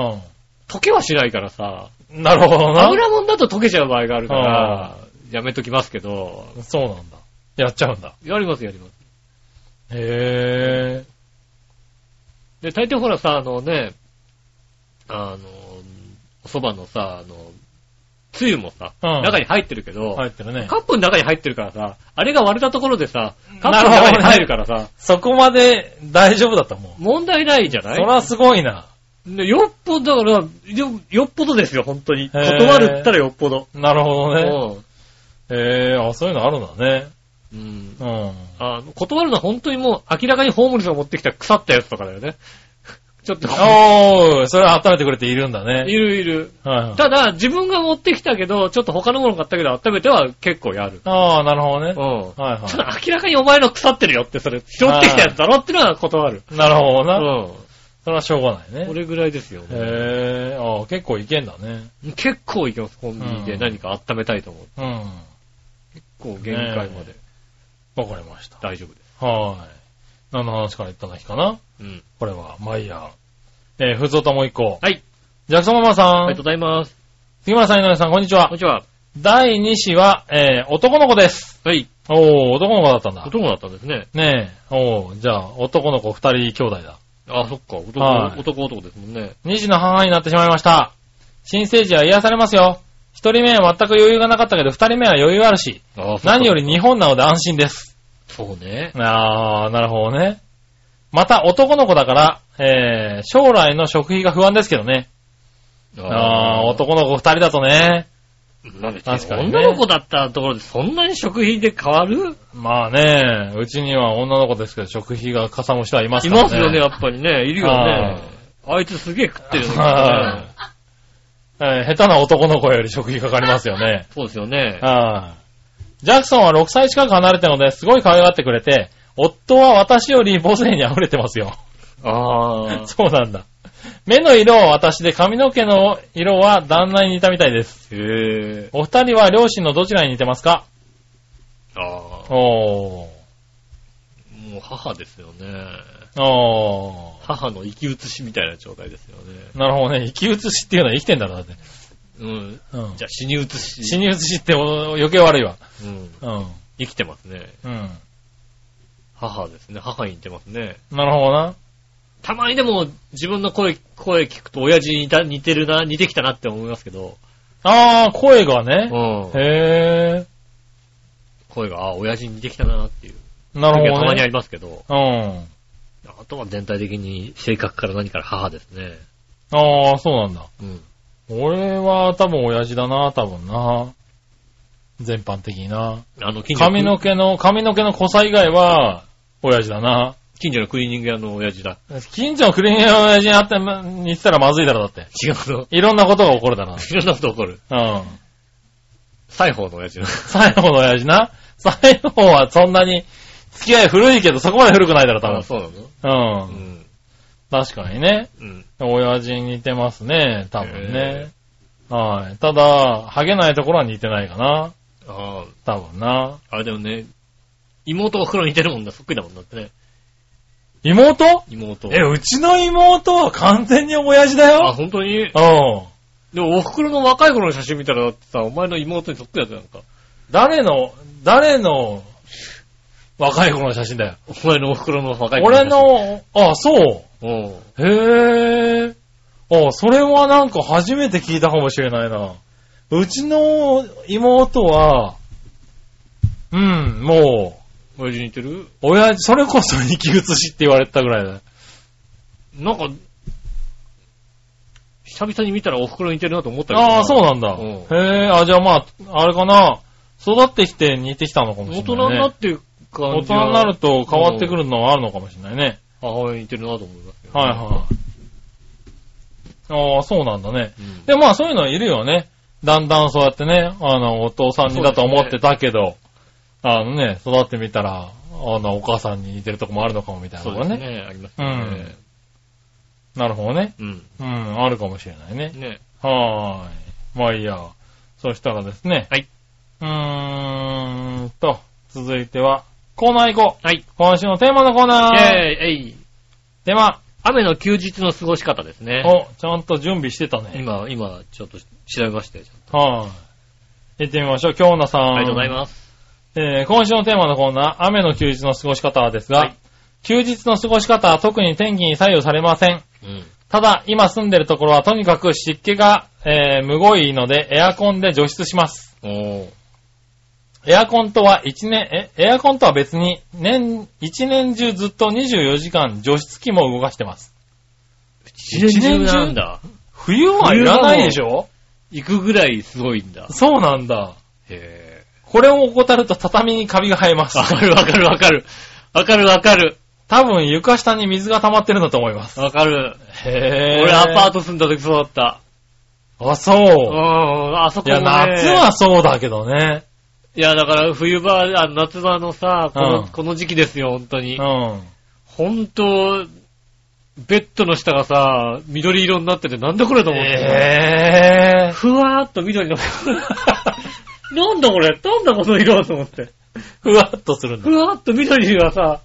Speaker 2: 溶けはしないからさ、
Speaker 3: ん。なるほどな。
Speaker 2: 油もんだと溶けちゃう場合があるか
Speaker 3: あ
Speaker 2: ら、やめときますけど、
Speaker 3: そうなんだ。やっちゃうんだ。
Speaker 2: やりますやります。
Speaker 3: へえ。
Speaker 2: で、大抵ほらさ、あのね、あの、お蕎麦のさ、あの、つゆもさ、
Speaker 3: うん
Speaker 2: 中に入ってるけど、
Speaker 3: 入ってるね。
Speaker 2: カップの中に入ってるからさ、あれが割れたところでさ、カッ
Speaker 3: な
Speaker 2: プ
Speaker 3: る
Speaker 2: の
Speaker 3: ほど
Speaker 2: 中
Speaker 3: ね
Speaker 2: に入るからさ、
Speaker 3: そこまで大丈夫だったもん。
Speaker 2: 問題ないじゃ
Speaker 3: そ
Speaker 2: ない
Speaker 3: りゃすごいな。
Speaker 2: でよっぽど、だから、よ、よっぽどですよ、本当に。
Speaker 3: ー
Speaker 2: 断るったらよっぽど。
Speaker 3: なるほどね。
Speaker 2: うん
Speaker 3: へえ、あ、そういうのあるんだね。
Speaker 2: うん
Speaker 3: うん。
Speaker 2: あの断るのは本当にもう明らかにホームレスが持ってきた腐ったやつとかだよね。 ちょっと、
Speaker 3: おー、それは温めてくれているんだね。
Speaker 2: いるいる。
Speaker 3: はいはい。
Speaker 2: ただ、自分が持ってきたけど、ちょっと他のもの買ったけど温めては結構やる。
Speaker 3: ああ、なるほど
Speaker 2: う
Speaker 3: ね
Speaker 2: ん。。た
Speaker 3: はいは
Speaker 2: だ明らかにお前の腐ってるよって、それ、拾ってきたやつだろってのは断る。
Speaker 3: い。なるほど
Speaker 2: う
Speaker 3: な。
Speaker 2: ん。
Speaker 3: それはしょうがない
Speaker 2: こ
Speaker 3: ね。
Speaker 2: れぐらいですよ。
Speaker 3: へえ、ああ、結構いけんだね。
Speaker 2: 結構行きます、コンビニで
Speaker 3: うん
Speaker 2: 何か温めたいと思う。
Speaker 3: うん。
Speaker 2: こう、限界まで。
Speaker 3: わかりました。
Speaker 2: 大丈夫です。
Speaker 3: はーい。何の話から言っただけかな
Speaker 2: うん。
Speaker 3: これは、まあいいや。えー、ふつおたもう一個。
Speaker 2: はい。
Speaker 3: ジャクソンママさ
Speaker 2: ありがとうんご。ざいます。
Speaker 3: 杉村さん、井上さん、こんにちは
Speaker 2: こん。にちは。
Speaker 3: 第2子は、えー、男の子です。
Speaker 2: はい。
Speaker 3: おー、男の子だったんだ。
Speaker 2: 男だったんですね。
Speaker 3: ねえ。おー、じゃあ、男の子二人兄弟だ。
Speaker 2: あ、そっか。男、
Speaker 3: はい
Speaker 2: 男男ですもんね。
Speaker 3: 2児の母になってしまいました。新生児は癒されますよ。一人目は全く余裕がなかったけど、二人目は余裕あるし、
Speaker 2: あそっか
Speaker 3: 何より日本なので安心です。
Speaker 2: そうね。
Speaker 3: あー、なるほどね。また男の子だから、えー、将来の食費が不安ですけどね。あー、。男の子二人だとね。
Speaker 2: なんで
Speaker 3: 確かにね
Speaker 2: 女の子だったところでそんなに食費で変わる
Speaker 3: まあね、うちには女の子ですけど、食費がかさむ人はいます
Speaker 2: い
Speaker 3: から
Speaker 2: ま
Speaker 3: ね。
Speaker 2: すよね、やっぱりね。いるよね。あいつすげえ食ってるよね。
Speaker 3: はいえー下手な男の子より食費かかりますよね。
Speaker 2: そうですよね。
Speaker 3: はいジャクソンは6歳近く離れてるので、すごい可愛がってくれて、夫は私より母性に溢れてますよ。
Speaker 2: あ あ。
Speaker 3: そうなんだ。目の色は私で髪の毛の色は旦那に似たみたいです。
Speaker 2: へえ。
Speaker 3: お二人は両親のどちらに似てますか
Speaker 2: ああ。
Speaker 3: おー。
Speaker 2: もう母ですよね。
Speaker 3: お
Speaker 2: 母の生き写しみたいな状態ですよね。
Speaker 3: ー。なるほどね。生き写しっていうのは生きてんだろ、だって。
Speaker 2: うん。
Speaker 3: うん
Speaker 2: じゃあ死に写し。
Speaker 3: 死に写しって余計悪いわ。
Speaker 2: うん。
Speaker 3: うん。
Speaker 2: 生きてますね。
Speaker 3: うん。
Speaker 2: 母ですね。母に似てますね。
Speaker 3: なるほどな。
Speaker 2: たまにでも自分の声、声聞くと親父に似た似てるな、似てきたなって思いますけど。
Speaker 3: あー、声がね。
Speaker 2: うん。
Speaker 3: へ
Speaker 2: 声が、ああ、親父に似てきたなっていう。
Speaker 3: ー。な
Speaker 2: 時
Speaker 3: る
Speaker 2: は
Speaker 3: ほ
Speaker 2: た
Speaker 3: ど
Speaker 2: まにあ
Speaker 3: ね。
Speaker 2: りますけど。
Speaker 3: うん。
Speaker 2: あとは全体的に性格から何から母ですね。
Speaker 3: あー、そうなんだ。
Speaker 2: うん。
Speaker 3: 俺は多分親父だな、多分な。全般的にな。
Speaker 2: あの、近所
Speaker 3: 髪の毛の、髪の毛の濃さ以外は、親父だな。
Speaker 2: 近所のクリーニング屋の親父だ。
Speaker 3: 近所のクリーニング屋の親父に会って、ま似てたらまずいだろ、だって。
Speaker 2: 違うの。
Speaker 3: いろんなことが起こるだ ろ。
Speaker 2: いろんなこと起こる。
Speaker 3: うん。
Speaker 2: 裁縫の親 父だ。
Speaker 3: 最後の親父な。最後はそんなに、付き合い古いけど、そこまで古くないだろ、
Speaker 2: あ
Speaker 3: 多
Speaker 2: そうなの
Speaker 3: 分。
Speaker 2: う
Speaker 3: うん。
Speaker 2: ん。
Speaker 3: 確かにね。
Speaker 2: うん。
Speaker 3: 親父に似てますね、多
Speaker 2: へ
Speaker 3: 分ね。はい。ただ、ハゲないところは似てないかな。
Speaker 2: あ
Speaker 3: 多分な。
Speaker 2: あ、あれだよね。妹が黒に似てるもんだ。そっくりだもんだってね。
Speaker 3: 妹
Speaker 2: 妹。
Speaker 3: え、うちの妹は完全に親父だ
Speaker 2: あ、
Speaker 3: よ。
Speaker 2: 本当に
Speaker 3: うん。
Speaker 2: でも、お袋の若い頃の写真見たら、だってさ、お前の妹にそっくりだったなんか。
Speaker 3: 誰の、誰の若い頃の写真だよ。
Speaker 2: お前のお袋の若い頃
Speaker 3: 俺の、あ、そう。
Speaker 2: 写真。うん。
Speaker 3: へえ。あ、それはなんか初めて聞いたかもしれないな。うちの妹は、うん、も
Speaker 2: 親父に似てる
Speaker 3: う、親父、それこそ生き写しって言われてたぐらいだよ。
Speaker 2: なんか、久々に見たらお袋に似てるなと思ったけど
Speaker 3: ああ、そうなんだ。
Speaker 2: うん
Speaker 3: へえ、あ、じゃあまあ、あれかな。育ってきて似てきたのかもしれない、ね
Speaker 2: 大。人になっていう
Speaker 3: 大
Speaker 2: 感じ
Speaker 3: 人
Speaker 2: は
Speaker 3: になると変わってくるのはあるのかもしれないね。
Speaker 2: 母親に似てるなと思いますけど
Speaker 3: はいはい。ああ、そうなんだね。
Speaker 2: うん
Speaker 3: で、まあそういうのはいるよね。だんだんそうやってね、あの、お父さんにだと思ってたけど、あのね、育ってみたら、あの、お母さんに似てるとこもあるのかもみたいな
Speaker 2: そ
Speaker 3: の
Speaker 2: う
Speaker 3: が
Speaker 2: です
Speaker 3: ね。
Speaker 2: ね。ありますよね。
Speaker 3: なるほどね。
Speaker 2: うん。
Speaker 3: うん、あるかもしれないね。
Speaker 2: ね。
Speaker 3: はーい。まあいいや。そしたらですね。
Speaker 2: はい。
Speaker 3: うーんと、続いては、コーナー行こう。
Speaker 2: はい。
Speaker 3: 今週のテーマのコーナ
Speaker 2: イェーイ
Speaker 3: ー。
Speaker 2: えい
Speaker 3: テーマ。
Speaker 2: 雨の休日の過ごし方ですね。
Speaker 3: お、ちゃんと準備してたね。
Speaker 2: 今、今、ちょっと調べまして。
Speaker 3: はい。行ってみましょう。京奈さん。
Speaker 2: ありがとうございます。
Speaker 3: えー今週のテーマのコーナー、雨の休日の過ごし方ですが、
Speaker 2: はい
Speaker 3: 休日の過ごし方は特に天気に左右されません。
Speaker 2: うん。
Speaker 3: ただ、今住んでるところはとにかく湿気が、えーむごいので、エアコンで除湿します。
Speaker 2: おー。
Speaker 3: エアコンとは一年、え、エアコンとは別に、年、一年中ずっと24時間除湿機も動かしてます。
Speaker 2: 一年中なんだ。
Speaker 3: 冬はいらないでしょ
Speaker 2: 行くぐらいすごいんだ。
Speaker 3: そうなんだ。
Speaker 2: へ
Speaker 3: これを怠ると畳にカビが生えます
Speaker 2: ー。わ。かるわかるわかる。わかるわかる。
Speaker 3: 多分床下に水が溜まってるんだと思います。
Speaker 2: わかる。
Speaker 3: へ
Speaker 2: 俺アパー
Speaker 3: ト。
Speaker 2: ト住んだ時そうだった。
Speaker 3: あ、そう
Speaker 2: う。ん、あそこ
Speaker 3: い
Speaker 2: も
Speaker 3: や、
Speaker 2: ね
Speaker 3: 夏はそうだけどね。
Speaker 2: いや、だから冬場、あ夏場のさ、この,、
Speaker 3: うん
Speaker 2: この時期ですよ、本当に。
Speaker 3: うん。
Speaker 2: 本当、ベッドの下がさ、緑色になってて、なんだこれと思って。
Speaker 3: えー、
Speaker 2: ふわーっと緑の。なんだこれなんだこの色と思って。
Speaker 3: ふわっとするんだ。
Speaker 2: ふわーっと緑がさ、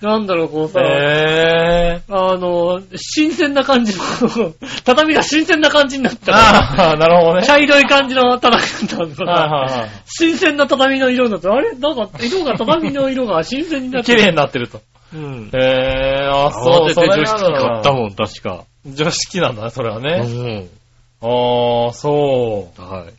Speaker 2: なんだろう、こうさ、
Speaker 3: へぇー。
Speaker 2: あの、新鮮な感じの、 畳が新鮮な感じになったから
Speaker 3: ああ、なるほどね。
Speaker 2: 茶色い感じの畳だったんだか
Speaker 3: はい
Speaker 2: ら、
Speaker 3: はいはい
Speaker 2: 新鮮な畳の色になって、あれなんか、色が、畳の色が新鮮になって
Speaker 3: 綺麗になってると。
Speaker 2: うん。
Speaker 3: へぇー、あ、そ
Speaker 2: 慌
Speaker 3: う、
Speaker 2: て
Speaker 3: そ
Speaker 2: て
Speaker 3: れな
Speaker 2: 女
Speaker 3: ん
Speaker 2: 子機
Speaker 3: だ
Speaker 2: 買った
Speaker 3: ん。
Speaker 2: もん、確か。
Speaker 3: 女子機なんだね、それは
Speaker 2: う
Speaker 3: ね。
Speaker 2: ん。
Speaker 3: ああ、そ
Speaker 2: は
Speaker 3: う。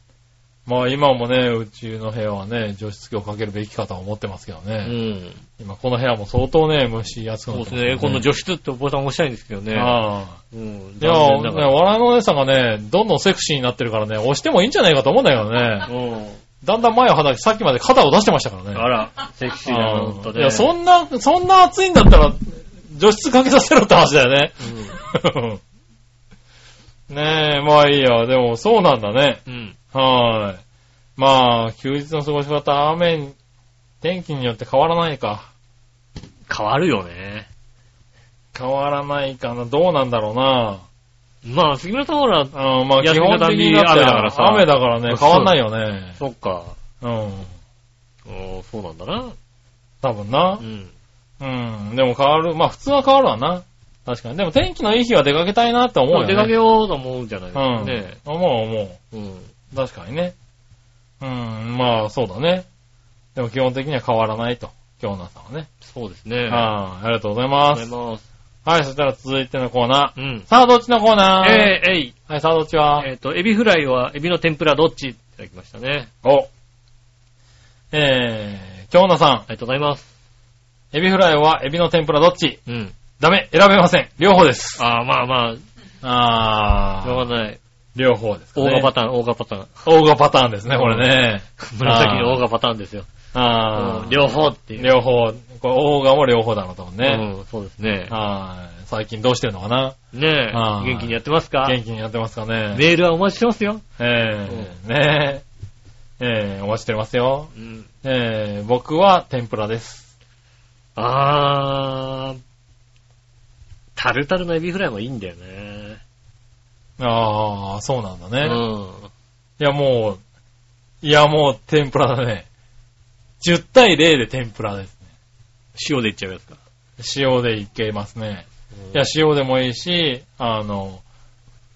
Speaker 3: まあ今もね、うちの部屋はね、除湿機をかけるべきかとは思ってますけど
Speaker 2: い。う
Speaker 3: ね。
Speaker 2: ん。
Speaker 3: 今この部屋も相当ね、蒸し暑
Speaker 2: そ
Speaker 3: くな
Speaker 2: う
Speaker 3: っ
Speaker 2: で
Speaker 3: て
Speaker 2: す
Speaker 3: ます
Speaker 2: ね。エコンの除湿ってボタン押したいんですけどね。
Speaker 3: ああ。
Speaker 2: うん。
Speaker 3: いや、
Speaker 2: 残念
Speaker 3: ね、
Speaker 2: ながら
Speaker 3: 笑いのお姉さんがね、どんどんセクシーになってるからね、押してもいいんじゃないかと思うんだけどね。
Speaker 4: う
Speaker 3: だんだん前を離れて、さっきまで肩を出してましたからね。
Speaker 2: あら。
Speaker 4: ん。セクシーな
Speaker 3: あ
Speaker 4: のと
Speaker 3: ー
Speaker 4: ね。
Speaker 3: いや、そんな、そんな暑いんだったら、除湿かけさせろって話だよね。 ねえ、まあいいや、でもそうなんだね。
Speaker 2: うん。
Speaker 3: はーい。まあ、休日の過ごし方、雨に、天気によって変わらないか。
Speaker 2: 変わるよね。
Speaker 3: 変わらないかな。どうなんだろうな。
Speaker 2: まあ、杉村さんほら、
Speaker 3: あーまあ、
Speaker 2: 休
Speaker 3: 基
Speaker 2: みの
Speaker 3: 本
Speaker 2: た
Speaker 3: 的
Speaker 2: びに
Speaker 3: にだって
Speaker 2: 雨だからさ
Speaker 3: 雨だからね、変わんないよね。
Speaker 2: そっか。
Speaker 3: うん。
Speaker 2: おーそうなんだな。
Speaker 3: 多分な
Speaker 2: う。ん。
Speaker 3: うん。でも変わる。まあ、普通は変わるわな。確かに。でも天気のいい日は出かけたいなって思うよね。
Speaker 2: 出かけようと思うんじゃないですか
Speaker 3: うん。
Speaker 2: ね。
Speaker 3: 思う思う。
Speaker 2: うん。
Speaker 3: 確かにね。うん、まあそうだね。でも基本的には変わらないと。今日の朝はね。
Speaker 2: そうですね。
Speaker 3: はい、ありがとうご
Speaker 2: あ
Speaker 3: ざいま
Speaker 2: りが
Speaker 3: す。
Speaker 2: とうございます。
Speaker 3: はい、そしたら続いてのコーナー。
Speaker 2: うん。
Speaker 3: さあ、どっちのコーナー
Speaker 2: えー、えい。
Speaker 3: はい、さあ、どっちは、
Speaker 2: えっと、エビフライは、エビの天ぷらどっちいただきましたね。
Speaker 3: お。えー、京奈さ
Speaker 2: ありがとうございます。
Speaker 3: ん。エビフライはエビの天ぷらどっち
Speaker 2: うん。
Speaker 3: ダメ、選べません。両方です。
Speaker 2: ああ、まあまあ、
Speaker 3: あ
Speaker 2: しょうがない。
Speaker 3: 両方ですか
Speaker 2: オ
Speaker 3: ね。
Speaker 2: ーガパターン、オーガパターン。
Speaker 3: オーガパターンですね、これね。
Speaker 2: 紫のオーガパターンですよ。
Speaker 3: あー
Speaker 2: うん両方っていう。
Speaker 3: 両方。これ、オーガも両方だなと思うね。
Speaker 2: うん、そうですね。
Speaker 3: はい。最近どうしてるのかな
Speaker 2: ねえ、
Speaker 3: あー
Speaker 2: 元気にやってますか
Speaker 3: 元気にやってますかね
Speaker 2: メールはお待ちしてますよ。
Speaker 3: ええねえ。ええお待ちしてますよ。
Speaker 2: うん。
Speaker 3: ええ僕は天ぷらです。
Speaker 2: あー、タルタルのエビフライもいいんだよね。
Speaker 3: ああ、そうなんだ
Speaker 2: う
Speaker 3: ね。い
Speaker 2: ん。
Speaker 3: や、もう、いや、もう天ぷらだね。10対0で天ぷらですね。
Speaker 2: 塩でいっちゃうやつか。
Speaker 3: 塩でいけますね。いや、塩でもいいし、あの、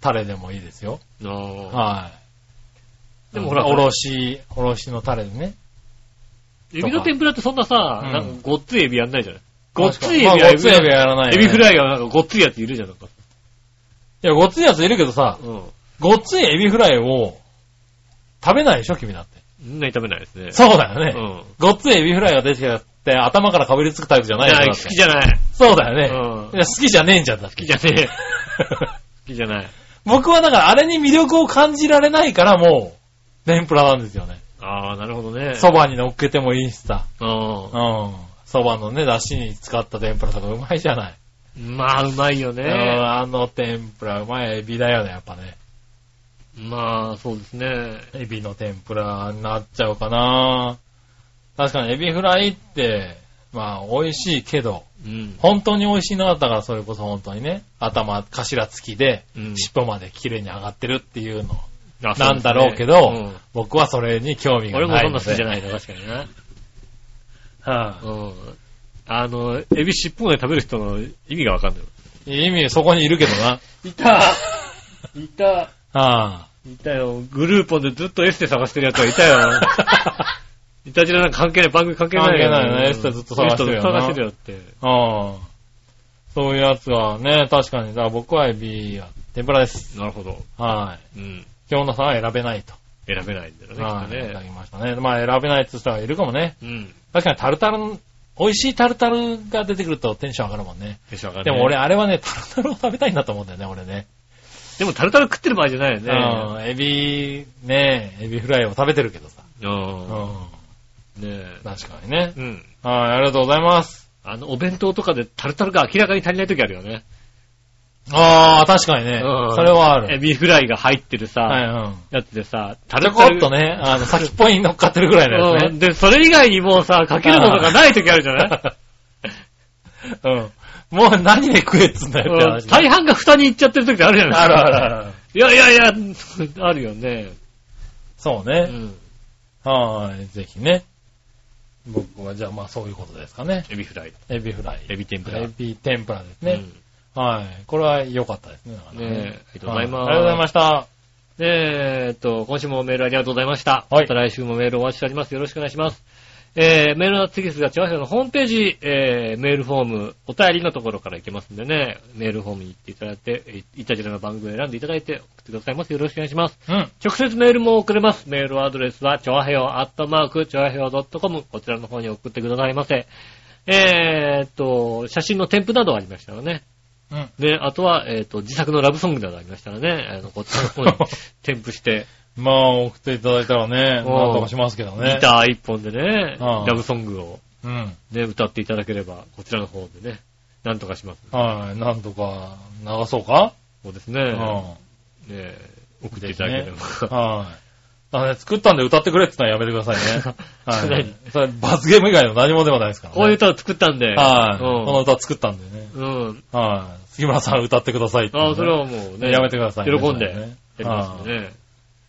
Speaker 3: タレでもいいですよ。
Speaker 2: うんあ
Speaker 3: はい。
Speaker 2: でもほら
Speaker 3: おろし、おろしのタレでね。
Speaker 2: ーエビの天ぷらってそんなさ、
Speaker 3: うん
Speaker 2: なんかごっついエビやんないじゃないごっついエビ
Speaker 3: まあ
Speaker 2: は
Speaker 3: ごっついエビはやらない
Speaker 2: エ
Speaker 3: よ
Speaker 2: ビ
Speaker 3: ね
Speaker 2: フライがなんかごっついやついるじゃん。なんか
Speaker 3: いや、ごっついやついるけどさ、
Speaker 2: うん。
Speaker 3: ごっついエビフライを食べないでしょ、君だって。
Speaker 2: みんなに食べないですね。
Speaker 3: そうだよね。
Speaker 2: うん。
Speaker 3: ごっついエビフライが出てきたって頭からかぶりつくタイプじゃない
Speaker 2: い
Speaker 3: よ
Speaker 2: や、
Speaker 3: だ
Speaker 2: 好
Speaker 3: って
Speaker 2: きじゃない。
Speaker 3: そうだよ
Speaker 2: うん。
Speaker 3: ね。
Speaker 2: 好
Speaker 3: いや好きじゃねえんじゃんだ。好
Speaker 2: きじゃねえ。好きじゃない。
Speaker 3: 僕はだからあれに魅力を感じられないからもう、天ぷらなんですよね。
Speaker 2: あー、なるほどね。
Speaker 3: そばに乗っけてもいいしさ。
Speaker 2: う
Speaker 3: うん。そばのね、だしに使った天ぷらとかうまいじゃない。
Speaker 2: ん。まあ、うまいよ
Speaker 3: うん
Speaker 2: ね。
Speaker 3: あの天ぷらうまいエビだよね、やっぱね。
Speaker 2: まあ、そうですね。
Speaker 3: エビの天ぷらになっちゃうかな確かにエビフライって、まあ美味しいけど、
Speaker 2: うん。
Speaker 3: 本当に美味しいのだったからそれこそ本当にね、頭、頭付きで、
Speaker 2: うん
Speaker 3: 尻尾まで綺麗に上がってるっていうの、
Speaker 2: あそうですね
Speaker 3: なんだろうけど、
Speaker 2: うん
Speaker 3: 僕はそれに興味が
Speaker 2: 俺も
Speaker 3: な
Speaker 2: そ
Speaker 3: い
Speaker 2: ん
Speaker 3: の
Speaker 2: な好きじ
Speaker 3: で。
Speaker 2: ゃないな、確かにな。
Speaker 3: は
Speaker 2: うん。あの、エビ尻尾まで食べる人の意味がわかんない。
Speaker 3: い意味、そこにいるけ どな。
Speaker 4: いたいた
Speaker 3: あ
Speaker 4: いたよ。
Speaker 2: グルーポンでずっとエステ探してる奴がいた よ。いたじらなんか関係ない、番組関係ないよ。
Speaker 3: 関係ないよね
Speaker 2: うん
Speaker 3: エステずっと探してるよな
Speaker 2: エステずっと探してるよって。
Speaker 3: あ、ああ。そういうやつはね、確かに、だから僕はエビは天ぷらです。
Speaker 2: なるほど。
Speaker 3: はい。
Speaker 2: うん。
Speaker 3: 今日のさんは選べないと。
Speaker 2: 選べないんだよね、き
Speaker 3: は
Speaker 2: っと
Speaker 3: い、いただ
Speaker 2: ね。
Speaker 3: きましたね。まあ選べないって人はいるかもね。
Speaker 2: うん。
Speaker 3: 確かにタルタル、美味しいタルタルが出てくるとテンション上がるもんね。
Speaker 2: テンション上が
Speaker 3: で
Speaker 2: るね
Speaker 3: も俺、あれはね、タルタルを食べたいんだと思うんだよね、俺ね。
Speaker 2: でもタルタル食ってる場合じゃないよね。
Speaker 3: うん。エビ、ねエビフライを食べてるけどさ。
Speaker 2: う。
Speaker 3: うんん。
Speaker 2: ねえ。
Speaker 3: 確かにね。
Speaker 2: うん。
Speaker 3: はい、ありがとうございます。
Speaker 2: あの、お弁当とかでタルタルが明らかに足りない時あるよね。
Speaker 3: ああ、確かにね。
Speaker 2: うん
Speaker 3: それはあ
Speaker 2: エ
Speaker 3: る。
Speaker 2: ビフライが入ってるさ、
Speaker 3: はい、うん。
Speaker 2: やつでさ、タ
Speaker 3: ちょ
Speaker 2: ル
Speaker 3: こ
Speaker 2: タル。
Speaker 3: っとね、あの、先っぽに乗っかってるぐらいのや
Speaker 2: う
Speaker 3: つ
Speaker 2: ん。
Speaker 3: ね。
Speaker 2: で、それ以外にもうさ、かけるものがない時あるじゃない
Speaker 3: うん。もう何で食えっつうんだよ って
Speaker 2: うん
Speaker 3: 話。
Speaker 2: 大半が蓋に行っちゃってる時あるじゃない
Speaker 3: あるあるある。
Speaker 2: いやいやい や、あるよね。
Speaker 3: そう
Speaker 2: う
Speaker 3: ね。
Speaker 2: ん。
Speaker 3: はい、ぜひね。僕はじゃあまあそういうことですかね。
Speaker 4: エビフライ。
Speaker 3: エビフライ。
Speaker 4: エビ天ぷら。
Speaker 3: エビ天ぷらですね。
Speaker 4: うん
Speaker 3: はい。これは良かったですね。
Speaker 4: ねえありがとうござ
Speaker 3: はあ
Speaker 4: います
Speaker 3: りがとうございました。
Speaker 4: えーっと、今週もメールありがとうございました。また来週もメールお待ちしております。よろしくお願いします。えー、メールの次ですが、千葉市のホームページ、えー、メールフォーム、お便りのところから行けますんでね、メールフォームに行っていただいて、いいたじらの番組を選んでいただいて送ってくださいます。よろしくお願いします。
Speaker 3: うん。
Speaker 4: 直接メールも送れます。メールアドレスは、ちょあへよ、アットマーク、ちょあへよ .com、こちらの方に送ってくださいませ。えーっと、写真の添付などありましたらね。
Speaker 3: うん。
Speaker 4: で、あとは、えーっと、自作のラブソングなどありましたらね、あの、こっちの 方に添付して、
Speaker 3: まあ、送っていただいたらね、
Speaker 4: うん
Speaker 3: なんとかしますけど
Speaker 4: ギ
Speaker 3: ね。
Speaker 4: ター一本でね、
Speaker 3: うん
Speaker 4: ラブソングを
Speaker 3: うん。
Speaker 4: ね、歌っていただければ、こちらの方でね、なんとかします。
Speaker 3: はい。なんとか流そうか。
Speaker 4: そうです
Speaker 3: う
Speaker 4: ね。
Speaker 3: ん。は
Speaker 4: ね送っていただければ。
Speaker 3: い。あのね、作ったんで歌ってくれって言ったらやめてください ね。
Speaker 4: ちょ
Speaker 3: は
Speaker 4: っと
Speaker 3: い。それ罰ゲーム以外の何もではないですからね。
Speaker 4: こういう歌を作ったんで、
Speaker 3: はい。
Speaker 4: うん
Speaker 3: この歌作ったんでね。
Speaker 4: うん。
Speaker 3: はい。杉村さん歌ってくださいっていうね
Speaker 4: ああ、それはもうね、
Speaker 3: やめてくださいね
Speaker 4: 喜んで、
Speaker 3: それは
Speaker 4: や
Speaker 3: ね
Speaker 4: りますんでね。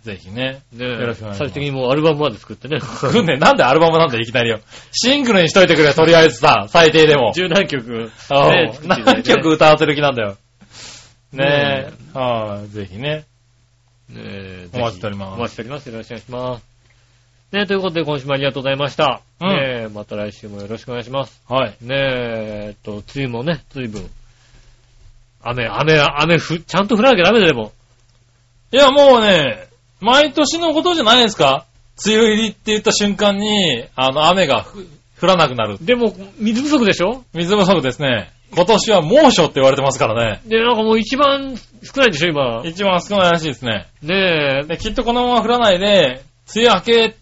Speaker 3: ぜひね。
Speaker 4: ね
Speaker 3: よろしくお願いします
Speaker 4: 最終的にもうアルバムまで作ってね。
Speaker 3: くんね、なんでアルバムなんだよいきなりよ。シングルにしといてくれ、とりあえずさ、最低でも。
Speaker 4: 十何曲。
Speaker 3: うん
Speaker 4: ね作っていただ
Speaker 3: 何
Speaker 4: いて
Speaker 3: 曲歌わせる気なんだよ。ね
Speaker 4: ね
Speaker 3: え。はい、ぜひね。
Speaker 4: ね
Speaker 3: お待ちしております
Speaker 4: お待ちしております。よろしくお願いします。ねということで今週もありがとうございました。
Speaker 3: うん
Speaker 4: ねまた来週もよろしくお願いします。
Speaker 3: はい。
Speaker 4: ねえ、えっと、梅雨もね、随分。雨、雨、雨ふ、ちゃんと降らなきゃダメだよ、でも。
Speaker 3: いや、もうね、毎年のことじゃないですか梅雨入りって言った瞬間に、あの、雨がふ降らなくなる。
Speaker 4: でも、水不足でしょ
Speaker 3: 水不足ですね。今年は猛暑って言われてますからね。
Speaker 4: で、なんかもう一番少ないでしょ、今。
Speaker 3: 一番少ないらしいですね。
Speaker 4: ねえ、
Speaker 3: で、きっとこのまま降らないで、梅雨明け、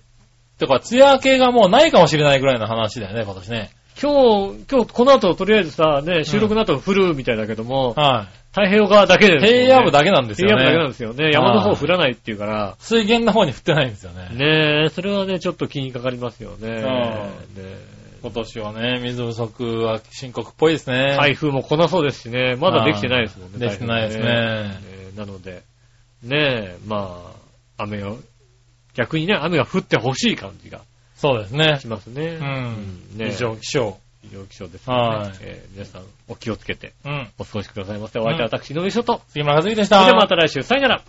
Speaker 3: とか、梅雨明けがもうないかもしれないぐらいの話だよね、今年ね。
Speaker 4: 今日、今日この後とりあえずさ、ね、収録の後降るみたいだけども、
Speaker 3: は
Speaker 4: 太平洋側だけで
Speaker 3: い。
Speaker 4: すもんね、
Speaker 3: 平野部だけなんですよ
Speaker 4: 平野部だけなん
Speaker 3: ね。
Speaker 4: ですよね。山の方降らないっていうから、
Speaker 3: 水源の方に降ってないんですよね。
Speaker 4: ねえ、それはね、ちょっと気にかかりますよね。ね
Speaker 3: 今年はね、水不足は深刻っぽいですね。
Speaker 4: 台。風も来なそうですしね、まだできてないですもんね。
Speaker 3: できてないです
Speaker 4: 台
Speaker 3: ね。
Speaker 4: 風ね。ねなので、ねえ、まあ、雨を、逆にね、雨が降ってほしい感じが
Speaker 3: そうですね
Speaker 4: し。ますね。
Speaker 3: うん。
Speaker 4: ねえ
Speaker 3: 異常気象。
Speaker 4: 異常気象ですよ
Speaker 3: は
Speaker 4: ね
Speaker 3: い。
Speaker 4: えー皆さん、お気をつけて
Speaker 3: うん。
Speaker 4: お過ごしくださいませ。お相手は私、井上翔と。
Speaker 3: 杉村和之でし
Speaker 4: そ
Speaker 3: た。
Speaker 4: れではまた来週、さよなら。